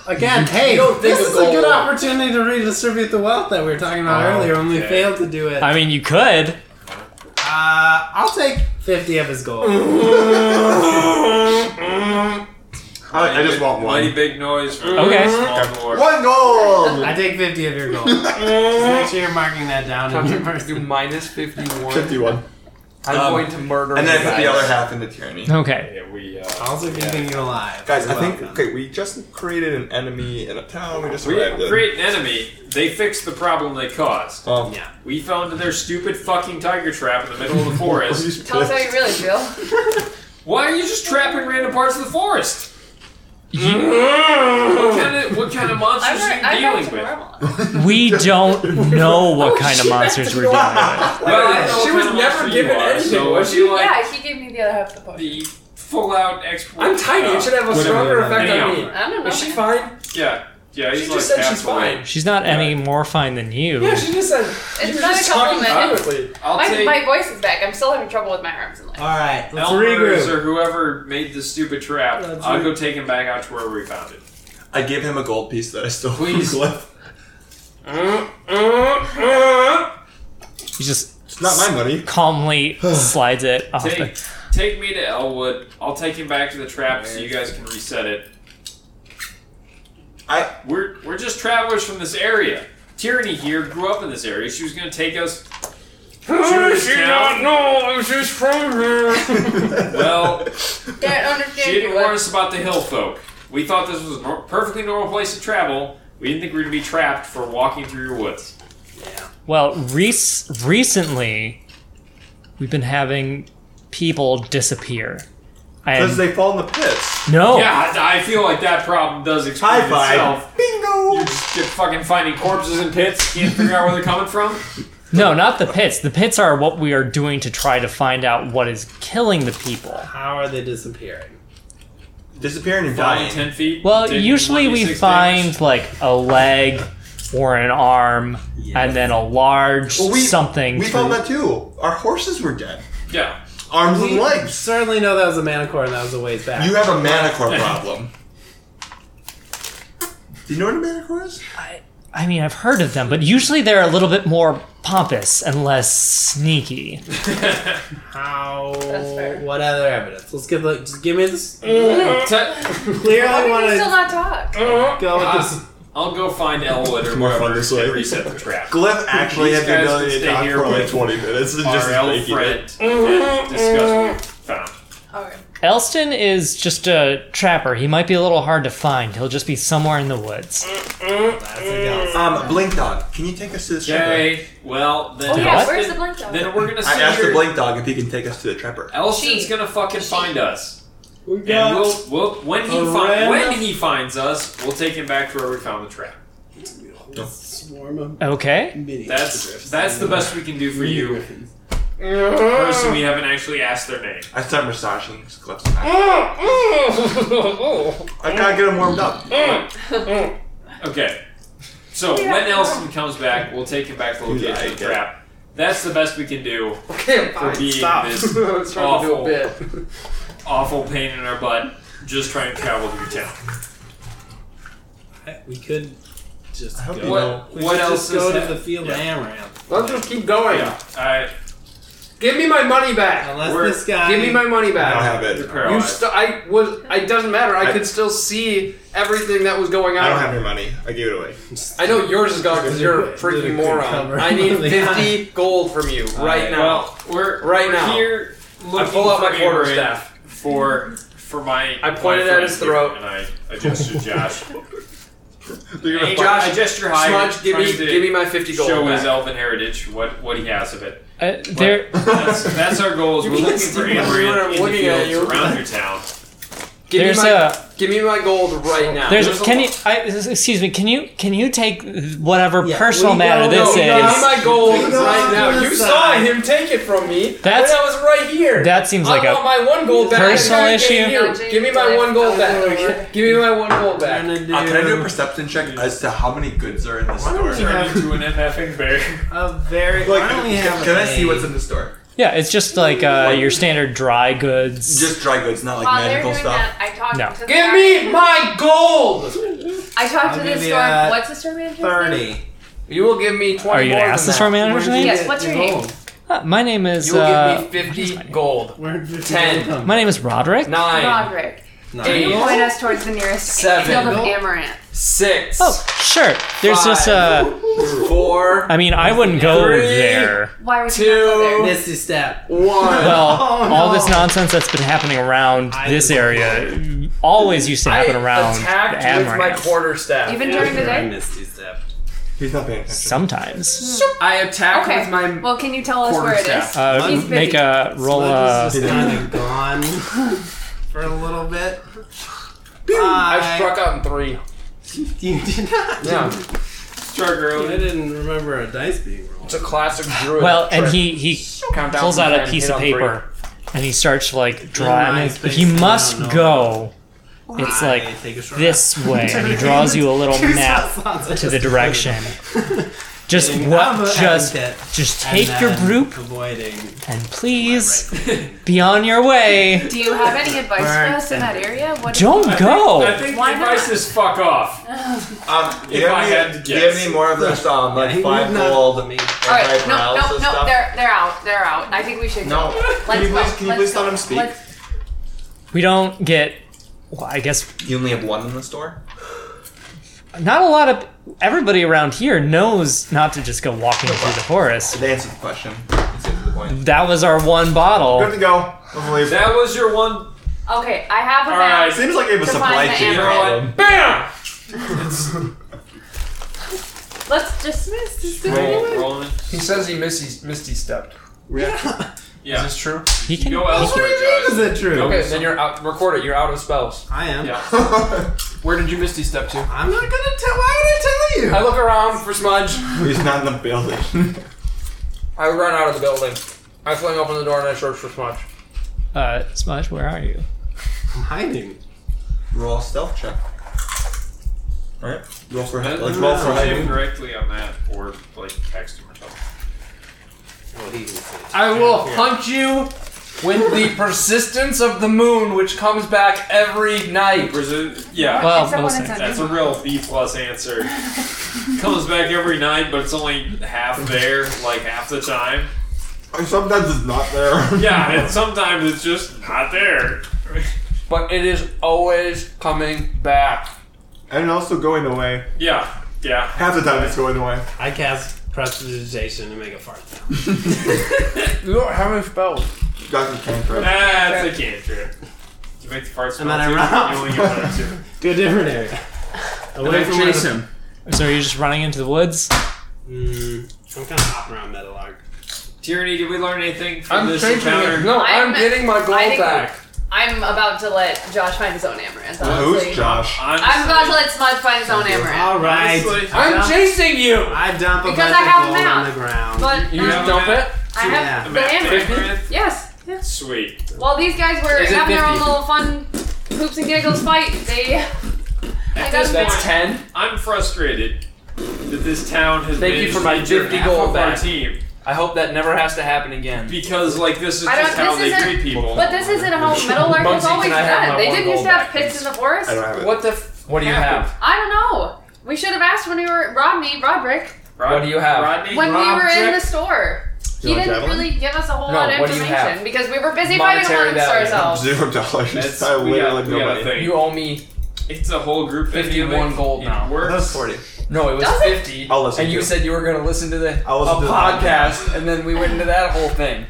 S3: Again, hey, this
S6: of
S3: is a good
S6: gold.
S3: opportunity to redistribute the wealth that we were talking about earlier when we failed to do it. Uh,
S2: I mean, you could.
S3: I'll take 50 of his gold.
S1: I, I just want
S5: Mighty
S1: one.
S5: big noise. From
S2: Okay.
S5: the small door.
S1: One gold.
S3: I take 50 of your gold. Just make sure you're marking that down in your
S6: Do minus 51.
S1: Fifty-one.
S6: I'm
S1: Um,
S6: going to murder
S1: And then I put the
S6: guys.
S1: other half into tyranny.
S2: Okay.
S5: Yeah, we. Uh,
S3: Also keeping you alive.
S1: Guys,
S3: You're
S1: I think
S3: welcome.
S1: okay, we just created an enemy in a town. We just
S5: we
S1: arrived in.
S5: create an enemy. They fix the problem they caused.
S1: Oh.
S3: Yeah.
S5: We fell into their stupid fucking tiger trap in the middle of the forest.
S4: Tell us how you really feel.
S5: Why are you just trapping random parts of the forest? what kind of what kind of monsters
S4: I'm,
S5: are
S4: I'm back
S5: you dealing
S4: to
S5: with?
S4: normal.
S2: We don't know what kind of monsters we're dealing with.
S5: Well, I know
S6: She
S5: what
S6: was
S5: kind of
S6: never
S5: monster
S6: given
S5: you are,
S6: anything,
S5: so
S6: was
S5: if
S6: she?
S5: you Like
S4: yeah, he gave me the other half of the potion.
S5: the full out export.
S6: I'm tiny. It should have a
S3: Whatever,
S6: stronger
S3: whatever.
S6: effect on me.
S4: I don't know.
S6: Is she
S4: man.
S6: fine?
S5: Yeah, yeah. He's
S6: She
S5: like
S6: just said
S5: half
S6: she's
S5: awake.
S6: fine.
S2: She's not any more fine than you.
S6: Yeah, she just said. you were
S4: not
S6: just
S4: a
S6: talking
S4: compliment.
S6: privately.
S5: I'll
S4: My,
S5: take Uh,
S4: my voice is back. I'm still having trouble with my arms and legs.
S3: Alright, let's regroup.
S5: Elmer's or whoever made the stupid trap.
S6: Let's
S5: I'll
S6: regroup.
S5: go take him back out to where we found it.
S1: I gave him a gold piece that I stole from
S5: Please.
S1: Glyph.
S2: He just
S1: It's not my money.
S2: calmly slides it off
S5: Take,
S2: the.
S5: take me to Elwood. I'll take him back to the trap so you guys can reset it.
S1: I-
S5: we're we're just travelers from this area. Tyranny here grew up in this area. She was gonna take us. to this town.
S6: know. She's from here.
S5: Well,
S4: Can't
S5: she
S4: understand
S5: didn't
S4: you.
S5: warn us about the hill folk. We thought this was a nor- perfectly normal place to travel. We didn't think we were to be trapped for walking through your woods.
S2: Well, rec- recently, we've been having people disappear. And
S1: Because they fall in the pits.
S2: no,
S5: Yeah, I I feel like that problem does explain
S1: Oh. High
S5: itself.
S1: five. Bingo.
S5: You just get fucking finding corpses in pits, can't figure out where they're coming from.
S2: No, not the pits. The pits are what we are doing to try to find out what is killing the people.
S3: How are they disappearing?
S1: Disappearing and
S5: Flying
S1: dying.
S5: ten feet.
S2: Well,
S5: did
S2: usually we
S5: 1d6
S2: find
S5: damage.
S2: like a leg or an arm and then a large
S1: Well, we-
S2: something.
S1: We
S2: to-
S1: found that too. Our horses were dead.
S5: Yeah.
S1: Arms and legs.
S3: Certainly know that was a manicore and that was a ways back.
S1: You have a manicore problem. Do you know what a manicore is?
S2: I mean, I've heard of them, but usually they're a little bit more pompous and less sneaky.
S3: How?
S4: That's fair.
S3: What other evidence? Let's give like just give me this.
S4: Why
S3: Clearly
S4: do
S3: want
S4: we still
S3: to
S4: not talk?
S3: go with this.
S5: I'll go find Elwood or
S1: more fun
S5: whoever
S1: this way.
S5: and reset the trap.
S1: Glyph actually
S5: These
S1: had the
S5: guys
S1: ability
S5: can
S1: to
S5: stay
S1: talk
S5: here
S1: for like
S5: with
S1: 20 minutes. It's just
S5: RL
S1: making
S5: Fred
S1: it.
S5: and discuss what we found.
S4: Okay.
S2: Elston is just a trapper. He might be a little hard to find. He'll just be somewhere in the woods.
S3: That's a go.
S1: Um, Blink Dog, can you take us to the trapper?
S5: Okay. Well, then.
S4: Oh yeah,
S2: What?
S4: where's the blink dog?
S5: Then we're gonna see
S1: I asked the
S5: here.
S1: Blink Dog if he can take us to the trapper.
S5: Elston's
S4: She-
S5: gonna fucking find us.
S3: We
S5: And we'll, we'll when he
S3: a
S5: find,
S3: random-
S5: when he finds us, we'll take him back to where we found the trap.
S3: swarm of
S2: Okay.
S3: minions.
S5: That's that's the best we can do for
S3: Mini
S5: you.
S3: griffins.
S5: Person, we haven't actually asked their name.
S1: I start massaging his Glyph's back. I gotta get him warmed up.
S5: Okay. So
S4: Yeah.
S5: when Elston comes back, we'll take him back to the
S1: Yeah,
S5: location of the
S1: I get it.
S5: trap. That's the best we can do
S6: Okay,
S5: for being this
S8: I was trying to do
S5: Awful.
S8: a bit.
S5: awful pain in our butt. Just trying to travel through town.
S3: We could just
S1: I hope
S3: go.
S1: you know.
S5: What
S3: We
S5: what
S3: should
S5: else
S3: just go
S5: is
S3: to
S5: that?
S3: the field of Amaranth.
S6: Let's just keep going.
S5: Yeah. I
S6: Give me my money back.
S3: Unless
S5: We're-
S3: this guy.
S6: Give me my money
S1: I don't
S6: back.
S1: have
S5: you're
S1: it.
S6: You
S5: paralyzed.
S6: st- I was. It doesn't matter. I,
S1: I-
S6: could still see everything that was going on.
S1: I don't have your money. I gave it away.
S6: I know yours is gone because you're a freaking
S3: Ludicrous
S6: moron.
S3: cover.
S6: I need 50 gold from you right now.
S5: Well, we're
S6: Right
S5: we're
S6: now.
S5: Here
S6: I
S5: looking
S6: pull out
S5: for
S6: my
S5: Amaranth
S6: quarterstaff.
S5: for for my.
S6: I pointed
S5: my
S6: at his
S5: friend
S6: throat.
S5: and I adjusted Josh.
S1: You're gonna
S5: hey Josh,
S1: fuck-
S5: I gesture high.
S6: Smudge, give me,
S5: trying to
S6: give me my 50 gold.
S5: show
S6: back.
S5: his elven heritage. What what he has of it.
S2: Uh, there.
S5: That's, that's our goals.
S6: You
S5: We're
S6: can't
S5: looking
S6: see
S5: for
S6: what I'm
S5: Amaranth in the
S6: looking at you.
S5: fields around your town.
S6: Give
S2: There's
S6: me my,
S2: a-
S6: Give me my gold right now.
S2: There's.
S5: There's a
S2: can you?
S5: lot.
S2: I, excuse me. Can you? Can you take whatever
S3: Yeah,
S2: personal
S3: we
S2: matter
S3: don't
S2: this
S6: no, give me
S2: is?
S6: my gold
S3: We go
S6: right
S3: on
S6: now.
S3: the
S6: You saw
S3: side.
S6: him take it from me.
S2: That's-
S6: when I was right here.
S2: That seems
S6: I
S2: like
S6: want
S2: a.
S6: my one gold back.
S2: personal
S6: I gave
S2: issue.
S6: you. Give me my one gold back. Give me my one gold
S3: We're
S6: back.
S3: gonna do
S1: Uh, can I do a perception check as to how many goods are in the store?
S3: don't you have-
S5: Turn into an effing bear.
S3: a very. why don't we have
S1: can
S3: a
S1: I see what's in the store?
S2: Yeah, it's just like uh, your standard dry goods.
S1: Just dry goods, not like
S4: While they're
S1: magical
S4: doing
S1: stuff.
S4: that, I talked
S2: No.
S4: to the
S6: Give
S4: guy-
S6: me my gold.
S4: I talked
S3: I'll
S4: to
S3: give
S4: the
S3: you
S4: store.
S3: that
S4: What's the store manager's name?
S3: thirty?
S6: You will give me twenty.
S2: Are you
S6: more
S2: gonna
S6: than
S2: ask the
S6: that.
S2: store manager's name?
S4: Yes. What's your name?
S2: Uh, my name is.
S6: You will
S2: Uh,
S6: give me fifty gold.
S3: Where did
S6: Ten.
S2: my name is Roderick.
S6: Nine.
S4: Roderick.
S6: Eight.
S4: Can you point us towards the nearest
S6: Seven.
S4: field of
S6: Nope.
S4: amaranth?
S6: Six.
S2: Oh, sure. There's just a.
S6: Four.
S2: I mean, I wouldn't go
S6: Three.
S2: there.
S4: Why would you not go there?
S3: Misty step.
S6: One.
S2: Well,
S6: Oh,
S2: all this nonsense that's been happening around
S3: I
S2: this
S3: was-
S2: area always used to
S6: I
S2: happen around
S6: attacked
S2: the
S6: with my
S2: Amaranth.
S6: quarterstaff.
S4: Even during the
S3: I
S4: day?
S3: misty step.
S1: He's not paying attention.
S2: Sometimes.
S6: I attacked
S4: Okay.
S6: with my.
S4: Well, can you tell us where it
S6: Quarterstaff.
S4: is?
S2: Uh,
S4: He's busy.
S2: make a roll. Uh,
S3: Sludge is just kind of gone for a little bit.
S6: I
S3: I,
S6: struck out in three.
S3: you did not.
S6: Yeah,
S5: Start
S3: I
S5: early.
S3: didn't remember a dice being rolled.
S6: it's a classic druid.
S2: well, and
S6: trick.
S2: he he
S6: Count down
S2: pulls
S6: from
S2: out a
S6: ten,
S2: piece
S6: hit
S2: of
S6: on three.
S2: paper, and he starts like
S3: Never
S2: drawing.
S3: mind,
S2: If
S3: space,
S2: he
S3: I don't
S2: must
S3: know.
S2: go, it's like
S3: I take a short
S2: this way, and he draws you a little map to the direction. Just what? Just just take your group
S3: Avoiding
S2: and please be on your way.
S4: Do you have any advice for
S3: Burn.
S4: us in that area? What do
S2: Don't go.
S5: I think the
S4: Why not?
S5: advice is fuck off.
S1: Um, do
S5: If
S1: you have
S5: I
S1: any-
S5: had to
S1: do you have
S5: guess.
S1: any more of this? Um, like
S3: he
S1: five
S3: would not-
S1: gold and
S4: All right,
S1: five
S4: no, no,
S1: paralysis
S4: no,
S1: stuff?
S4: they're they're out, they're out. I think we should
S1: No.
S4: go. Let's
S1: Can you
S4: go.
S1: please, can you
S4: Let's
S1: ple's
S4: go.
S1: let him speak?
S4: Let's-
S2: We don't get. Well, I guess
S1: You only have one in the store.
S2: not a lot of everybody around here knows not to just go walking through the forest.
S1: They answered the question. Let's get to the point.
S2: That was our one
S1: Good
S2: bottle.
S1: to go. Let's leave.
S5: That was your one.
S4: Okay, I have a
S5: All
S4: map.
S5: right.
S1: seems like it was
S4: To
S1: a
S4: find
S1: supply
S4: the
S1: chain
S5: You know
S1: problem.
S4: Amaranth.
S5: what? Bam!
S4: Let's dismiss this.
S5: Roll, rolling.
S6: He says he misty, misty stepped. Is
S5: Yeah.
S6: this true?
S2: He can.
S5: Go elsewhere,
S3: Is
S5: Josh.
S3: it true?
S5: Nope.
S6: Okay, then you're out. Record it. You're out of spells.
S3: I am.
S5: Yeah.
S6: Where did you misty step to?
S3: I'm not gonna tell. Why would I tell you?
S6: I look around for smudge.
S1: He's not in the building.
S6: I run out of the building. I fling open the door and I search for Smudge.
S2: Uh, Smudge, where are you?
S1: I'm hiding. Roll a stealth check. Alright. Roll for hiding. Like, roll for
S5: Message him
S1: hiding.
S5: directly on that, or like text him or something.
S3: What do you say?
S6: I will hunt you with the persistence of the moon, which comes back every night.
S5: Brazil- yeah,
S2: Well,
S4: Except
S2: most
S4: when it's
S2: things.
S4: on-
S5: that's a real B plus answer. Comes back every night, but it's only half there, like half the time.
S1: Sometimes it's not there.
S5: Yeah, and sometimes it's just not there.
S6: But it is always coming back.
S1: and also going away.
S5: Yeah, yeah.
S1: Half the time it's going away.
S3: I cast prestidigitation to make a fart sound.
S6: You don't have any spells.
S1: Got the cantrip.
S5: That's a cantrip. You make the fart smell
S3: then I
S5: too,
S3: run off.
S5: You only get one or two.
S3: To a different area. Away from where the-
S11: him.
S2: So are you just running into the woods?
S3: Mm, I'm kind of hopping around Metalark.
S5: Tyranny, did we learn anything from
S6: I'm
S5: this
S6: changing it.
S5: encounter?
S6: No, I'm,
S4: I'm-
S6: getting my gold
S4: I think-
S6: back.
S4: I'm about to let Josh find his own amaranth. honestly.
S1: Who's Josh?
S4: I'm about to let Smudge find his own amaranth.
S3: All right.
S5: Honestly,
S3: I
S6: I'm
S3: dump,
S6: chasing you.
S3: I dump a
S4: Because
S3: bunch
S4: I have
S3: of gold
S4: them out.
S3: on the ground.
S4: But
S6: You
S4: um,
S6: just dump it.
S4: I have
S3: Yeah.
S5: I'm
S4: the
S5: at
S4: amaranth.
S5: Amaranth.
S4: Yes.
S5: Sweet.
S4: While these guys were
S6: Is it
S4: having their own
S6: 50?
S4: little fun poops and giggles fight, they. I got
S5: That's
S4: one.
S6: ten.
S5: I'm frustrated that this town has
S6: Thank you
S5: managed
S6: for my
S5: to injure
S6: 50
S5: half
S6: gold
S5: of our
S6: back.
S5: team
S6: I hope that never has to happen again.
S5: because like this is
S4: I
S5: just
S4: don't-
S5: how
S4: this
S5: they
S4: isn't-
S5: treat people.
S4: But this isn't how Metal Lark
S6: Bugsy,
S4: was
S6: can
S4: always
S6: I have my
S4: done. They
S6: one
S4: didn't used
S6: gold
S4: to have
S6: back,
S4: pits in the forest.
S1: I don't have it.
S6: What the? F- what do you have?
S4: I don't know. We should have asked when we were Rodney Roderick
S5: Rod-
S6: What do you have?
S5: Rodney?
S4: when we were in the
S6: Roderick?
S4: store.
S1: You
S4: He
S1: want
S4: didn't
S1: javelin?
S4: really give us a whole
S6: No,
S4: lot of
S6: what do you
S4: information
S6: have?
S4: because we were busy
S6: Monetary
S4: fighting amongst
S6: value.
S4: ourselves.
S1: Zero dollars.
S5: That's-
S1: I
S5: we got-
S1: literally
S5: we got a
S1: nobody.
S5: thing.
S6: You owe me.
S5: It's a whole group.
S6: 51 gold now.
S1: That
S5: Works.
S1: was 40.
S6: No, it was
S4: Does it?
S6: fifty.
S1: I'll listen
S6: and you
S1: to it.
S6: said you were going to listen to the
S1: I'll listen
S6: a
S1: to the
S6: podcast, and then we went into that whole thing.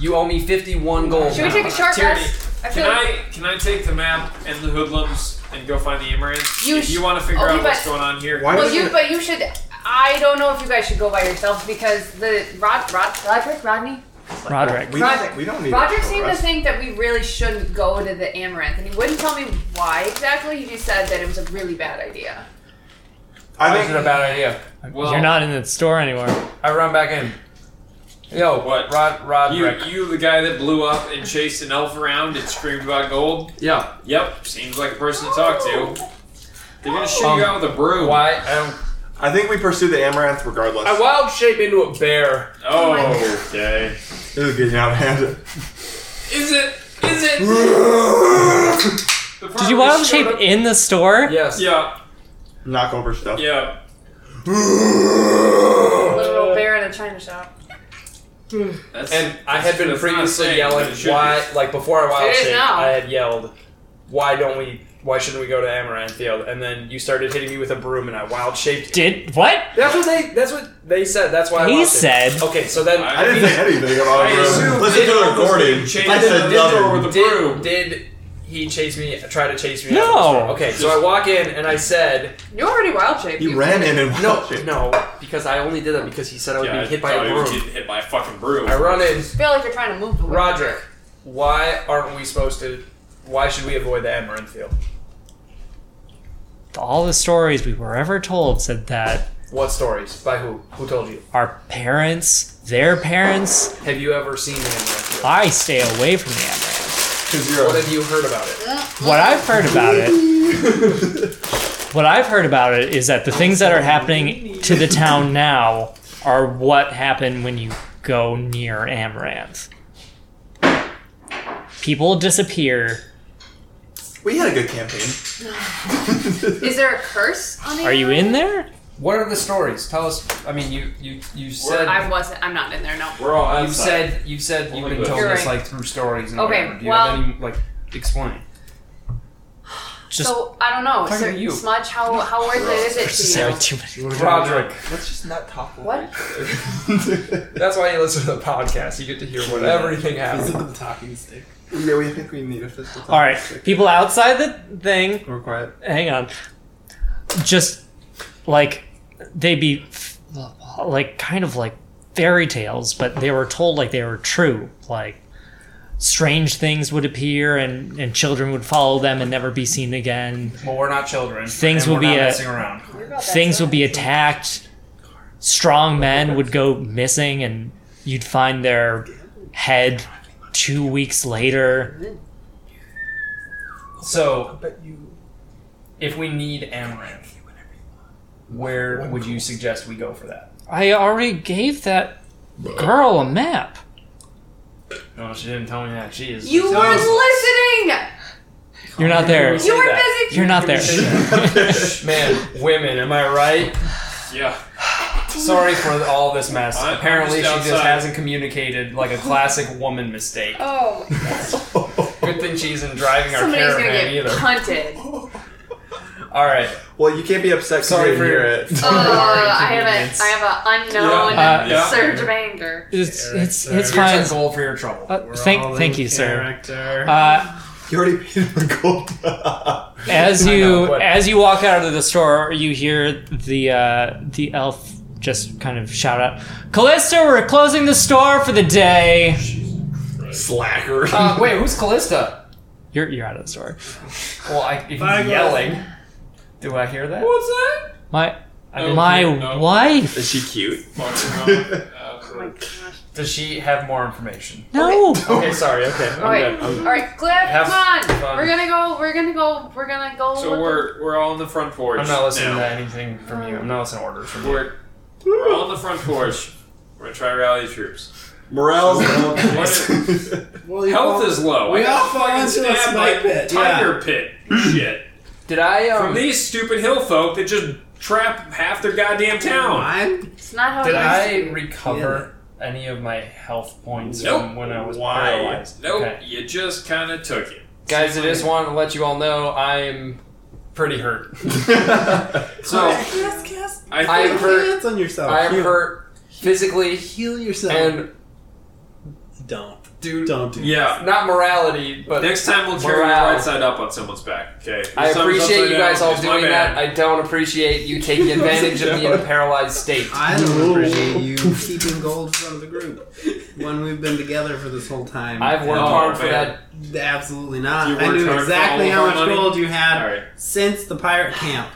S6: You owe me fifty-one gold.
S4: Should we take a short
S5: Tyranny.
S4: rest? I feel
S5: Can
S4: like
S5: I can I take the map and the hoodlums and go find the amaranth?
S4: You
S5: if
S4: sh-
S5: you want to figure
S4: okay,
S5: out what's
S4: but-
S5: going on here.
S1: Why
S4: Well,
S1: doesn't
S4: you
S1: it-
S4: but you should. I don't know if you guys should go by yourselves because the Rod, Rod Roderick Rodney
S2: Roderick.
S1: we,
S4: Roderick.
S1: we don't need
S4: Roderick
S1: it for
S4: seemed to
S1: us.
S4: think that we really shouldn't go to the Amaranth, and he wouldn't tell me why exactly. He just said that it was a really bad idea.
S1: I
S6: That's
S1: think
S6: a bad idea.
S5: Well,
S2: You're not in the store anymore.
S6: I run back in. Yo,
S5: What?
S6: Rod, Rod,
S5: You,
S6: Rick.
S5: you, the guy that blew up and chased an elf around and screamed about gold.
S6: Yeah.
S5: Yep, seems like a person to talk to. They're gonna shoot
S6: Um,
S5: you out with a broom.
S6: Why? I don't-
S1: I think we pursue the amaranth regardless.
S6: I wild shape into a bear.
S5: Oh,
S4: my
S5: okay.
S1: This is getting out of hand.
S5: Is it? Is it?
S2: Did you wild shape in the store?
S6: Yes.
S5: Yeah,
S1: Knock over stuff.
S5: yeah.
S4: Little
S1: Uh,
S4: bear in a china shop.
S5: That's,
S6: And I had been
S5: that's not
S6: previously
S5: saying,
S6: yelling
S5: but it should
S6: why, like before I wild
S4: It is
S6: shaped,
S4: now.
S6: I had yelled, "Why don't we? Why shouldn't we go to Amaranth Field?" And then you started hitting me with a broom, and I wild shaped.
S2: Did what?
S6: That's what they. That's what they said. That's why I
S2: He
S6: wild shaped.
S2: said.
S6: Okay, so then
S5: I
S1: I didn't say anything about
S5: I
S1: it.
S5: assume
S1: Listen to
S5: they
S1: the
S5: almost
S1: recording.
S5: changed
S1: I said
S5: the door
S1: nothing.
S5: with the broom.
S6: did, did he chase me? Try to chase me?
S2: No.
S6: out of the store? Okay, so I walk in and I said,
S4: You're already wild shaped.
S1: He ran in and
S6: "No,
S1: watched it.
S6: no," because I only did that because he said I was
S5: Yeah,
S6: being hit by
S5: thought
S6: a
S5: he was
S6: broom.
S5: getting hit by a fucking broom.
S6: I run in.
S4: I feel like you're trying to move. away.
S6: Roderick, why aren't we supposed to? Why should we avoid the Amaranth Field?
S2: All the stories we were ever told said that
S6: What stories? By who? Who told you?
S2: our parents, their parents,
S6: Have you ever seen the Amaranth Field?
S2: I stay away from the amaranth.
S1: Because you're
S6: What
S1: a
S6: have you heard about it?
S2: What I've heard about it, what I've heard about it is that the things that are happening to the town now are what happen when you go near amaranth. People disappear.
S1: We had a good campaign.
S4: Is there a curse on the?
S2: Are you in there?
S6: What are the stories? Tell us. I mean, you you you said
S4: I wasn't. I'm not in there. No.
S5: We're all
S6: you said you said you've been told
S4: You're
S6: this
S4: right.
S6: like through stories and
S4: Okay,
S6: whatever. Do you
S4: well-
S6: have any like explain?
S2: Just
S4: so I don't know.
S6: Talking
S4: Sir-
S6: to you.
S4: Smudge, how how worth it is
S2: Sorry,
S4: it to
S2: too many.
S6: Roderick,
S1: Let's just not talk.
S4: you? What?
S6: that's why you listen to the podcast. You get to hear what everything happens.
S3: The talking stick.
S1: Yeah, we think we need a physical.
S2: All right, people outside the thing.
S1: We're quiet.
S2: Hang on. Just like they be like kind of like fairy tales, but they were told like they were true. Like strange things would appear, and and children would follow them and never be seen again.
S6: Well, we're not children.
S2: Things
S6: and
S2: will
S6: we're
S2: be
S6: not
S2: a-
S6: messing around.
S2: Things would be attacked. Strong men would go missing, and You'd find their head two weeks later.
S6: So, if we need amaranth, where would you suggest we go for that?
S2: I already gave that girl a map.
S6: No, she didn't tell me that. She is.
S4: You weren't listening.
S2: You're not there.
S4: You were busy.
S2: You're not there.
S6: Man, women, am I right?
S5: Yeah.
S6: Sorry for all this mess.
S5: I'm- I'm
S6: Apparently,
S5: just
S6: she just
S5: outside.
S6: hasn't communicated like a classic woman mistake.
S4: Oh, my-
S6: Good thing she isn't driving our
S4: somebody's gonna
S6: caravan
S4: get
S6: either.
S4: punted.
S6: All right.
S12: Well, you can't be upset because
S6: Sorry
S12: you didn't
S6: for
S12: hear
S6: your-
S12: it.
S4: Uh, I have a, I have an unknown
S2: Yeah. Uh,
S5: yeah.
S4: surge of anger.
S2: it's it's it's
S6: Here's
S2: fine.
S6: our goal for your trouble.
S2: Uh, thank thank you, sir.
S3: Character.
S2: Uh,
S12: You already paid him a gold.
S2: as you
S6: know, but-
S2: as you walk out of the store, you hear the uh, the elf just kind of shout out, "Callista, we're closing the store for the day."
S12: Slacker.
S6: Uh, wait, who's Callista?
S2: You're you're out of the store.
S6: Well, I, if he's
S3: Bye, guys.
S6: yelling, do I hear that?
S5: What's that?
S2: My
S5: Oh,
S2: my
S5: yeah, no.
S2: wife.
S12: Is she cute?
S6: Does she have more information?
S2: No.
S6: Okay, sorry. Okay, I'm
S4: All right,
S6: good.
S4: all right, Cliff,
S6: Have
S4: come on.
S6: fun.
S4: We're gonna go. We're gonna go. We're gonna go.
S5: so
S4: look-
S5: we're we're all on the front porch.
S6: I'm not listening
S5: now.
S6: to anything from you. I'm not listening to orders from you.
S5: We're, we're all on the front porch. We're gonna try rally troops.
S12: Morale's low.
S3: Well, you
S5: Health
S3: all-
S5: is low.
S3: We
S5: I
S3: all
S5: got
S3: fall
S5: fucking
S3: into a
S5: stabbed
S3: snake
S5: by
S3: pit,
S5: Tiger pit. Shit.
S6: Did I
S5: From
S6: um?
S5: these stupid hill folk that just trap half their goddamn town.
S3: I'm
S4: It's not how
S6: did
S4: it used
S6: I
S4: to be.
S6: recover any of my health points from
S5: Nope.
S6: when I was
S5: Why?
S6: paralyzed?
S5: Nope.
S6: Okay.
S5: You just kind of took it.
S6: Guys, I just wanted to let you all know I'm pretty hurt.
S5: So
S3: cast, cast
S5: I
S6: I-
S5: think
S6: hurt.
S3: hands on yourself.
S6: I'm
S3: Heal-
S6: hurt physically
S3: Heal yourself.
S6: and
S3: don't,
S6: dude,
S3: don't do.
S5: yeah.
S6: not morality, but
S5: Next time we'll carry
S6: Morale.
S5: your right side up on someone's back. Okay. Your
S6: I
S5: thumb's
S6: appreciate
S5: upside
S6: you guys
S5: down.
S6: all
S5: It's my
S6: doing that.
S5: bad.
S6: I don't appreciate you taking advantage of me in a paralyzed state.
S3: I don't appreciate you keeping gold from the group when we've been together for this whole time.
S6: I've worked
S5: Oh,
S6: hard for
S5: man.
S6: that.
S3: Absolutely not.
S5: You
S3: I
S5: worked hard
S3: knew
S5: for
S3: exactly how
S5: all of
S3: much
S5: our money?
S3: gold you had
S5: All right.
S3: since the pirate camp.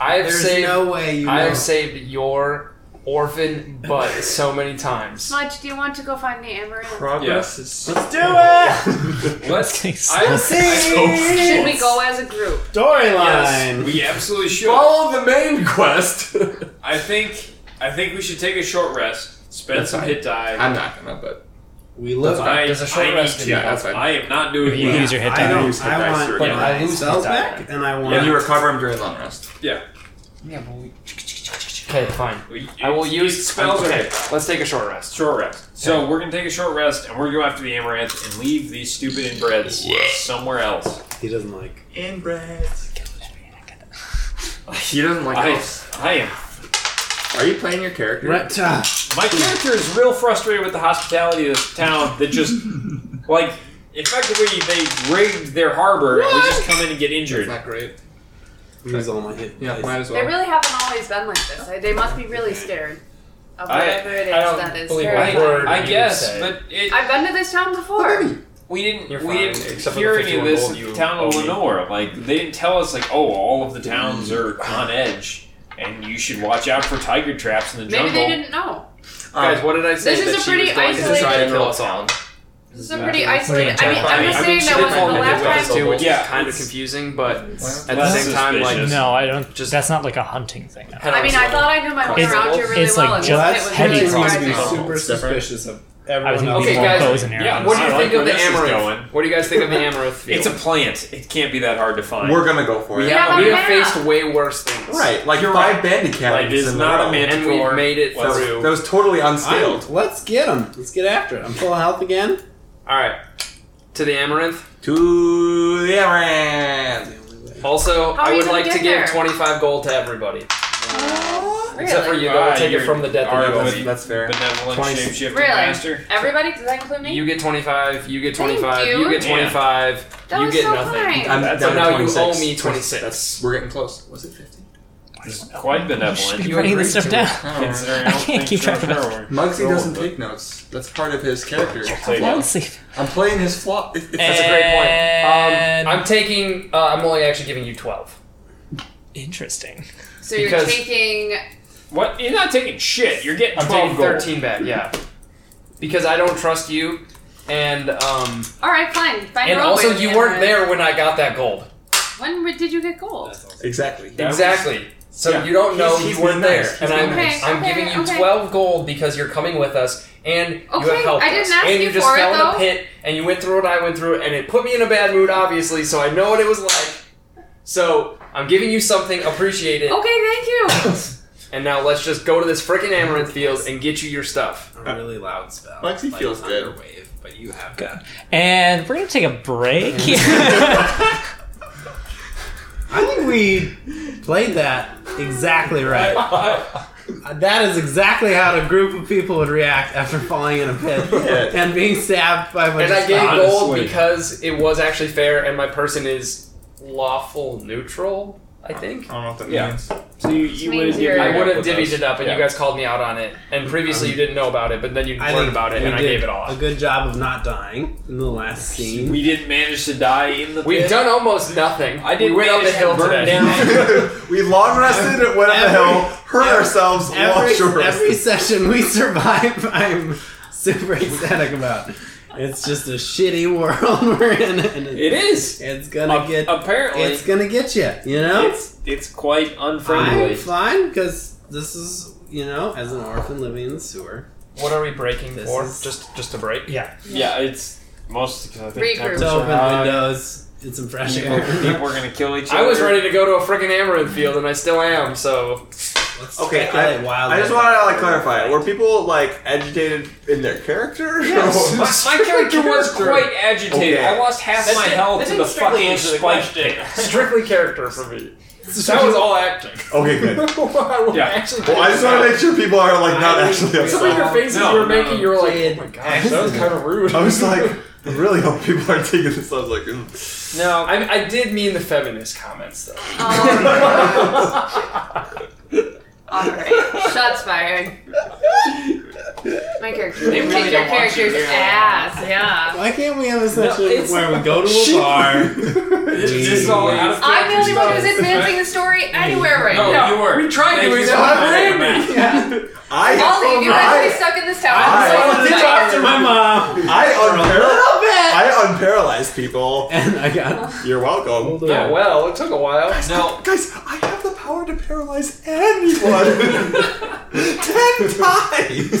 S6: I have
S3: There's
S6: saved.
S3: no way you.
S6: I
S3: know.
S6: have saved your orphan butt so many times.
S4: Smudge, do you want to go find the amaranth?
S1: Progress is so
S3: Let's do it.
S5: Let's
S2: Let's
S4: Should we go as a group?
S3: Storyline.
S5: We absolutely should.
S1: Follow the main quest.
S5: I think I think we should take a short rest, spend
S1: That's
S5: some
S1: fine.
S5: hit die.
S1: I'm not gonna, but
S3: We live.
S5: I,
S6: Does a short
S5: I
S6: rest
S5: need
S6: do
S5: to.
S1: yeah, that's fine.
S5: I am not doing
S2: You
S5: well.
S2: use your hit
S3: I
S2: die.
S3: don't.
S12: use the
S3: I
S12: dice
S3: want
S12: to
S6: again. I
S3: my
S6: lose
S3: spells
S6: the die.
S3: back, and I want.
S1: when you recover, I'm doing long rest.
S5: Yeah.
S6: Yeah, but we... Okay, fine.
S5: We-
S6: I will
S5: you-
S6: use
S5: spells or
S6: Okay,
S5: hit die.
S6: let's take a short rest.
S5: Short rest. So we're gonna take a short rest and we're gonna go after the amaranth and leave these stupid inbreds somewhere else.
S3: He doesn't like.
S1: Inbred. He doesn't like
S5: I,
S1: elves.
S5: I am.
S1: Are you playing your character?
S3: Right. Uh,
S5: My character is real frustrated with the hospitality of this town that just, like, effectively they rigged their harbor and we just come in and get
S1: It's
S5: injured.
S1: not great.
S3: use all my hit.
S1: Yeah,
S3: dice.
S1: might as
S4: They
S1: well.
S4: really haven't always been like this. They must be really scared of
S5: I-
S4: whatever it is
S6: I don't
S4: that is
S6: believe
S5: I,
S4: terrifying.
S6: word
S5: I
S6: you
S5: guess,
S6: say.
S5: but it,
S4: I've been to this town before.
S5: we didn't
S6: You're
S5: we
S6: fine,
S5: didn't
S6: except for
S5: hear
S6: the
S5: any of
S6: 51
S5: this
S6: gold
S5: in the
S6: you
S5: town of
S6: owe me.
S5: Lenore. Like they didn't tell us like, oh, all of the towns are on edge, and you should watch out for tiger traps in the
S4: Maybe
S5: jungle.
S4: they didn't know.
S6: Guys, what did I say?
S4: This is
S6: that
S4: a
S6: she
S4: pretty
S6: was going to try
S4: isolated-
S6: and kill us all?
S4: This is a pretty isolated. I mean,
S6: I
S4: I'm
S6: mean,
S4: just
S5: I
S4: saying
S5: mean, she
S4: that
S5: did
S4: wasn't
S5: fall
S4: the
S5: in
S4: last
S5: love
S4: time.
S5: with
S6: too, which
S5: Yeah,
S6: is kind of
S5: it's-
S6: confusing, but at the
S5: Less
S6: same time, like
S5: suspicious.
S2: No, I don't.
S6: Just-
S2: that's not like a hunting thing. though.
S4: I mean, I thought I knew my way
S2: It's-
S4: around here really
S2: it's like
S4: well. and
S2: just
S3: Well,
S4: it
S3: that's
S4: was
S2: heavy
S4: really
S3: heavy. Reason to be
S2: crossbow.
S1: Oh,
S4: surprising.
S3: super
S1: it's different.
S3: suspicious of
S2: I was
S3: everyone
S2: gonna
S3: else.
S2: be
S6: Okay,
S2: more
S6: guys.
S2: bows and arrows.
S5: Yeah,
S6: What do
S5: I
S6: you
S5: like
S6: think
S5: where
S6: of the
S5: this is
S6: amaranth?
S5: going.
S6: What do you guys think of the amaranth? field?
S5: It's a plant. It can't be that hard to find.
S1: We're gonna go for it.
S6: we
S4: Yeah,
S6: have,
S4: but
S6: we
S4: yeah.
S6: have faced way worse things.
S1: Right, like
S5: You're
S1: five
S5: right.
S1: bandit
S5: like
S1: cabins.
S5: it's
S1: in
S5: not
S1: row.
S5: a
S6: And we
S5: manticore.
S6: made it
S5: Let's-
S6: through.
S1: That was totally
S3: I'm-
S1: unscaled.
S3: Let's get him. Let's get after it. I'm full health again.
S6: All right, to the amaranth.
S1: To the amaranth.
S6: Also,
S4: How are
S6: I
S4: you
S6: would
S4: gonna
S6: like to
S4: get there?
S6: give 25 gold to everybody. Except for
S4: Really?
S6: you, though.
S5: Ah,
S6: I'll take it
S5: you're-
S6: from the death
S5: all right,
S6: of
S5: buddy.
S6: you.
S1: That's fair.
S5: Benevolent
S1: Twice.
S5: shapeshifting
S4: Really?
S5: master.
S4: Everybody, does that include me?
S6: You get 25, you get
S4: Thank
S6: 25,
S4: you.
S6: you, get
S5: Yeah.
S6: 25,
S4: that
S6: you
S4: was
S6: get
S4: so
S6: nothing.
S4: kind.
S1: I'm
S5: That's-
S1: down
S6: so
S1: to
S6: now you
S1: 26.
S6: owe me 26.
S1: That's, we're getting close. Was it 15?
S5: Quite benevolent.
S6: You
S2: writing this
S6: agreed
S2: stuff
S6: to
S2: down.
S6: it.
S5: Considering
S2: I
S5: don't
S2: can't
S5: think
S2: keep
S5: so,
S2: track of it.
S5: sure.
S1: Muggsy
S5: Roll,
S1: doesn't
S5: but-
S1: take notes. That's part of his character.
S5: Say
S2: Long
S5: no.
S2: sleeve.
S1: I'm playing his flaw. It, it,
S6: That's a great point. Um, I'm taking, uh, I'm only actually giving you 12.
S2: Interesting.
S4: so you're
S6: because-
S4: taking.
S5: What? You're not taking shit. You're getting
S6: I'm
S5: 12
S6: taking
S5: gold.
S6: 13 back, yeah. because I don't trust you, and um,
S13: All right, fine. Find your
S6: and
S13: own
S6: also
S13: way to
S6: you
S13: the
S6: weren't
S13: Amaranth.
S6: there when I got that gold.
S13: When w- did you get gold?
S1: Exactly.
S6: Exactly. So
S8: Yeah.
S6: you don't know
S8: He's- he's
S6: you weren't
S8: being
S6: there,
S8: nice.
S6: and
S8: He's
S6: I'm
S8: being
S13: nice.
S6: I'm
S13: Okay,
S6: giving you
S13: okay.
S6: twelve gold because you're coming with us, and you
S13: Okay,
S6: have helped
S13: I didn't
S6: us,
S13: ask
S6: and you
S13: you
S6: just
S13: for it,
S6: fell in
S13: though.
S6: a pit, and you went through what I went through, and it put me in a bad mood, obviously. So I know what it was like. So I'm giving you something, appreciate it,
S13: Okay, thank you.
S6: and now let's just go to this freaking amaranth field and get you your stuff.
S3: A really loud spell.
S1: Lexi
S3: like
S1: feels good.
S3: Thunderwave, but you have
S2: And we're gonna take a break.
S3: I think we played that exactly right. Uh, That is exactly how a group of people would react after falling in a pit
S1: Yeah.
S3: and being stabbed by a bunch
S6: And
S3: of
S6: I gave
S3: spiders.
S6: gold
S8: Honestly.
S6: because it was actually fair, and my person is lawful neutral. I think
S10: I don't know what that
S6: Yeah.
S10: means.
S8: So you, you
S13: means
S8: would have given
S13: you're-
S8: me
S6: I
S8: up
S6: would have
S8: with
S6: divvied
S8: us.
S6: it up, and
S8: Yeah.
S6: you guys called me out on it. And previously, you didn't know about it, but then you
S3: I
S6: learned
S3: think
S6: about it,
S3: we
S6: and I
S3: did
S6: gave it all.
S3: A
S6: up.
S3: good job of not dying in the last scene.
S5: We didn't manage to die in the
S6: We've
S5: pit.
S6: done almost nothing.
S5: I didn't
S6: We went up the
S5: manage to
S6: hill
S5: burn
S6: today.
S5: down.
S1: we long rested, went up the hill, hurt
S3: every-
S1: ourselves,
S3: every,
S1: lost your rest.
S3: every session we survive, I'm super ecstatic about. It's just a shitty world we're in, and it,
S5: It is.
S3: it's gonna
S5: Ap-
S3: get
S5: apparently,
S3: it's gonna get you. You know,
S5: it's it's quite
S3: I'm
S5: unfriendly.
S3: fine because this is you know, as an orphan living in the sewer.
S6: What are we breaking
S3: This
S6: for?
S3: is-
S6: Just just a break.
S5: Yeah, it's mostly because I think
S13: Regroup.
S5: temperatures
S3: It's open
S5: are high.
S3: windows. It's some fresh
S5: People,
S3: air.
S5: people are gonna kill each other.
S6: I was ready to go to a freaking amaranth field, and I still am. So
S3: Let's
S1: Okay,
S3: speculate
S1: I,
S3: wildly.
S1: I just want to like clarify: were people like agitated in their character?
S6: Yes.
S1: Or-
S5: My, my character was quite agitated.
S1: Okay.
S5: I lost half my health to the fucking spike pit.
S6: strictly character for me. That was all acting.
S1: okay, good.
S6: I will
S5: Yeah.
S6: actually
S1: Well, I just want to make sure people are like not actually
S6: Some of
S1: upset.
S6: your faces
S5: No,
S6: you were
S5: no.
S6: making, you were like, "Oh
S3: Kid.
S6: my gosh, that was kind of rude."
S1: I was like, I really hope people aren't taking this. I was like, mm.
S5: No, I,
S6: I, I did mean the feminist comments though.
S13: Um, All right, shots fired. My character.
S6: They
S13: Kick
S6: really
S13: your
S6: don't want you
S13: character's
S6: here.
S13: ass. Yeah.
S3: Why can't we have a session
S6: it's-
S3: where we go to a bar?
S5: this is
S3: we-
S5: all out of
S13: I'm the only one who's
S5: character
S13: advancing the story anywhere right
S4: Oh,
S5: No,
S13: now.
S5: you were.
S6: We tried
S5: Thank
S6: to,
S5: you
S6: we
S5: so
S6: never
S5: much.
S6: did.
S5: Man.
S1: I,
S13: I'll leave you guys to be
S1: I,
S13: stuck in this tower.
S1: I-
S13: I'm
S1: I-
S13: so excited.
S1: talk to
S3: my mom.
S1: I unparalyzed.
S3: bit.
S1: I unparalyzed people.
S3: And I
S6: Uh-huh.
S3: got. oh
S1: You're welcome,
S6: Yeah, Oh, well, it took a while.
S5: No,
S1: guys. I have the power to paralyze anyone ten times.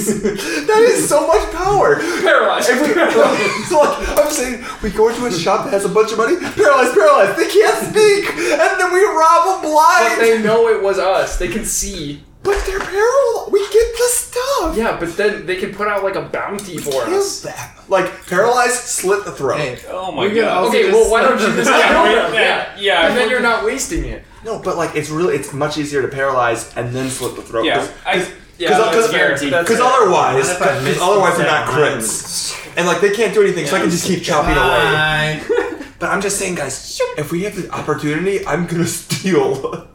S1: That is so much power.
S6: Paralyzed.
S1: If we, so like, I'm saying we go into a shop that has a bunch of money, paralyzed, paralyzed, they can't speak, and then we rob them
S6: But
S1: blind.
S6: they know it was us. They can see.
S1: but they're paralyzed. We get the stuff.
S6: Yeah, but then they can put out like a bounty for
S1: Kill
S6: us.
S1: them. Like paralyzed, slit the throat.
S3: Hey,
S5: oh my
S3: we could
S5: god.
S3: also
S6: Okay,
S3: just-
S6: well, why don't you just
S5: Yeah, we-
S6: yeah,
S5: yeah,
S6: yeah.
S5: yeah.
S6: And then you're not wasting it.
S1: No, but like it's really it's much easier to paralyze and then slit the throat.
S5: Yeah, I, yeah,
S1: Because
S5: that's guaranteed.
S1: because
S3: What
S1: otherwise,
S3: if I
S1: because
S3: missed
S1: otherwise
S3: the
S1: they're not
S3: deadline?
S1: crits, and like they can't do anything, so I can just keep chopping
S6: Ah.
S1: away.
S3: Bye.
S1: But I'm just saying, guys, if we have the opportunity, I'm gonna steal.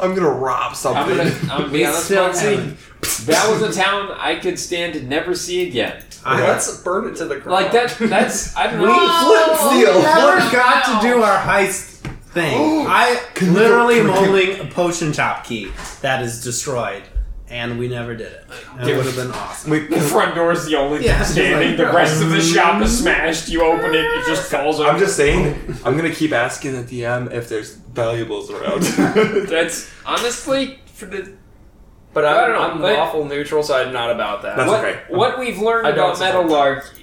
S1: I'm gonna rob
S5: I'm
S1: something.
S5: gonna, I'm gonna be
S3: We
S5: honest,
S3: still
S5: Monty. That was a town I could stand to never see again.
S3: I-
S6: Let's burn it to the ground.
S5: Like that. That's I don't
S13: oh,
S5: know.
S1: Flip
S3: We
S1: steal.
S3: never
S1: Flip-
S3: got to do our heist thing.
S1: Ooh.
S3: I
S1: Can we go-
S3: literally am
S1: can we-
S3: holding a potion shop key that is destroyed, and we never did it. And it would have been awesome.
S1: Wait,
S5: The front door is the only
S3: Yeah,
S5: thing
S3: it's just
S5: standing.
S3: like-
S5: the rest of the shop is smashed. You open it, it just falls over.
S1: I'm just saying, I'm gonna keep asking the DM if there's valuables around.
S5: That's honestly for the
S6: but
S5: I
S6: I'm,
S5: don't know,
S6: I'm
S5: but-
S6: lawful neutral, so I'm not about that.
S1: That's
S5: what,
S1: okay.
S5: what we've learned
S6: I
S5: about
S6: know it's important.
S5: Metalark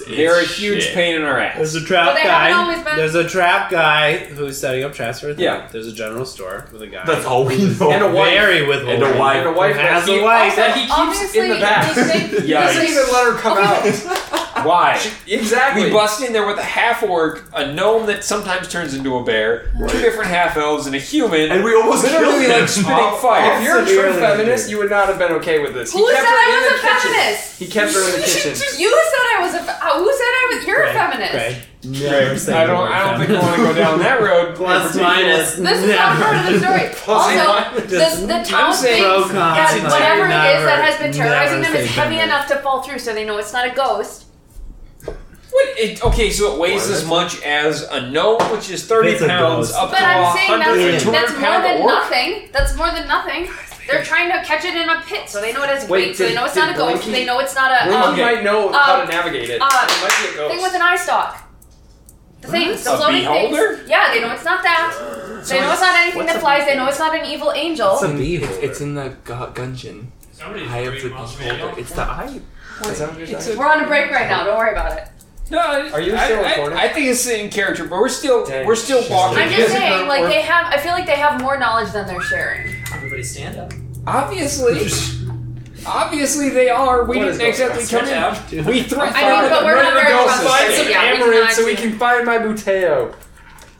S1: It's- it's
S5: they're a huge
S1: shit.
S5: pain in our ass.
S3: There's a trap
S13: But they haven't always
S3: guy.
S13: been-
S3: There's a trap guy who's setting up traps for a thing.
S5: Yeah.
S3: There's a general store with a guy.
S1: That's all we know.
S6: And a wife.
S3: very with
S1: And a wife.
S6: And a wife
S3: Has
S6: that he,
S3: a wife.
S6: that he keeps
S13: Obviously,
S6: in the back.
S13: they think-
S6: He doesn't
S5: Yikes.
S6: even let her come out.
S5: Why?
S6: Exactly.
S5: We bust in there with a half orc, a gnome that sometimes turns into a bear, two different half elves, and a human.
S1: And we almost killed
S5: literally
S1: him.
S5: like spitting fire.
S6: if you're a true
S3: Severely
S6: feminist,
S3: injured.
S6: you would not have been okay with this. He
S13: Who said
S6: kept her in
S13: I was
S6: the
S13: a
S6: kitchen.
S13: feminist?
S6: He kept her in the kitchen.
S13: You said I was a. Fe- who said I was? You're a feminist.
S3: Greg, never say
S5: I
S3: the
S5: don't.
S3: word
S5: I don't think we
S3: feminist.
S5: want to go down that road.
S3: Plus
S5: in particular.
S3: minus.
S13: This is not
S3: never.
S13: part of the story. Also,
S3: minus.
S13: the, the town
S6: saying
S13: thinks
S3: pro con,
S13: that
S3: like,
S13: whatever it is that
S3: never-
S13: has been terrorizing
S3: never
S13: them is
S3: say
S13: heavy
S3: feminist.
S13: enough to fall through, so they know it's not a ghost.
S5: What, it, okay, so it weighs as much as a gnome, which is thirty
S3: It's a
S5: pounds,
S3: ghost.
S5: up
S13: But
S5: to
S13: I'm
S5: Oh, a
S13: saying
S5: hundred and
S13: that's,
S5: two
S13: that's
S5: hundred
S13: more
S5: pound
S13: than
S5: orc.
S13: nothing. That's more than nothing.
S4: They're trying to catch it in a pit, so they know it has
S5: Wait,
S4: weight, so
S5: did-
S4: they know it's
S5: did
S4: not a ghost,
S5: Blinky-
S4: they know it's not a
S5: Blinky
S4: um,
S5: might know how
S4: uh,
S5: to navigate it.
S4: uh,
S5: it might be a ghost.
S4: thing with an eye stalk. The thing, the
S5: A
S4: floating
S5: beholder?
S4: things. Yeah, they know it's not that. They know it's not anything that flies. They know it's not an evil angel.
S1: It's, in, it's, it's in the gu- gungeon. Eye of the beholder. It's the eye. Is that what you're talking
S4: We're on a break right now. Don't worry about it.
S5: No, I-
S1: Are you
S5: I-
S1: still
S5: I,
S1: recording?
S5: I, think it's in character, but we're still we're still walking.
S4: I'm just
S5: Because
S4: saying,
S5: we're-
S4: like
S5: we're-
S4: they have. I feel like they have more knowledge than they're sharing.
S3: Everybody stand up.
S5: obviously, obviously they are. We
S3: What
S5: didn't
S3: is going
S5: exactly come in. We threw.
S4: I mean, but we're not very
S6: Find some
S4: concentrated. Yeah, we
S6: amaranth
S4: cannot
S6: so we
S4: do-
S6: can find my buteo.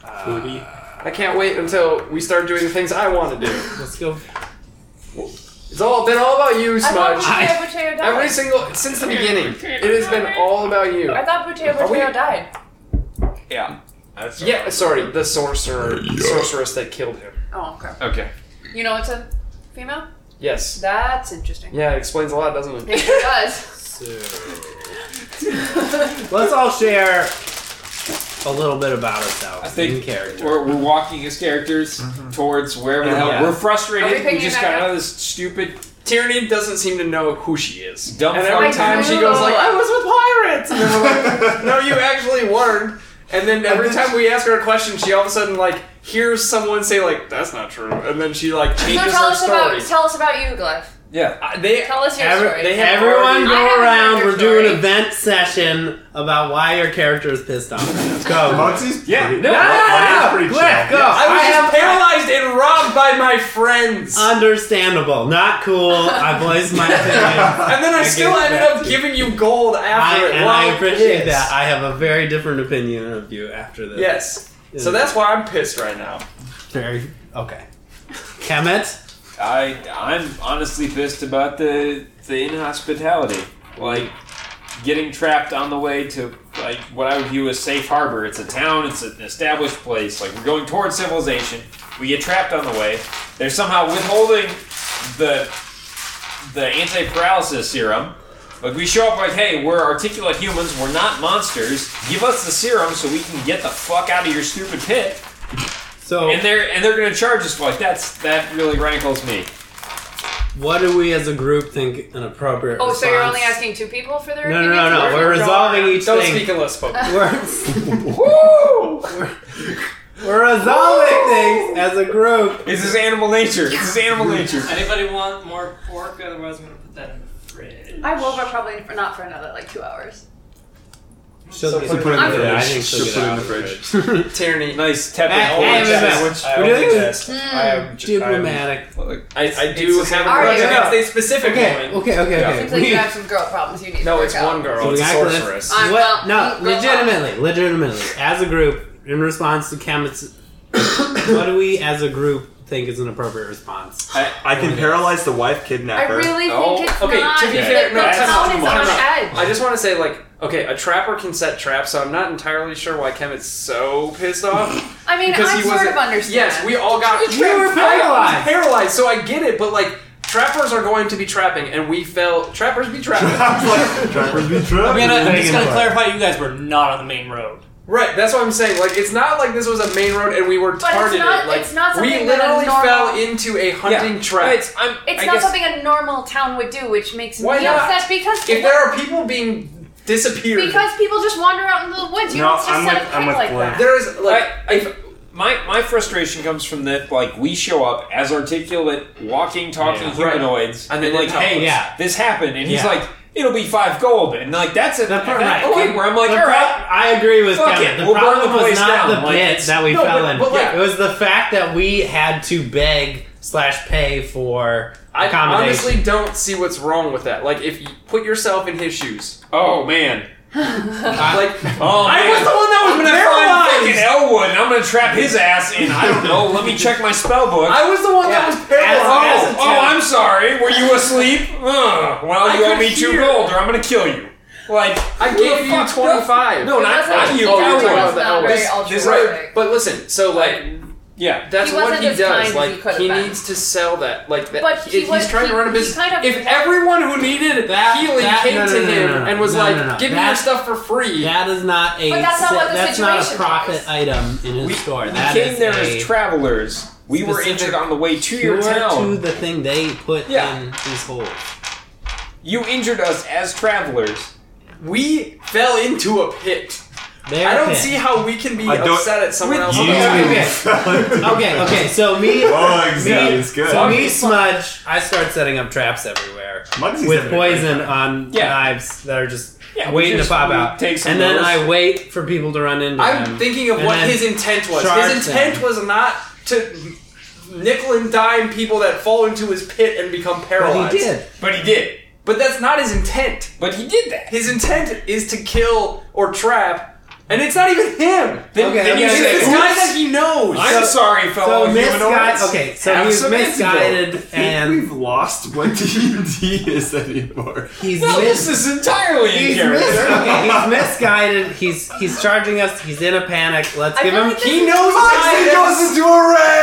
S5: Uh,
S6: I can't wait until we start doing the things I want to do.
S3: Let's go.
S6: It's all been all about you,
S4: I thought
S6: Smudge.
S4: Buteo Buteo died.
S6: Every single since the beginning, it has been all about you.
S4: I thought Buteo
S6: Are we-
S4: Buteo died.
S6: Yeah.
S1: That's
S6: Yeah. Sorry, the sorcerer, sorceress that killed him.
S4: Oh, okay.
S6: Okay.
S4: You know it's a female.
S6: Yes.
S4: That's interesting.
S6: Yeah, it explains a lot, doesn't
S4: It
S6: it?
S4: sure does.
S3: So, let's all share a little bit about ourselves.
S5: I think
S3: in character.
S5: We're, we're walking as characters towards wherever the hell
S3: Yeah.
S5: we're
S4: Are we
S5: frustrated. We,
S4: picking
S5: just
S4: it
S5: got
S4: back
S5: out of this stupid
S6: Tyranny doesn't seem to know who she is.
S5: dumb.
S6: And
S5: fuck
S6: every
S4: I
S6: time she
S4: do.
S6: goes like, "I was with pirates," and then we're like, "No, you actually weren't." And then every time we ask her a question, she all of a sudden like hears someone say like, "That's not true," and then she like
S4: So
S6: changes
S4: tell
S6: her
S4: us
S6: story.
S4: about tell us about you, Glyph.
S5: Yeah.
S6: I- they
S4: Tell us your
S3: Every-
S4: story.
S6: they have
S3: Everyone
S6: already-
S4: I haven't
S3: go
S4: heard
S3: around.
S4: your
S3: We're doing
S4: story.
S3: an event session about why your character is pissed off. Go.
S1: Muncie's
S6: Yeah,
S1: pretty-
S6: no, no,
S1: Muncie's
S6: no,
S1: pretty
S3: Glyph,
S1: chill.
S3: go.
S6: I was
S3: have
S6: just paralyzed and robbed by my friends.
S3: Understandable. Not cool. I voiced my opinion.
S6: and then I,
S3: I
S6: still
S3: guess
S6: ended
S3: that
S6: up
S3: too.
S6: giving you gold after
S3: I,
S6: it.
S3: and
S6: while
S3: I
S6: I'm
S3: appreciate
S6: pissed.
S3: that. I have a very different opinion of you after this.
S6: Yes. So that's why I'm pissed right now.
S3: very okay. Kemet,
S14: I I'm honestly pissed about the the inhospitality, like getting trapped on the way to like what I would view as safe harbor. It's a town. It's an established place. Like we're going towards civilization. We get trapped on the way. They're somehow withholding the the anti paralysis serum. Like we show up like, hey, we're articulate humans. We're not monsters. Give us the serum so we can get the fuck out of your stupid pit.
S3: so
S14: And they're and they're gonna charge us for like that's that really rankles me.
S3: what do we as a group think an appropriate?
S4: Oh, so you're
S3: response-
S4: only asking two people for their
S3: No, no,
S4: opinions?
S3: no, no. We're resolving each
S6: Don't
S3: thing.
S6: speak unless
S3: Uh,
S6: spoken.
S3: We're, we're resolving things as a group.
S14: It's his animal nature. It's his animal nature.
S5: Anybody want more pork? Otherwise, I'm gonna put that in the fridge.
S4: I will, but probably for, not for another like two hours.
S3: She'll
S6: So
S3: get-
S6: put it in the
S3: Yeah,
S1: fridge.
S3: I think she'll
S1: She'll
S3: get
S1: put it
S3: out
S1: in
S3: of
S1: the
S3: fridge.
S6: Tyranny. Nice tepid
S3: Hey,
S6: holy
S3: hey, wait a
S6: chest.
S3: minute, which-
S6: I
S3: we're
S6: only
S3: doing this.
S6: chest.
S4: Hmm.
S6: I am just,
S3: Diplomatic.
S6: I, I do
S5: it's the
S6: have
S4: same
S6: a
S4: thing.
S6: against a specific
S3: Okay,
S6: woman.
S3: okay, okay.
S6: Yeah.
S3: okay.
S4: Seems like
S3: We-
S4: you have some girl problems you need to
S6: No,
S4: work
S6: it's
S4: out.
S6: one girl.
S3: So we
S6: it's a
S3: got Glyph.
S6: sorceress.
S4: I'm
S3: What? No,
S4: well,
S3: legitimately, legitimately, as a group, in response to Kemet's, what do we as a group think is an appropriate response?
S1: I can paralyze the wife
S4: I
S1: kidnapper.
S4: really
S6: Oh,
S4: think it's
S6: okay,
S4: not.
S6: to be
S4: the-
S6: fair,
S4: the
S6: no, that's
S4: town
S6: too
S4: is
S6: much.
S4: on
S6: No, no.
S4: edge.
S6: I just want to say, like, okay, a trapper can set traps, so I'm not entirely sure why Kemet's so pissed off.
S4: I mean,
S6: Because
S4: I
S6: he
S4: sort
S6: wasn't-
S4: of understand.
S6: Yes, we all got
S3: You were
S6: I was
S3: paralyzed.
S6: paralyzed, so I get it, but like, trappers are going to be trapping, and we fell. Trappers be trapping.
S1: Trappers be
S2: I'm
S1: trapped.
S2: gonna, I'm just gonna
S3: Megan
S2: clarify. You guys were not on the main road.
S6: Right, that's what I'm saying. Like, it's not like this was a main road and we were
S4: it's
S6: targeted.
S4: not-
S6: like,
S4: it's not
S6: we
S4: something that a
S6: literally
S4: normal-
S6: fell into a hunting trap.
S5: It's, I'm,
S4: It's
S5: I
S4: not
S5: guess,
S4: something a normal town would do, which makes
S6: Why
S4: me
S6: not?
S4: upset because
S6: If there are people being disappeared,
S4: because people just wander out into the woods. You
S1: No,
S4: don't just
S1: I'm
S4: set
S1: with-
S4: a
S1: I'm
S4: pit
S1: with
S4: like
S1: Blaine.
S4: that.
S6: there is like
S5: I, I, my my frustration comes from that like we show up as articulate walking talking
S3: Yeah.
S6: Right.
S5: humanoids
S6: And
S5: and
S6: they
S5: then like
S6: didn't help
S5: hey
S3: us. Yeah.
S5: this happened and he's
S3: Yeah.
S5: like it'll be five gold and like that's it
S3: The pro- right.
S5: okay where I'm like
S3: The
S5: all
S3: pro-
S5: right
S3: I agree with
S5: Fuck
S3: Kemet.
S5: it,
S3: The
S5: we'll burn
S3: problem
S5: the
S3: was
S5: place
S3: not
S5: down,
S3: the
S5: like,
S3: pit
S5: it's-
S3: that we
S6: No,
S3: fell
S6: but-
S3: in.
S6: but, like-
S3: it was the fact that we had to beg slash pay for
S6: I
S3: accommodation.
S6: honestly don't see what's wrong with that. Like, if you put yourself in his shoes,
S5: oh man
S6: like
S5: oh
S6: I
S5: man.
S6: was the one that was
S5: I'm gonna find
S6: paralyzed.
S5: fucking Elwood and I'm gonna trap his ass and I don't know let me check my spell book
S6: I was the one that
S3: Yeah.
S6: was
S3: As-
S5: oh
S6: paralyzed.
S3: as-
S5: oh I'm sorry were you asleep Ugh. well
S6: I
S5: you owe
S6: could
S5: me two
S6: hear.
S5: gold or I'm gonna kill you like
S6: I
S5: who
S6: gave
S5: the
S6: you
S5: fuck does-
S6: twenty five.
S5: no not,
S4: That's
S5: not
S4: not-
S5: you
S6: Oh, you're talking
S4: That's
S5: Elwood.
S6: about the
S4: not
S6: elbow.
S4: very
S6: This-
S4: altruistic.
S6: Right, but listen. So like,
S5: yeah
S6: that's
S4: He
S6: what
S4: wasn't
S6: he
S4: as kind
S6: does.
S4: as
S6: Like,
S4: he could have
S6: he
S4: been.
S6: needs to sell that. Like, that
S4: But he
S6: he's
S4: was-
S6: trying to run a
S4: he- he
S6: business.
S4: kind of-
S6: if everyone who needed
S3: That-
S6: healing
S3: that-
S6: came
S3: no, no,
S6: to
S3: no, no,
S6: him
S3: no, no.
S6: and was
S3: No,
S6: like,
S3: no, no.
S6: "Give me your
S3: That-
S6: stuff for free,"
S3: that is not a
S4: But that's not
S3: si-
S4: what the
S3: that's not a
S4: situation
S3: profit
S4: was.
S3: item in his store.
S5: We
S3: That
S5: came
S3: is
S5: there
S3: a,
S5: as travelers We were
S3: Specific
S5: injured on the way to your
S3: Cure
S5: town.
S3: to the thing they put
S5: Yeah.
S3: in these holes.
S5: you injured us as travelers.
S6: We fell into a pit.
S3: There
S6: I don't
S3: it is.
S6: see how we can be
S1: I don't-
S6: upset at someone else.
S3: okay, Okay, okay, so me,
S1: Bugs,
S3: me,
S1: yeah, it's good.
S3: so me, Smudge, I start setting up traps everywhere
S1: Muggsy's
S3: with
S1: having a great
S3: poison
S1: time.
S3: on
S5: Yeah.
S3: knives that are just
S5: Yeah, we
S3: waiting
S5: just-
S3: to pop
S5: we
S3: out,
S5: take some
S3: and then
S5: of those.
S3: I wait for people to run into
S6: I'm
S3: them.
S6: thinking of
S3: And
S6: what
S3: then
S6: his intent was.
S3: charge
S6: His intent
S3: them.
S6: was not to nickel and dime people that fall into his pit and become
S3: But
S6: paralyzed.
S3: he did.
S5: But he did.
S6: But that's not his intent.
S5: But he did that.
S6: His intent is to kill or trap, and it's not even him.
S5: Then,
S3: Okay,
S5: then you
S3: okay,
S5: said,
S6: It's this
S3: okay.
S6: guy
S5: "Oops,
S6: that he knows.
S5: I'm sorry,
S1: Oh,
S5: fellow
S3: So
S5: human
S3: misguided.
S5: humanoids.
S3: Okay, so
S5: Have
S3: he's
S5: some
S1: I
S3: misguided
S1: think
S3: and
S1: we've lost what D&D is anymore.
S3: he's
S5: No,
S3: mis-
S5: this is entirely in
S3: He's, mis-
S5: character.
S3: okay, he's misguided. He's he's charging us. He's in a panic. Let's
S4: I
S3: give
S4: feel
S3: him.
S4: like
S3: key-
S4: this is-
S1: Moxie goes into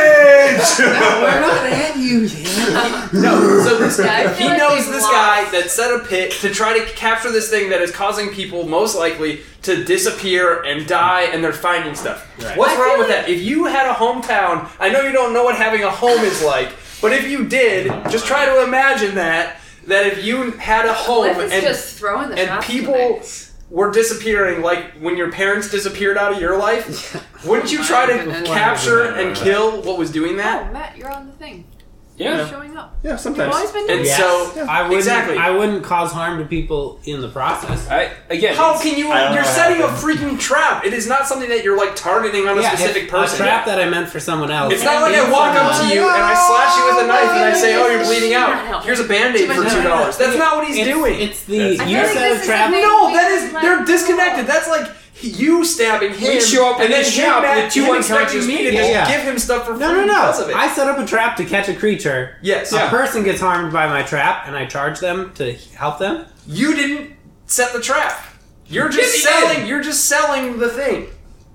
S1: a rage!
S3: We're not at you yet.
S6: no, so this
S4: Yeah, I
S6: guy,
S4: feel
S6: he
S4: like
S6: knows
S4: we've
S6: this
S4: lost.
S6: guy that set a pit to try to capture this thing that is causing people most likely to disappear and die, and they're finding stuff.
S3: Right.
S6: What's
S4: I
S6: wrong
S4: feel
S6: with
S4: like-
S6: that? If you had a hometown, I know you don't know what having a home is like, but if you did, just try to imagine that. That if you had a home
S4: Life is
S6: and
S4: just throwing the
S6: and
S4: shots
S6: people were disappearing like when your parents disappeared out of your life wouldn't you try
S4: Oh
S6: to
S4: my goodness.
S6: capture and kill what was doing
S4: tonight.
S6: that
S4: Oh, Matt, you're on the thing. You're
S5: Yeah.
S4: showing up.
S1: yeah,
S4: You've
S1: sometimes.
S4: always been doing
S6: and
S4: that.
S6: so
S3: I wouldn't.
S6: Exactly.
S3: I wouldn't cause harm to people in the process.
S5: I, again,
S6: how
S5: it's-
S6: can you
S1: I don't know
S6: you're
S1: what
S6: setting a
S1: happened.
S6: freaking trap it is not something that you're like targeting on a
S3: Yeah,
S6: specific
S3: if A
S6: person
S3: trap that I meant for someone else.
S6: it's not like I walk up to you and I slash you with a knife and I say, "Oh, you're bleeding out. Here's a band-aid for two dollars." That's not what he's
S3: It's-
S6: doing.
S3: It's the
S1: I
S3: you
S4: feel like
S3: set
S4: this
S3: a
S4: is
S3: trap.
S4: amazing.
S6: No, that is they're disconnected. That's like you stabbing him.
S5: We show up
S6: and
S5: in
S6: then
S5: his
S6: him
S5: shop
S6: back-
S5: with two
S6: him
S5: unconscious
S6: expecting me to
S5: people.
S6: just
S3: Yeah.
S6: give him stuff for free
S3: No, no,
S6: because of
S3: no!
S6: it.
S3: I set up a trap to catch a creature.
S6: yes,
S3: A person gets harmed by my trap, and I charge them to help them.
S6: you didn't set the trap. You're just
S5: Yes, he
S6: selling. You're just selling the thing.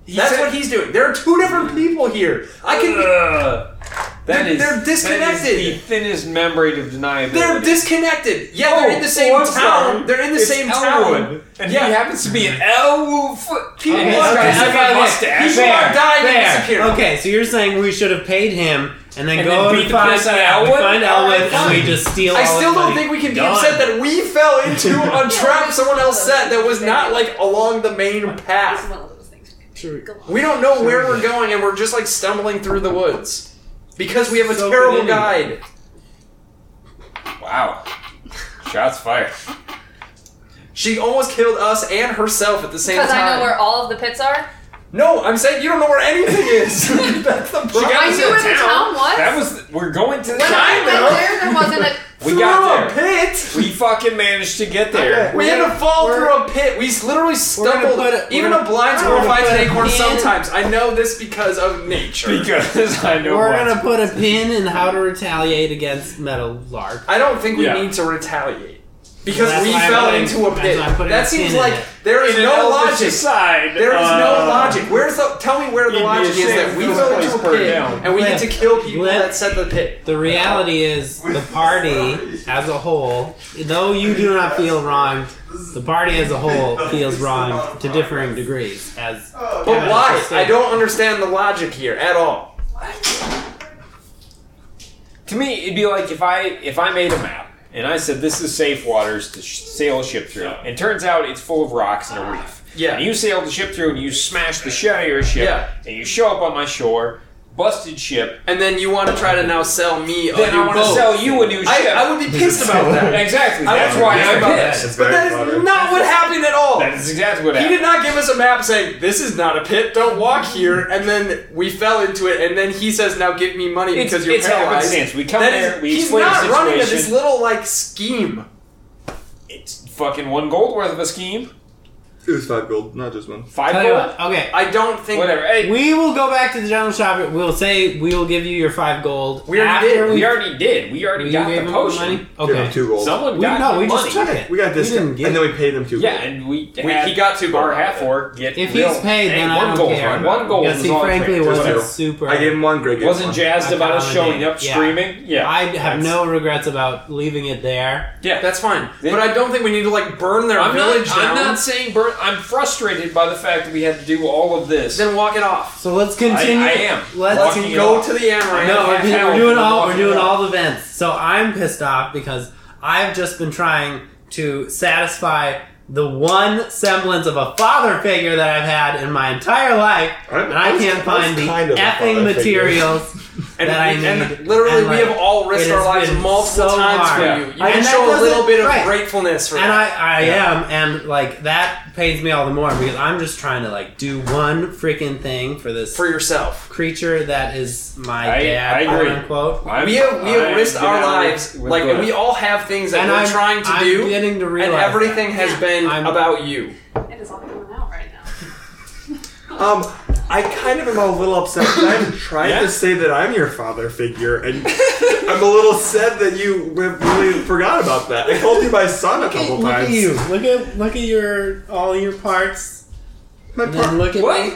S6: That's
S5: said- Uh,
S6: what he's doing. There are two different people here. I can.
S5: Ugh. That
S6: They're-
S5: is-
S6: they're
S5: that is
S6: disconnected.
S5: the thinnest membrane of deniability.
S6: They're disconnected. Yeah,
S5: Oh,
S6: they're in the same
S5: oh, I'm
S6: town.
S5: sorry.
S6: They're in the
S5: It's
S6: same town.
S5: Elwood, and
S6: Yeah.
S5: he happens to be an elf. People
S3: Okay,
S5: are
S3: okay,
S5: having
S3: okay,
S5: a
S3: okay.
S5: mustache.
S6: People are dying and
S3: Fair.
S6: disappearing.
S3: Okay, so you're saying we should have paid him and then
S5: And
S3: go
S5: then beat
S3: and
S5: the
S3: find
S5: piss out of
S3: yeah, we
S5: Elwood?
S3: find
S5: Alright,
S3: Elwood, and we just steal.
S6: I
S3: all
S6: still
S3: his
S6: don't
S3: money.
S6: think we can be
S3: Done.
S6: upset that we fell into a trap someone else set that was not like along the main
S4: It's
S6: path.
S4: one of those things.
S3: True.
S4: Go on.
S6: We don't know where we're going and we're just like stumbling through the woods because we have a
S3: So
S6: terrible
S3: good.
S6: guide.
S5: Wow. Shots fired.
S6: She almost killed us and herself at the same time.
S4: Because I know where all of the pits are.
S6: no, I'm saying you don't know where anything is. That's the problem.
S5: got
S4: I
S5: us
S4: knew
S5: in
S4: where the town was.
S5: That was. We're going to the
S4: When I
S5: town.
S4: went there, there wasn't a.
S5: We
S6: through
S5: got
S6: a
S5: there.
S6: pit.
S5: We fucking managed to get there.
S6: We had to fall
S3: We're-
S6: through a pit. We s- literally stumbled.
S3: put it-
S6: Even
S3: we're-
S6: a blind
S3: we're
S6: squirrel
S3: gonna
S6: finds
S3: put
S6: an
S3: it
S6: acorn
S3: in.
S6: sometimes. I know this because of nature.
S5: Because I know
S3: We're
S5: what.
S3: gonna put a pin in how to retaliate against Metal Lark.
S6: I don't think we
S5: Yeah.
S6: need to retaliate because
S3: That's
S6: we
S3: why I'm
S6: fell
S3: putting-
S6: into a
S3: that's
S6: pit.
S3: why I'm putting
S6: That
S3: a
S6: seems
S3: pin in
S6: like
S3: it.
S6: there is
S5: In an
S6: no
S5: elvish
S6: logic.
S5: Side,
S6: There is
S5: uh,
S6: no logic. Where's the? Tell me where the
S5: you'd be
S6: logic is that
S5: ashamed
S6: we
S5: if
S6: fell
S5: this
S6: into a
S5: place burned
S6: pit
S5: down.
S6: and we get to
S3: Cliff,
S6: kill people
S3: Cliff.
S6: that set the pit.
S3: The reality is, the party as a whole, though you do not feel wronged, the party as a whole feels wronged to differing degrees. As
S1: Oh,
S6: But
S3: Yeah,
S6: why?
S3: that's the
S6: I
S3: same.
S6: don't understand the logic here at all.
S5: To me, it'd be like if I if I made a map and I said this is safe waters to sh- sail a ship through, and turns out it's full of rocks and a reef.
S6: Yeah.
S5: And you sail the ship through and you smash the shit out of your ship,
S6: Yeah.
S5: and you show up on my shore, busted ship.
S6: And then you want to try to now sell me a
S5: Then
S6: new
S5: I want to
S6: boat.
S5: sell you a new ship.
S6: I, I would be pissed about that.
S5: exactly.
S6: I
S5: That's
S6: would
S5: why
S6: be pissed
S5: I'm
S6: about
S5: pissed.
S1: It's
S6: But
S1: very
S6: that
S1: clever.
S6: is not what happened at all.
S5: That is exactly what
S6: He
S5: happened.
S6: did not give us a map saying, this is not a pit, don't walk here, and then we fell into it, and then he says, now give me money
S5: It's-
S6: because you're
S5: it's
S6: paralyzed.
S5: happenstance. We come
S6: That
S5: there, we
S6: he's
S5: explain the
S6: not running to this
S5: situation.
S6: little, like, scheme.
S5: It's fucking one gold worth of a scheme.
S1: It was five gold, not just one.
S5: Five
S3: Tell you
S5: gold.
S3: what, okay,
S6: I don't think...
S5: Whatever. Hey, we,
S3: we will go back to the general shop. We'll say we will give you your five gold.
S6: We
S3: after
S6: already did.
S3: We,
S5: already did. We already
S3: you
S5: got
S3: gave
S5: the
S3: him
S5: potion.
S3: money.
S1: Give him
S3: Okay.
S1: two gold.
S5: Someone
S3: We,
S5: got
S3: no,
S5: the
S3: we
S5: money.
S3: just took it.
S1: We got this,
S3: We didn't get
S1: and then we paid him two
S5: Yeah,
S1: gold.
S5: and we,
S6: We-
S5: had
S6: he got two
S5: our
S6: gold.
S5: half orc get
S3: If
S5: real,
S3: he's paid,
S5: hey,
S3: then
S5: one
S3: I don't
S5: gold
S3: care.
S5: right? one gold
S3: Because
S5: was
S3: he
S5: all it
S3: frankly
S5: took.
S1: Just
S3: wasn't
S1: two.
S3: super.
S1: I gave him one, Greg gave
S5: wasn't
S1: one.
S5: jazzed about us showing up
S3: Yeah.
S5: screaming. Yeah,
S3: I have
S5: That's-
S3: no regrets about leaving it there.
S5: Yeah,
S6: That's fine.
S5: Then-
S6: but I don't think we need to, like, burn their
S5: I'm not.
S6: village
S5: I'm
S6: down.
S5: not saying burn we're, I'm frustrated by the fact that we had to do all of this.
S6: Then walk it off.
S3: So let's
S5: I, I
S3: continue.
S5: am.
S3: Let's
S5: Walking it
S6: Go
S5: off.
S6: to the amaranth.
S3: No, we're, doing-
S5: Yeah,
S3: we're doing
S5: we're
S3: all we're
S5: walking
S3: doing
S5: it
S3: all the vents. So I'm pissed off because I've just been trying to satisfy the one semblance of a father figure that I've had in my entire life,
S1: I'm-
S3: and I
S1: I was-
S3: can't
S1: I was
S3: find the
S1: kind of a
S3: effing
S1: father figure.
S3: materials
S6: and,
S3: that I need.
S6: and literally,
S3: And,
S6: we
S3: like,
S6: have all risked
S3: it
S6: our
S3: has
S6: lives
S3: been
S6: multiple
S3: so
S6: times
S3: hard.
S6: for
S5: Yeah.
S6: you. You
S3: And
S6: can
S3: that
S6: show a little
S3: doesn't-
S6: bit of
S3: right.
S6: gratefulness for
S3: and
S6: that.
S3: I, I am, and like that pains me all the more because I'm just trying to like do one freaking thing for this
S6: for yourself.
S3: creature that is my
S5: I-
S3: dad,
S5: I agree.
S3: quote unquote.
S5: I'm-
S6: we have we
S5: I'm
S6: have risked our
S5: down
S6: lives,
S5: with
S6: like
S5: that.
S6: we all have things that
S3: and
S6: we're
S3: I'm
S6: trying to
S3: I'm
S6: do,
S3: getting to
S6: and
S3: realize
S6: everything has been
S3: I'm-
S6: about you.
S15: It is all coming out right now.
S1: Um, I kind of am a little upset. 'cause I'm trying to say that I'm your father figure, and I'm a little sad that you have really forgot about that. I called you my son a couple
S3: look
S1: times.
S3: at you. Look at look at your all your parts.
S1: My
S3: And then
S1: par-
S3: look at
S5: What?
S3: me.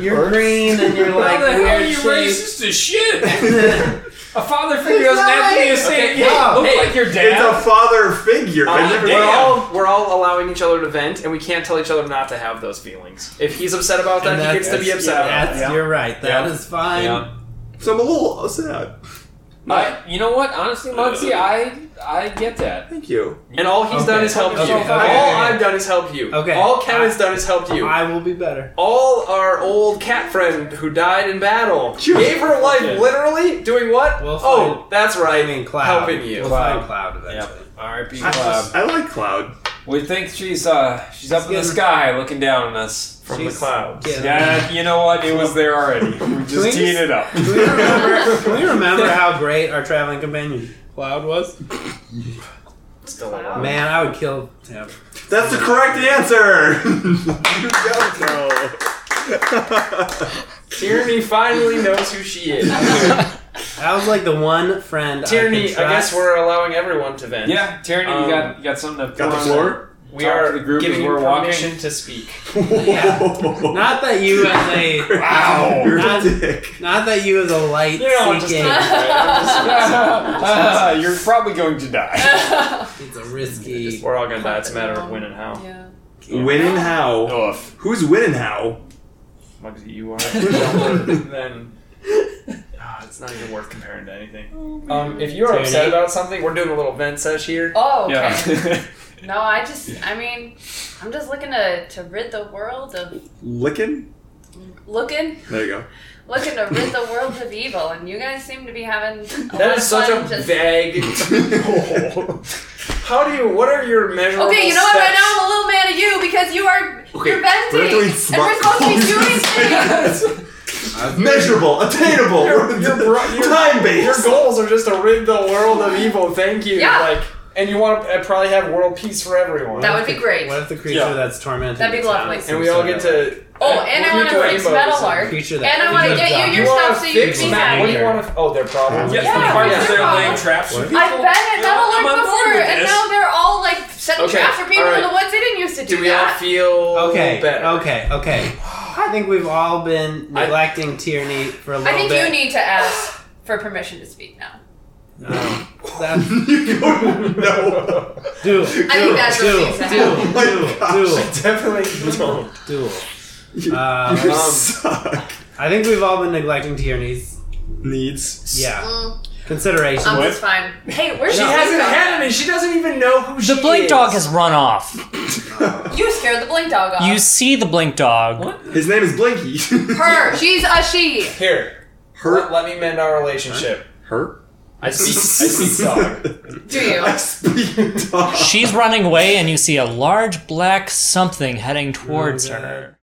S3: You're green and you're like
S5: How the hell are
S3: weird
S5: you
S3: shaped.
S5: racist as shit? a father figure doesn't have to be the same.
S6: Okay,
S5: Hey,
S3: yeah.
S5: look
S6: Hey,
S5: like your
S1: it's
S5: dad.
S1: a father figure. I
S3: Ah,
S5: Oh,
S1: never
S6: We're
S5: Damn.
S6: all we're all allowing each other to vent, and we can't tell each other not to have those feelings. If he's upset about
S3: And
S6: that, he gets to be
S3: that's-
S6: upset. about
S3: That's, You're right. That is
S5: Yeah.
S3: fine.
S5: Yeah.
S1: So I'm a little sad.
S5: I, you know what? Honestly, Muncie, I I get that.
S1: Thank you.
S6: it. And all he's
S3: Okay.
S6: done is helped
S5: Okay.
S6: you.
S5: Okay.
S6: All
S5: Okay.
S6: I've done is help you.
S3: Okay.
S6: All Kevin's done is helped you.
S3: I will be better.
S6: all our old cat friend who died in battle
S1: Sure.
S6: gave her life
S5: Yeah.
S6: literally doing what?
S3: We'll find-
S6: oh, that's right.
S3: I mean, Cloud.
S6: helping you.
S3: We'll find Cloud eventually.
S5: Yep. R.I.P.
S1: I,
S3: Uh,
S5: Cloud.
S1: I like Cloud.
S5: We think she's uh she's up in the
S3: getting-
S5: sky looking down on us.
S6: from
S3: She's-
S6: the clouds.
S3: Yeah.
S5: Yeah, you know what? It was there already. We
S3: we
S5: just teed
S3: just-
S5: it up.
S3: Can we, remember, can we remember how great our traveling companion Cloud was?
S6: Still
S15: Wow.
S3: Man, I would kill him.
S1: That's the correct answer. you don't know.
S6: Tierney finally knows who she is.
S3: That was like the one friend. I,
S6: Tierney,
S3: could
S6: I guess
S3: trust.
S6: we're allowing everyone to vent.
S5: Yeah, Tyranny,
S6: Um,
S5: you got you got something to
S1: Got the
S5: pour on
S1: floor?
S6: we
S5: Talk
S6: are
S5: to the group
S6: giving
S5: as
S6: you
S5: we're walking.
S6: permission to speak.
S3: Not that you as a
S1: wow. You're
S3: Not-
S1: a dick.
S3: not that you as a light
S6: You don't just
S3: seeking.
S5: Ah, You're probably going to die.
S3: It's a risky.
S6: We're all gonna die. It's a matter of when and how.
S4: Yeah.
S1: When Oh. and how?
S5: Oof.
S1: Who's when and how?
S6: Mugsy, you are. then Ah, it's not even worth comparing to
S5: Oh,
S6: anything. Um, if you're upset
S3: Tierney.
S6: about something, we're doing a little vent sesh here.
S4: Oh, okay.
S5: Yeah.
S4: No, I just, I mean, I'm just looking to, to rid the world of
S1: Licking?
S4: looking,
S1: There you go.
S4: looking to rid the world of evil, and you guys seem to be having. A lot
S6: That
S4: of
S6: is such a
S4: fun just-
S6: vague. How do you? What are your measurable?
S4: Okay, you know what? Right
S6: steps?
S4: now I'm a little mad at you because you are you're venting,
S1: we're doing
S4: and
S1: smart
S4: we're supposed to be doing things.
S1: Measurable, attainable,
S6: Your- your bro- your-
S1: time
S6: Your
S1: based.
S6: goals are just to rid the world of evil. Thank you.
S4: Yeah.
S6: Like, and you want to probably have world peace for everyone.
S4: That would be great.
S3: What if the creature
S5: Yeah.
S3: that's tormented?
S4: That'd be
S3: is not
S4: lovely.
S3: some
S6: and we all
S3: sort
S6: get
S3: of
S6: to. uh,
S4: Oh, and I
S6: we
S4: want
S6: do
S4: to fix
S6: rainbows
S4: metal art,
S3: creature that
S4: and I want to get you
S6: You
S4: your stuff
S6: want to
S4: so you
S6: fix
S4: can be
S6: metal? What do
S4: happy.
S6: you want to? Oh, their problem.
S5: Yes,
S4: Yeah,
S5: the part
S4: yeah.
S5: is they're laying traps for people.
S4: I've been at metal
S5: I'm
S4: art
S5: on board
S4: before,
S5: with
S4: and
S5: this.
S4: now they're all like setting
S6: Okay,
S4: traps for people in
S6: alright.
S4: the woods. They didn't used to do,
S6: Do we all
S4: that.
S6: feel
S3: Okay.
S6: better?
S3: Okay. Okay. I think we've all been
S6: I-
S3: neglecting Tierney for a little
S4: I think
S3: bit.
S4: you need to ask for permission to speak now.
S3: No. That's-
S1: you go, no.
S3: do. it.
S4: I think that's
S3: do.
S4: what
S3: it.
S4: needs to
S3: Do.
S4: happen.
S1: Oh my
S3: it.
S6: Definitely don't.
S3: Do. it. Do. it.
S1: You-
S3: Um,
S1: You
S6: Um,
S1: suck.
S3: I think we've all been neglecting Tierney's.
S1: Needs.
S3: Yeah.
S4: Mm,
S3: Consideration.
S4: I'm just fine. Hey, where's
S6: She
S4: your
S6: hasn't
S4: dog?
S6: had any. She doesn't even know who she
S2: The
S6: is.
S2: blink dog has run off.
S4: You scared the blink dog off.
S5: Uh,
S2: You see the blink dog.
S1: His name is Blinky.
S4: her. She's a she.
S6: Here,
S1: Her.
S6: let, let me mend our relationship.
S1: Her.
S6: I speak. I speak dog.
S4: Do you?
S1: I speak dog.
S2: She's running away, and you see a large black something heading towards
S3: God.
S2: her.